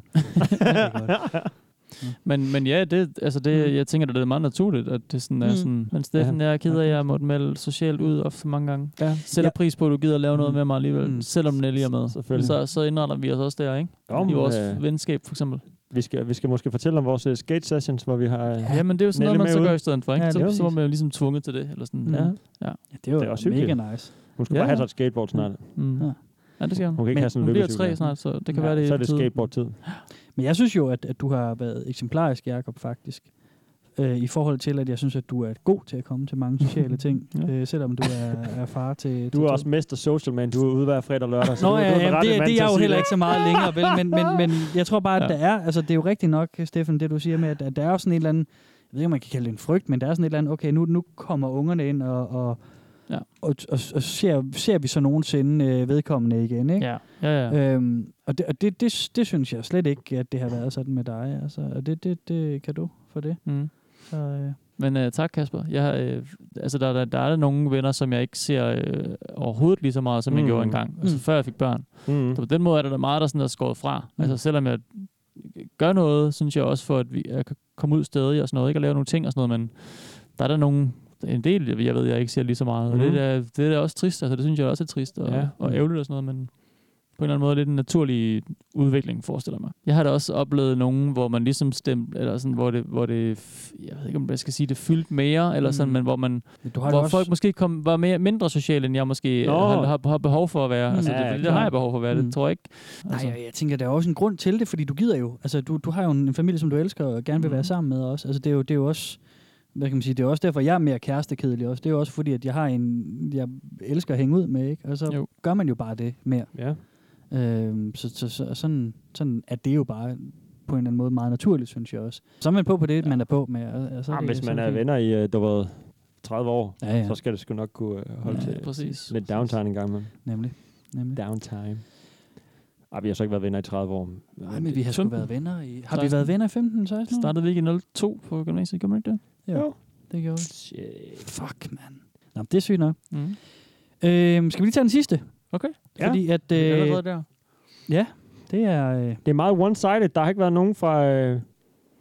S5: Mm. Men, men ja, det, altså det, jeg tænker, det er meget naturligt, at det sådan er
S4: Mm.
S5: sådan. Men Steffen, jeg er ked af, at jeg måtte melde socialt ud ofte så mange gange.
S4: Ja. Mm.
S5: Sætter pris på, at du gider lave noget med mig alligevel, selvom Nelly er med.
S4: Selvfølgelig.
S5: Så, så indretter vi os også der, ikke?
S4: Jo,
S5: I
S4: men,
S5: vores
S4: øh,
S5: venskab, for eksempel.
S4: Vi skal, vi skal måske fortælle om vores øh, skate sessions, hvor vi har... øh,
S5: Ja, men det er jo sådan noget, man så gør i stedet for, ikke? så, så var man jo ligesom tvunget til det, eller sådan.
S4: Mm. Ja.
S5: ja.
S3: det er jo mega nice.
S4: Hun skal
S5: Ja,
S4: bare have
S5: ja.
S4: sig et skateboard snart.
S5: Mm.
S3: Ja.
S5: Ja, det skal hun.
S4: Hun kan ikke
S5: Men
S4: have sådan en
S5: hun bliver
S4: lykkecykel.
S5: tre snart, så det kan være, det
S4: Så er
S5: er
S4: det
S5: tiden.
S4: skateboardtid.
S3: Men jeg synes jo, at, at du har været eksemplarisk, Jakob, faktisk. Øh, I forhold til, at jeg synes, at du er god til at komme til mange sociale ting, ja. øh, selvom du er, er far til...
S4: Du
S3: til
S4: er også mester social man. Du er ude hver fredag og lørdag. så
S3: Nå
S4: du,
S3: ja,
S4: du er den
S3: ja
S4: rette
S3: det,
S4: mand
S3: det
S4: til
S3: er
S4: at
S3: jo
S4: sige
S3: heller
S4: det.
S3: ikke så meget længere, vel? Men, men, men jeg tror bare, at
S4: Ja.
S3: der er, altså det er jo rigtigt nok, Steffen, det du siger med, at, at der er jo sådan et eller andet, jeg ved ikke, om man kan kalde det en frygt, men der er sådan et eller andet, okay, nu, nu kommer ungerne ind, og, og,
S5: ja.
S3: og, og, og ser, ser vi så nogensinde øh, vedkommende igen, ikke?
S5: Ja, ja, ja.
S3: Øhm, og det, og det, det, det synes jeg slet ikke, at det har været sådan med dig, altså. Og det, det, det kan du for det.
S5: Mm.
S3: Så, øh,
S5: Men øh, tak, Kasper. Jeg, har, øh, altså, der, der, der er nogle venner, som jeg ikke ser øh, overhovedet lige så meget, som mm. jeg
S3: Mm.
S5: gjorde engang. Altså,
S3: Mm.
S5: før jeg fik børn.
S4: Mm.
S5: Så på den måde er der da meget, der sådan er skåret fra.
S3: Mm.
S5: Mm. Altså, selvom jeg gør noget, synes jeg også, for at vi jeg kan komme ud stadig og sådan noget, ikke? Og lave nogle ting og sådan noget, men der er der nogle en del, jeg- jeg ved, jeg ikke ser lige så meget. Mm. Og
S4: Mm.
S5: det, er, da- det er da også trist. Altså, det synes jeg også er trist og,
S4: Ja.
S5: ja. og ærgerligt og sådan noget, men på en eller anden måde er det en naturlig udvikling, forestiller jeg
S4: Ah,
S5: mig. Jeg har da også oplevet nogen, hvor man ligesom stemte, eller sådan, hvor det, hvor det, f- jeg ved ikke, om jeg skal sige, det fyldte mere, eller sådan,
S3: Mm.
S5: men hvor man,
S3: Du har
S5: hvor
S3: det også-
S5: folk måske kom, var mere, mindre sociale, end jeg måske
S3: Nå.
S5: har, har, har, behov for at være.
S3: Mm.
S5: Altså,
S3: Ja,
S5: det, fordi det
S3: klar.
S5: har jeg behov for at være,
S3: Mm.
S5: det tror jeg ikke. Altså.
S3: Nej, jeg, jeg tænker, der er også en grund til det, fordi du gider jo. Altså, du, du har jo en, en familie, som du elsker og gerne
S5: Mm.
S3: vil være sammen med også. Altså, det er jo, det er jo også, hvad kan man sige, det er også derfor, jeg er mere kærestekedelig også. Det er jo også fordi, at jeg har en, jeg elsker at hænge ud med, ikke? Og så jo.
S5: Jo.
S3: gør man jo bare det mere.
S4: Ja.
S3: Øhm, så, så, så sådan, sådan er det jo bare på en eller anden måde meget naturligt, synes jeg også. Så er man på på det, ja. man er på med. Og, og så
S4: Jamen,
S3: det-
S4: Ah, hvis
S3: så
S4: man
S3: det
S4: er
S3: fint.
S4: venner i, øh, du ved, 30 år,
S3: Ja, ja.
S4: så skal det sgu nok kunne øh, holde
S3: Ja,
S4: til
S3: ja, præcis.
S4: lidt downtime en gang med.
S3: Nemlig. Nemlig.
S4: Downtime. Ej, vi har så ikke været venner i 30 år.
S3: Nej, men vi har sgu været venner i... Har vi
S5: 16?
S3: været venner i 15, 16 år?
S5: Startede vi ikke i 02 på gymnasiet, gjorde man ikke det?
S3: Jo. Det gjorde vi.
S4: Shit.
S3: Fuck, mand. Nå, det er sygt nok.
S5: Mm.
S3: Øhm, skal vi lige tage den sidste?
S5: Okay.
S3: Fordi at...
S4: Vi kan
S3: Øh,
S4: allerede der.
S3: Ja, det er... Øh, det
S4: er meget one-sided. Der har ikke været nogen fra, øh,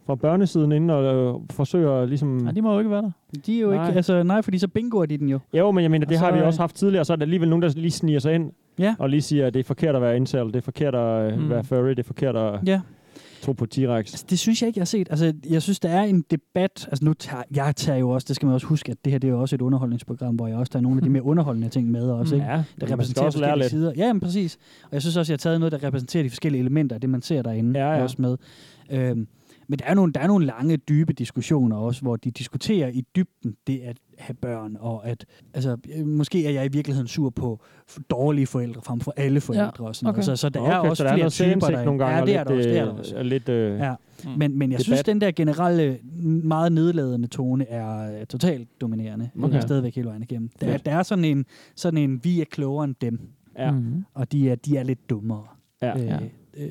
S4: fra børnesiden inden og øh, forsøger ligesom... Nej,
S5: de må jo ikke være der.
S3: De er jo ikke... Altså, nej, fordi så bingoer de den jo.
S4: Jo, men jeg mener, det
S3: Og
S4: har
S3: så,
S4: vi
S3: øh,
S4: også haft tidligere, så er der alligevel nogen, der lige sniger sig ind
S3: ja.
S4: og lige siger, at det er forkert at være incel, det er forkert at mm.
S3: Mm.
S4: være furry, det er forkert at
S3: Ja.
S4: tro på T-Rex.
S3: øh, Det synes jeg ikke, jeg har set. Altså, jeg synes, der er en debat. Altså, nu tager, jeg tager jo også, det skal man også huske, at det her det er jo også et underholdningsprogram, hvor jeg også der er nogle af de mere underholdende ting med også. Ikke?
S4: Mm. Ja, men man
S3: der
S4: skal
S3: repræsenterer
S4: også lære
S3: forskellige
S4: lidt.
S3: sider. Ja, men præcis. Og jeg synes også, jeg har taget noget, der repræsenterer de forskellige elementer, af det man ser derinde ja, ja.
S4: ja.
S3: også med. Øhm, men der er, nogle, der er nogle lange, dybe diskussioner også, hvor de diskuterer i dybden det at have børn, og at altså, øh, måske er jeg i virkeligheden sur på f- dårlige forældre frem for alle forældre. Ja, og sådan okay. noget. Så, så der er også
S4: så der er
S3: flere
S4: noget
S3: typer,
S4: selvindsigt
S3: der
S4: nogle gange,
S3: ja,
S4: og
S3: det er der
S4: lidt,
S3: også. Det er der
S4: øh,
S3: også.
S4: og lidt, øh,
S3: Ja. Men, men jeg synes,
S4: debat.
S3: den der generelle, n- meget nedladende tone er øh, totalt dominerende. Okay.
S4: Okay.
S3: Stadigvæk hele vejen igennem. Der, er-
S4: Fedt.
S3: der er sådan en, sådan en, vi er klogere end dem.
S4: Ja.
S5: Mhm.
S3: Og de er, de er lidt dummere.
S4: Ja.
S3: Øh,
S4: Ja.
S3: Øh,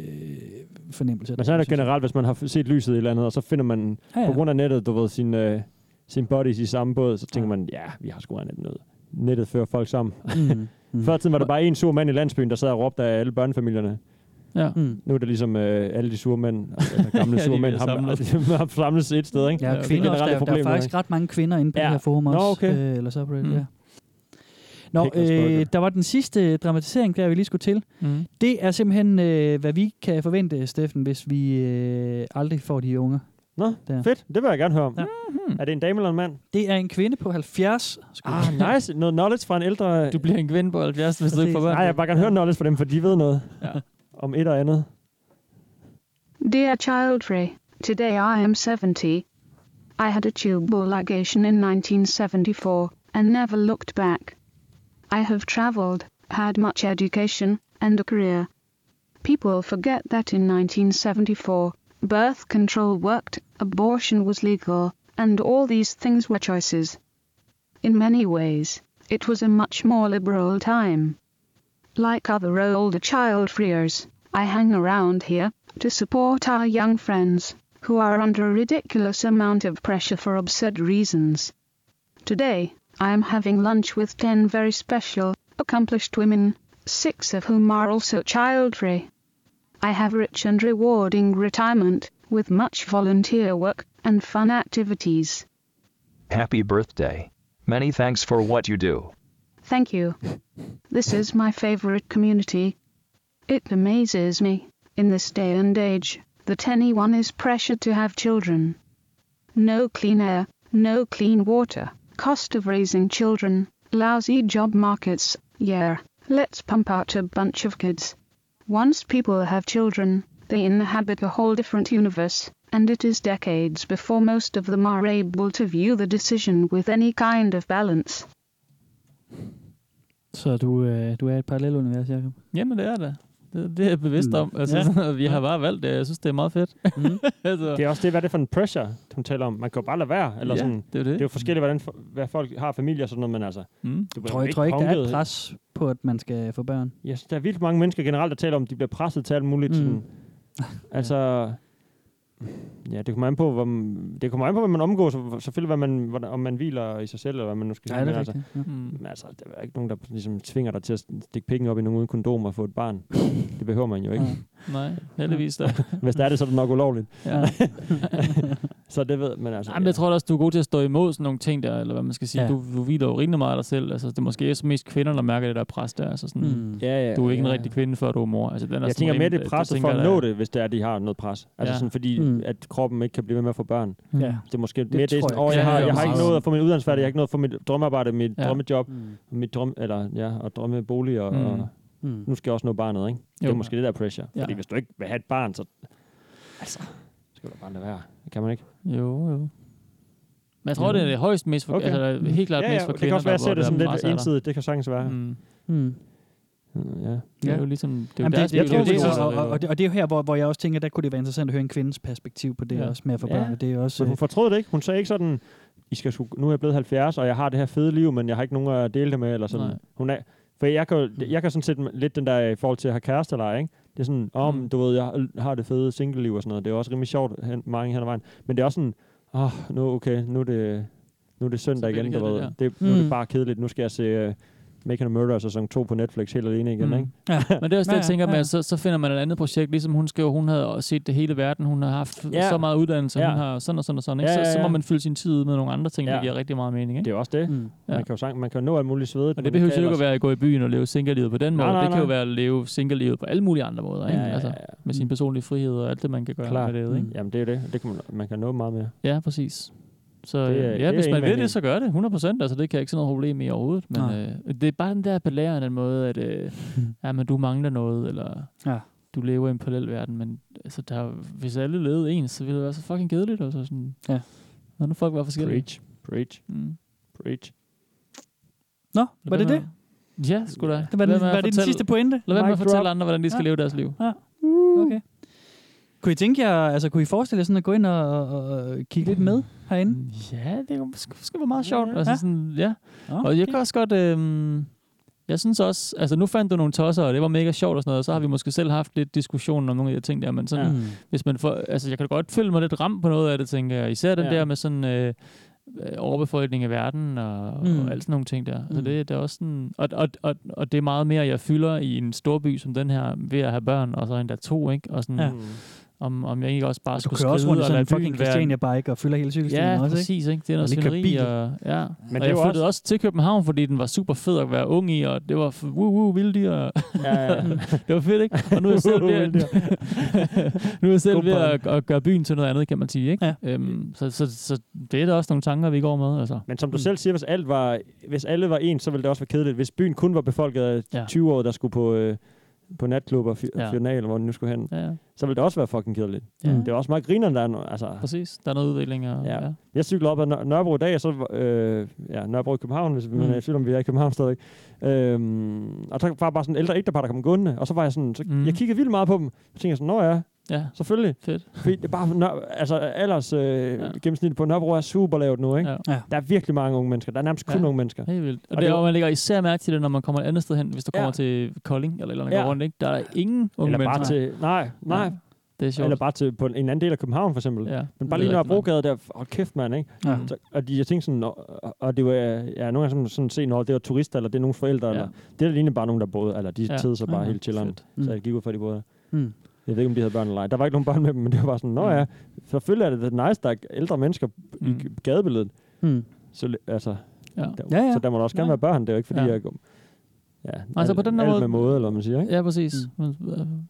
S3: fornemmelse.
S4: Men så er det generelt, hvis man har f- set lyset i et eller andet, og så finder man ja,
S3: Ja, ja.
S4: ja. på grund af nettet, du ved, sin... Øh, sine buddies i samme båd, så tænker man, ja, vi har sgu nettet noget. Nettet fører folk sammen.
S5: Mhm.
S4: Mm. Før i tiden var der bare en sur mand i landsbyen, der sad og råbte af alle børnefamilierne.
S5: Ja.
S4: Mm. Nu er det ligesom øh, alle de sure mænd, altså gamle
S5: Ja, de
S4: sure mænd, altså,
S5: bliver
S4: har,
S5: samlet.
S4: har, har samlet et sted. Ikke?
S3: Ja, kvinder også. Der, der er faktisk ret mange kvinder inde på ja. det her forum også.
S4: Nå, okay.
S3: Øh, eller subreddit,
S4: Mm.
S3: mm. ja. Nå,
S4: Pik og spøjke.
S3: øh, der var den sidste dramatisering, der vi lige skulle til.
S5: Mm.
S3: Det er simpelthen, øh, hvad vi kan forvente, Steffen, hvis vi øh, aldrig får de unger.
S4: Nå,
S3: der.
S4: fedt. Det vil jeg gerne høre om. Ja. Mm-hmm. Er det en dame eller en mand?
S3: Det er en kvinde på 70.
S4: Ah, nice. Noget knowledge fra en ældre... Du
S5: bliver en kvinde på 70, hvis du ikke får børn.
S4: Nej, jeg vil bare gerne høre knowledge fra dem, for de ved noget
S5: ja.
S4: om et og andet.
S13: Dear Child Ray, today I am 70. I had a tubal ligation in 1974 and never looked back. I have traveled, had much education, and a career. People forget that in 1974, birth control worked, abortion was legal, and all these things were choices. In many ways, it was a much more liberal time. Like other older child freers, I hang around here to support our young friends who are under a ridiculous amount of pressure for absurd reasons. Today, I am having lunch with 10 very special, accomplished women, six of whom are also child free. I have a rich and rewarding retirement with much volunteer work and fun activities.
S14: Happy birthday. Many thanks for what you do.
S13: Thank you. This is my favorite community. It amazes me, in this day and age, that anyone is pressured to have children. No clean air, no clean water, cost of raising children, lousy job markets, yeah, let's pump out a bunch of kids. Once people have children, they inhabit a whole different universe, and it is decades before most of them are able to view the decision with any kind of balance.
S3: Så du, øh, du er i et parallelt univers, Jacob.
S5: Jamen, det er det. Det, det er jeg bevidst
S3: Nå.
S5: om. Altså,
S3: Mm. Ja.
S5: ja. vi har bare valgt det. Jeg synes, det er meget fedt. Mm. altså,
S4: Det er også det, hvad er det for en pressure, hun taler om. Man kan jo bare lade være. Eller
S5: Ja,
S4: sådan.
S5: det er jo det.
S4: det er jo forskelligt, hvordan for, hvad folk har af familie og sådan noget, men altså...
S5: Mm.
S4: Du
S3: Jeg tror, jeg tror ikke, der er et pres på, at man skal få børn.
S4: Jeg synes, der er vildt mange mennesker generelt, der taler om, at de bliver presset til alt muligt. Mm.
S3: Mm.
S4: Sådan. Altså, ja, det kommer an på, hvor, m- det kommer an på, hvad man omgås, og hvor- selvfølgelig, hvad man, hvordan, om man hviler i sig selv, eller hvad man nu skal
S3: Ja,
S4: sige.
S3: det er
S4: men altså,
S3: rigtigt, ja.
S5: Mm.
S4: men altså, der er ikke nogen, der ligesom tvinger dig til at stikke pikken op i nogen uden kondom og få et barn. Det behøver man jo ikke.
S5: nej, heldigvis da.
S4: Hvis der er det, så er det nok ulovligt.
S5: Ja.
S4: så det ved man altså.
S5: Jamen, jeg tror da også, du er god til at stå imod sådan nogle ting der, eller hvad man skal sige.
S4: Ja.
S5: Ja. Du, du hviler jo rimelig meget af dig selv. Altså, det er måske også mest kvinder, der mærker det der pres der. Altså, sådan,
S4: Mm. Ja, ja,
S5: du er ikke
S4: ja,
S5: en rigtig kvinde, før du er mor. Altså, den er
S4: jeg
S5: sådan
S4: tænker mere,
S5: rimelig-
S4: det er presset for
S5: tænker
S4: at
S5: jeg
S4: nå
S5: da-
S4: det, hvis det er, de har noget pres. Altså
S5: Ja.
S4: sådan fordi,
S5: Mm.
S4: at kroppen ikke kan blive ved med at få børn.
S5: Ja.
S4: Det er måske det
S5: Mm. Det
S4: mere det, er
S5: tror
S4: sådan,
S5: jeg
S4: åh, jeg,
S5: ikke.
S4: har,
S5: Ja,
S4: jeg har ikke
S5: præcis.
S4: nået at få min uddannelsesfærdig, jeg har ikke nået at få mit drømmearbejde, mit
S5: Ja.
S4: drømmejob, mm. mit drøm, eller, ja, og drømmebolig, og,
S5: Mm.
S4: og
S3: Mm.
S4: nu skal jeg også nå barnet, ikke? Det er
S5: Jo.
S4: måske det der pressure.
S5: Ja.
S4: Fordi hvis du ikke vil have et barn, så altså, skal du bare lade være. Det kan man ikke.
S5: Jo, Mm. jo. Men jeg tror, det er det højst mest for, okay. altså, helt klart
S4: ja, ja,
S5: mest for
S4: det
S5: kvinder.
S4: kan også være, at jeg ser
S5: hvor
S4: det sådan
S5: er
S4: lidt
S5: presset er der.
S4: ensidigt. Det kan sagtens være.
S5: Mm.
S3: Mm.
S4: Ja.
S5: Det er jo ligesom... Det er jo
S3: Jamen,
S5: deres
S3: det, jeg
S5: liv,
S3: tror,
S5: det er
S3: det,
S5: jo
S3: det, og,
S5: deres-
S3: og, og, det, og det er jo her, hvor, hvor jeg også tænker, der kunne det være interessant at høre en kvindes perspektiv på det
S4: Ja.
S3: ja. også med at få
S4: Ja.
S3: børn. og Det er også, øh,
S4: Så hun fortrød det ikke. Hun sagde ikke sådan, I skal sgu, nu er jeg blevet 70, og jeg har det her fede liv, men jeg har ikke nogen at dele det med, eller sådan.
S5: Nej.
S4: Hun er, for jeg kan, jo-
S3: Mm.
S4: jeg kan sådan set lidt den der øh, i forhold til at have kæreste eller ej, ikke? Det er sådan, om
S3: Mm.
S4: du ved, jeg har det fede single-liv og sådan noget. Det er jo også rimelig sjovt, hen, mange hen ad vejen. Men det er også sådan, åh, oh, nu okay, nu er det, nu er det søndag
S5: bliver
S4: igen,
S5: det
S4: du ved.
S5: kedeligt, ja.
S4: Det, nu er det
S5: Mm.
S4: bare kedeligt. Nu skal jeg se uh, Making a Murderer sæson 2 på Netflix helt alene igen,
S5: Mm.
S4: ikke?
S5: Men det er også det, jeg
S4: Ja,
S5: tænker
S4: ja,
S5: med,
S4: ja.
S5: at så, så finder man et andet projekt, ligesom hun skrev, hun havde set det hele verden, hun har haft
S4: Ja.
S5: ja. så meget uddannelse,
S4: Ja.
S5: ja. hun har sådan og sådan og sådan, ikke?
S4: Ja, ja,
S5: Så, så
S4: ja.
S5: må man fylde sin tid ud med nogle andre ting, ja.
S4: Ja.
S5: der giver rigtig meget mening, ikke?
S4: Det er jo også det.
S5: Mm. Ja.
S4: Man kan jo sang, man kan jo nå alt muligt svedet.
S5: Og det behøver jo ikke at være at gå i byen og leve single-livet på den
S4: Nej,
S5: måde.
S4: nej,
S5: det kan jo
S4: nej.
S5: være at leve single-livet på alle mulige andre måder, ikke?
S4: Ja, ja, ja, Mm.
S5: Altså, med sin personlige frihed og alt det, man kan gøre
S4: Klar.
S5: med det, ikke?
S4: Mm. Jamen, det er jo det. Det kan man, man kan nå meget mere.
S5: Ja, præcis. Så
S4: Det er-
S5: det,
S4: det
S5: ja,
S4: er
S5: det hvis
S4: jeg
S5: man
S4: enig
S5: vil
S4: i.
S5: det, så gør det 100%. Altså, det kan jeg ikke se noget problem i overhovedet. Men
S3: Nej.
S5: øh, det er bare den der belærende måde, at øh, ja, men du mangler noget, eller
S3: Ja.
S5: du lever i en parallel verden. Men altså, der, hvis alle levede ens, så ville det være så fucking kedeligt. Altså, sådan,
S3: Ja.
S5: Når nu folk var forskellige.
S4: Preach. Preach.
S5: Mm.
S4: Preach.
S3: Nå,
S5: Lad
S3: var det
S5: være
S3: det?
S5: med- Ja, sgu da.
S3: Det var, den,
S5: Lad være med at
S3: var det den
S5: fortælle-
S3: sidste pointe?
S5: Lad være med at
S3: Mic
S5: fortælle
S3: drop.
S5: andre, hvordan de skal
S3: Ja.
S5: leve deres liv.
S3: Ja. Okay. Kunne I tænke jer, altså kunne I forestille jer sådan at gå ind og, og, og kigge lidt med herinde?
S5: Ja, det kunne måske være meget sjovt.
S3: Ja.
S5: Altså, sådan, ja.
S3: Nå,
S5: Og jeg kan også godt... Øh, jeg synes også, altså nu fandt du nogle tosser, og det var mega sjovt og sådan noget, og så har vi måske selv haft lidt diskussion om nogle af de her ting der, men sådan,
S3: Ja.
S5: ja. hvis man får, altså jeg kan da godt føle mig lidt ramt på noget af det, tænker jeg. Især den
S3: Ja.
S5: der med sådan, øh, øh, overbefolkning af verden og, mm.
S3: Mm.
S5: og alt sådan nogle ting der. Mm. Så det, det er også sådan, og, og, og, og det er meget mere, jeg fylder i en storby som den her, ved at have børn, og så endda to, ikke? Og sådan,
S3: Ja.
S5: ja. om, om jeg ikke også bare
S3: Og du
S5: skulle
S3: kører også
S5: skride
S3: rundt i
S5: og
S3: sådan en
S5: lade byen
S3: fucking
S5: være-
S3: Christiania-bike og fylder hele cykelstien
S5: Ja,
S3: også, ikke?
S5: præcis, ikke? Det
S3: Og
S5: er noget
S3: lige kører
S5: svineri,
S3: bil.
S5: og, ja.
S3: Men
S5: Men og
S3: det er
S5: jeg
S3: jo
S5: flyttede
S3: også-
S5: også... til København, fordi den var super fed at være ung i, og det var f- woo woo vildt og
S4: Ja, ja.
S5: det var fedt, ikke? Og nu er jeg selv ved, at, nu er jeg selv
S4: God
S5: ved at,
S4: barn.
S5: at, gøre byen til noget andet, kan man sige, ikke? Ja. Øhm, så, så, så, det er da også nogle tanker, vi går med, altså.
S4: Men som du selv siger, hvis, alt var, hvis alle var ens, så ville det også være kedeligt. Hvis byen kun var befolket af
S5: Ja.
S4: ja. 20 år, der skulle på, øh, på natklub og
S5: Ja.
S4: ja. fjernal, hvor den nu skulle hen,
S5: Ja, ja.
S4: så ville det også være fucking kedeligt.
S5: Ja.
S4: Ja. Det er også meget grineren, der er no- altså,
S5: Præcis, der er noget udvikling. Og,
S4: Ja. Jeg cyklede op ad Nør- Nørrebro i dag, og så øh, ja, Nørrebro i København, hvis man
S5: Mm.
S4: er i tvivl om, vi er i København stadig. Øhm, og der var bare sådan en ældre ægtepar, der kom gående, og så var jeg sådan, så, mm. jeg kiggede vildt meget på dem, så tænkte jeg sådan, nå ja,
S5: Ja.
S4: selvfølgelig.
S5: Fedt.
S4: Fordi det er bare, nør, altså alders øh, ja. gennemsnittet på Nørrebro er super lavt nu, ikke?
S5: Ja.
S4: Der er virkelig mange unge mennesker, der er nærmest kun
S5: Ja.
S4: unge mennesker.
S5: Helt vildt. Og, det
S4: Og
S5: er,
S4: det-
S5: jo, man lægger især mærke til det, når man kommer et andet sted hen, hvis du
S4: Ja.
S5: kommer til Kolding eller et eller andet
S4: Ja.
S5: ja. rundt, ikke? Der er ingen unge
S4: Eller bare
S5: mennesker.
S4: til, nej, nej.
S5: Det er sjovt.
S4: Eller bare til på en anden del af København, for eksempel.
S5: Ja,
S4: Men bare
S5: det
S4: lige
S5: er rigtig
S4: Nørrebrogade, der, hold kæft, mand, ikke?
S5: Ja.
S4: Så, og de, jeg tænkte sådan, og, og det var, ja, nogle gange sådan, sådan se, når det var turister, eller det er nogle forældre,
S5: Ja.
S4: eller det der lignede bare nogen, der boede, eller de
S5: Ja.
S4: ja. tede sig bare
S5: Ja,
S4: ja, helt chilleren,
S5: fedt.
S4: så jeg gik ud fra, de boede der.
S3: Mm.
S4: Jeg ved ikke, om de havde børn eller ej. Der var ikke nogen børn med dem, men det var bare sådan, nå
S5: Mm.
S4: ja, selvfølgelig er det da nice, der er ældre mennesker mm. i gadebilledet.
S3: Mm.
S4: Så, li- altså,
S5: Ja.
S4: Der,
S5: Ja, ja.
S4: så der må der også gerne
S5: Ja.
S4: være børn, det er jo ikke fordi,
S5: Ja.
S4: ja. jeg... Ja,
S5: Altså,
S4: alt,
S5: på den der
S4: alt
S5: måde-
S4: med måde, eller hvad man siger, ikke?
S5: Ja, præcis. Mm.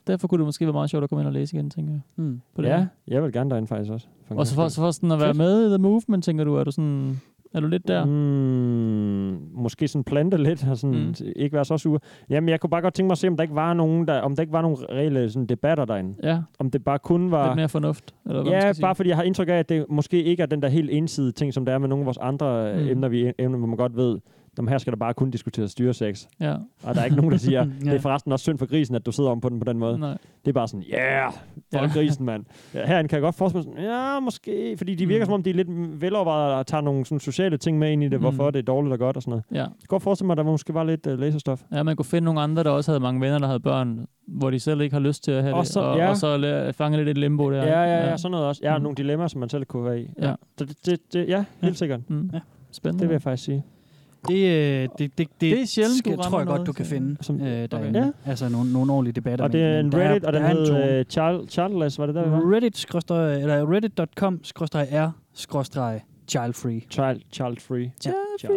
S5: Derfor kunne det måske være meget sjovt at komme ind og læse igen, tænker jeg.
S3: Mm.
S5: På den
S4: Ja,
S5: måde.
S4: jeg vil gerne derind faktisk også. en
S5: Og så
S4: gangs
S5: for,
S4: skyld.
S5: så for sådan at være
S4: Fedt.
S5: med i The Movement, tænker du, er du sådan... Er du lidt der?
S4: Mm, måske sådan plante lidt og sådan mm. ikke være så sur. Jamen, jeg kunne bare godt tænke mig at se, om der ikke var nogen, der, om der ikke var nogen reelle sådan, debatter derinde.
S5: Ja.
S4: Om det bare kun var...
S5: Lidt mere fornuft, eller hvad man
S4: Ah. ja,
S5: skal sige.
S4: bare fordi jeg har indtryk af, at det måske ikke er den der helt ensidige ting, som der er med nogle af vores andre
S5: Mm.
S4: mm. emner, vi, emner, hvor man godt ved, om her skal der bare kun diskutere styresex.
S5: Ja.
S4: Og der er ikke nogen, der siger,
S5: Ja.
S4: det er forresten også synd for grisen, at du sidder om på den på den måde.
S5: Nej.
S4: Det er bare sådan, yeah,
S5: Ja.
S4: for ja. grisen, mand. Ja, Herinde kan jeg godt forestille mig sådan, ja, måske, fordi de virker mm. som om, de er lidt velovervejede og tager nogle sådan, sociale ting med ind i det,
S5: Mm.
S4: mm. hvorfor det er dårligt og godt og sådan noget.
S5: Ja.
S4: Jeg kan godt forestille mig, at der måske var lidt uh, læserstof.
S5: Ja, man kunne finde nogle andre, der også havde mange venner, der havde børn, hvor de selv ikke har lyst til at have
S4: Og
S5: det,
S4: så-
S5: og,
S4: ja.
S5: og så la- fange lidt et limbo der.
S4: Ja, ja, ja, ja sådan noget også. Ja, mm. nogle dilemmaer, som man selv kunne være i.
S5: Ja.
S4: Så det, det, det, ja, helt sikkert.
S5: Mm. Ja. Spændende.
S4: Det vil jeg faktisk sige.
S3: Det, øh, det, det, det,
S5: Det er sjældent, du rammer
S3: tror jeg godt,
S5: noget,
S3: du kan
S5: sådan.
S3: finde Som, øh, derinde.
S5: Ja.
S3: Ja. Altså nogle, nogle ordentlige debatter.
S4: Og det er
S3: men- men
S4: en
S3: der
S4: Reddit, og den
S3: der er en tone.
S4: hed uh, Child, Childless, var det der, vi var?
S3: Reddit skråstreg- eller reddit.com skråstreg r skråstreg childfree.
S4: Child, childfree.
S3: Ja. Ja.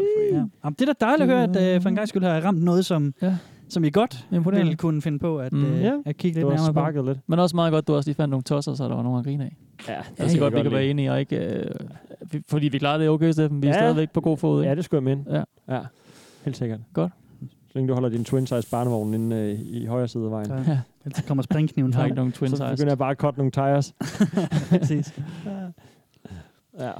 S3: Jamen, det er da dejligt at høre, at
S4: Mm.
S3: øh, for en gang skyld har jeg ramt noget, som,
S5: ja.
S3: som I godt
S5: Imponerende.
S3: ville kunne finde på at,
S5: Mm.
S3: øh,
S5: Ja.
S3: at kigge lidt
S5: Du har
S3: nærmere
S5: sparket
S3: på.
S4: lidt.
S5: Men også meget godt, du også lige fandt nogle tosser, så der var nogen at grine af.
S4: Ja,
S5: det er så godt, vi kan være enige, og ikke... Øh, vi- fordi vi klarer det okay, Steffen. Vi er
S4: Ja.
S5: stadigvæk på god fod, ikke?
S4: Ja, det skulle jeg mene.
S5: Ja.
S4: ja. Helt sikkert.
S5: Godt.
S4: Så længe du holder din twin-size barnevogn inde øh, i højre side af vejen.
S3: Ja. Ellers kommer springkniven
S4: Jeg har
S3: frem.
S4: ikke nogen twin-size. Så begynder jeg bare at cutte nogle tires.
S3: Præcis.
S4: Ja.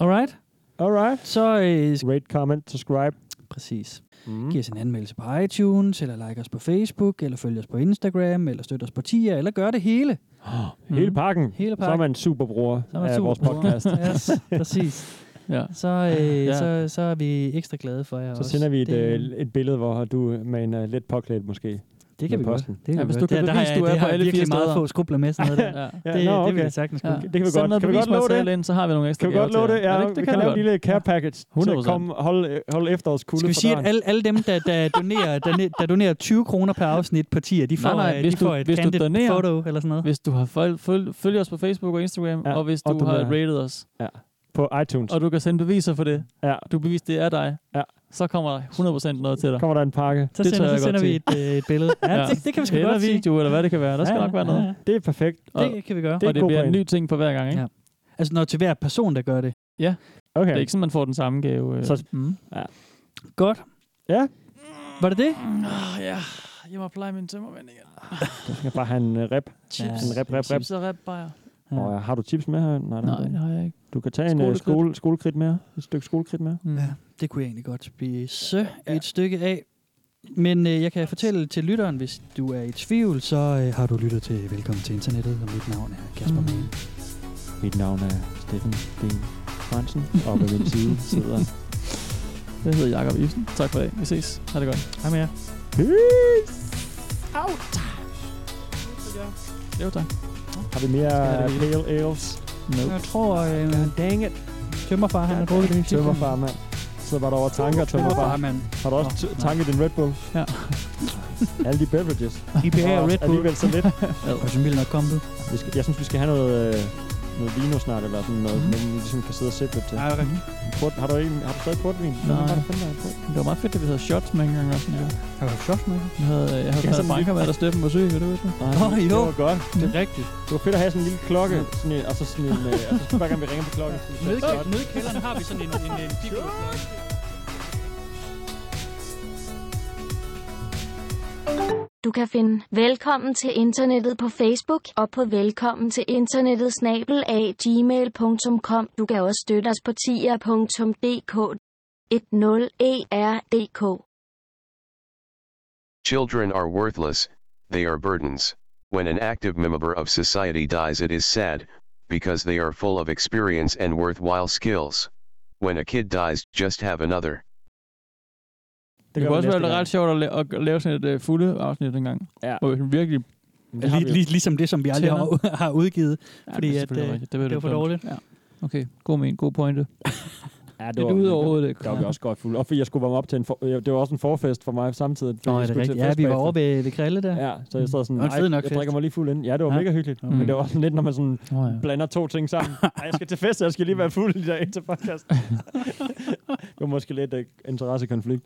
S3: Alright.
S4: Alright.
S3: Så... Øh,
S4: Rate, comment, subscribe.
S3: Præcis. Mm. Giv os en anmeldelse på iTunes, eller like os på Facebook, eller følg os på Instagram, eller støt os på TIA, eller gør det hele.
S4: Mm. Hele pakken.
S3: Hele
S4: Så er
S3: pakken.
S4: man superbruger
S3: Så er man
S4: af vores
S3: superbruger.
S4: podcast.
S3: yes, præcis.
S5: Ja.
S3: Så, øh,
S4: Ja.
S3: ja. så, så er vi ekstra glade for jer
S4: Så
S3: også.
S4: sender vi et,
S3: Det-
S4: øh, et billede, hvor du er med en uh, let påklædt måske.
S3: Det kan
S4: med
S3: vi godt.
S4: posten.
S3: Det kan vi godt. Der- der har jeg- det har jeg virkelig meget få skrubler med sådan noget der.
S5: Ja.
S3: Det-
S5: Ja, nå,
S3: det vil jeg
S5: okay.
S3: sagtens
S5: Ja.
S3: kunne.
S4: Det kan vi
S5: Send
S4: godt.
S5: noget
S4: Kan vi godt love
S5: bevismateriale
S4: det?
S5: Ind, så har vi nogle ekstra
S4: Kan vi godt
S5: gaver til
S4: love det?
S5: jer.
S4: Ja,
S5: Er ikke-
S4: det, det
S5: det
S4: vi
S5: kan
S4: kan,
S5: vi
S4: lave
S5: godt.
S4: en lille care package til at
S5: 100%.
S4: komme holde, holde efterårskulde
S3: Skal vi
S4: fra
S3: sige,
S4: døren.
S3: at alle, alle dem, der, der, donerer, der, ne- der donerer 20 kroner per afsnit på tier, de får,
S5: nej, nej,
S3: øh,
S5: hvis
S3: de får
S5: du,
S3: et
S5: hvis du
S3: candid
S5: donerer,
S3: photo eller sådan noget.
S5: Hvis du har følg, følg, følg os på Facebook og Instagram, ja, og hvis du
S3: og
S5: og har
S3: donerer.
S5: rated os.
S4: Ja. På iTunes.
S5: Og du kan sende beviser for det.
S4: Ja.
S5: Du beviser, det er dig.
S4: Ja.
S5: Så kommer der 100% noget til dig.
S4: Kommer der en pakke.
S3: Så
S5: det
S3: sender-
S5: tør jeg
S3: så
S5: godt
S3: sender vi
S5: til.
S3: et, øh, et billede. Ja, det- det kan vi sgu
S5: Eller
S3: godt sige.
S5: video, eller hvad det kan være. Der skal
S3: Ja,
S5: nok være
S3: ja,
S5: noget.
S3: ja.
S4: Det er perfekt.
S5: Og-
S3: Det kan vi gøre. Det er
S5: Og
S3: en
S5: det
S3: god
S5: bliver en
S3: plan.
S5: ny ting for hver gang, ikke?
S3: Ja. Altså når til hver person, der gør det.
S5: Ja.
S4: Okay.
S5: Det er ikke sådan, man får den samme gave. øh.
S3: Så-
S5: mm.
S4: ja.
S3: Godt.
S4: Ja.
S3: Var det det?
S5: Oh, ja, jeg må pleje min tømmermænd igen.
S4: Du skal bare have en uh, rep.
S5: Chips.
S4: En rep, rep, rep.
S5: Chips og rep, bajer.
S4: Ja. Og har du chips med her? Nej,
S5: Nej, det har jeg ikke.
S4: Du kan tage en uh,
S5: Skolekridt.
S4: skole, skolekridt med. Et stykke skolekridt med.
S3: Ja, det kunne jeg egentlig godt spise et stykke af. Men øh, jeg kan fortælle til lytteren, hvis du er i tvivl, så øh, har du lyttet til Velkommen til Internettet, og mit navn er Kasper Mann.
S4: Mit navn er Steffen Sten Fransen, og ved min side sidder...
S5: Jeg hedder Jakob Ibsen. Tak for i dag. Vi ses. Ha' det godt. Hej med jer.
S4: Peace!
S5: Out! Jo, tak.
S4: Har vi mere
S5: Skal jeg have det
S4: pale ales?
S5: Nope.
S3: Jeg tror... Øh,
S4: Dang it.
S3: Tømmerfar, han har drukket det hele tiden.
S4: Tømmerfar, mand. Så var der over tanker, tømmerfar.
S3: Tømmerfar, mand.
S4: Har du også t- tanket din Red Bull?
S5: Ja.
S4: Alle de beverages.
S3: IPA og Red Bull.
S4: Alligevel så lidt.
S3: Og som vildt nok kommet.
S4: Vi skal, jeg synes, vi skal have noget, øh, noget vino snart, eller sådan noget, mm. man ligesom kan sidde og sætte lidt til.
S3: Mhm. Ja, rigtig.
S4: Port, har, du en, har du stadig portvin?
S5: Nej.
S4: Hvad fanden er der på?
S5: Det var meget fedt, at vi havde shots med engang også. Ja.
S3: Har du shots med?
S5: Jeg havde, jeg havde
S4: Ja,
S5: ja, taget
S4: sådan
S5: Branka
S4: lige-
S5: med, der steppen på sø, kan du huske det?
S4: Ej,
S3: Åh, jo.
S4: Det var godt.
S3: Det er rigtigt.
S4: Det var fedt at have sådan en lille klokke, sådan en, og så sådan en, øh, og så hver gang vi ringer på klokken. så er det
S3: Nede-
S4: godt.
S3: nede i kælderen har vi sådan en- øh, en- en piccolo-klokke.
S15: Du kan finde Velkommen til internettet på Facebook og på velkommen til internettet snabel af gmail.com. Du kan også støtte os på tier.dk E 10erdk.
S16: Children are worthless, they are burdens. When an active member of society dies, it is sad, because they are full of experience and worthwhile skills. When a kid dies, just have another.
S5: Det, det
S4: gør vi
S5: kunne også
S4: næste
S5: være
S4: gang.
S5: ret sjovt at, la- at lave sådan et uh, fulde afsnit dengang.
S4: Ja.
S5: Hvor vi sådan virkelig...
S3: det har Lige- vi jo. lige- ligesom det, som vi aldrig har- har udgivet,
S5: Ja,
S3: fordi
S5: det er
S3: at,
S5: selvfølgelig
S3: øh,
S5: rigtigt.
S3: det
S5: lidt
S3: var for
S5: dumt.
S3: dårligt.
S5: Ja. Okay, god men, god pointe.
S4: Ja,
S5: Lidt ud over hovedet, ikke?
S4: det. Der var vi også godt fuld. Og fordi jeg skulle varme op til en for, øh, det var også en forfest for mig samtidig. fordi
S3: Nå,
S4: jeg
S3: er det
S4: skulle til
S3: rigtigt? Ja,
S4: fest
S3: vi var
S4: bagefter.
S3: over Øh, ved, ved Krille der.
S4: Ja, så jeg sad sådan,
S3: Det var en
S4: nej,
S3: fed
S4: jeg
S3: nok fest.
S4: drikker mig lige fuld ind. Ja, det var
S3: Ja.
S4: mega hyggeligt,
S3: Mm.
S4: mm. men det var også lidt, når man sådan
S5: Åh, ja.
S4: blander to ting sammen. Ej, jeg skal til fest, og jeg skal lige være fuld i dag til podcast. det var måske lidt uh, øh, interessekonflikt.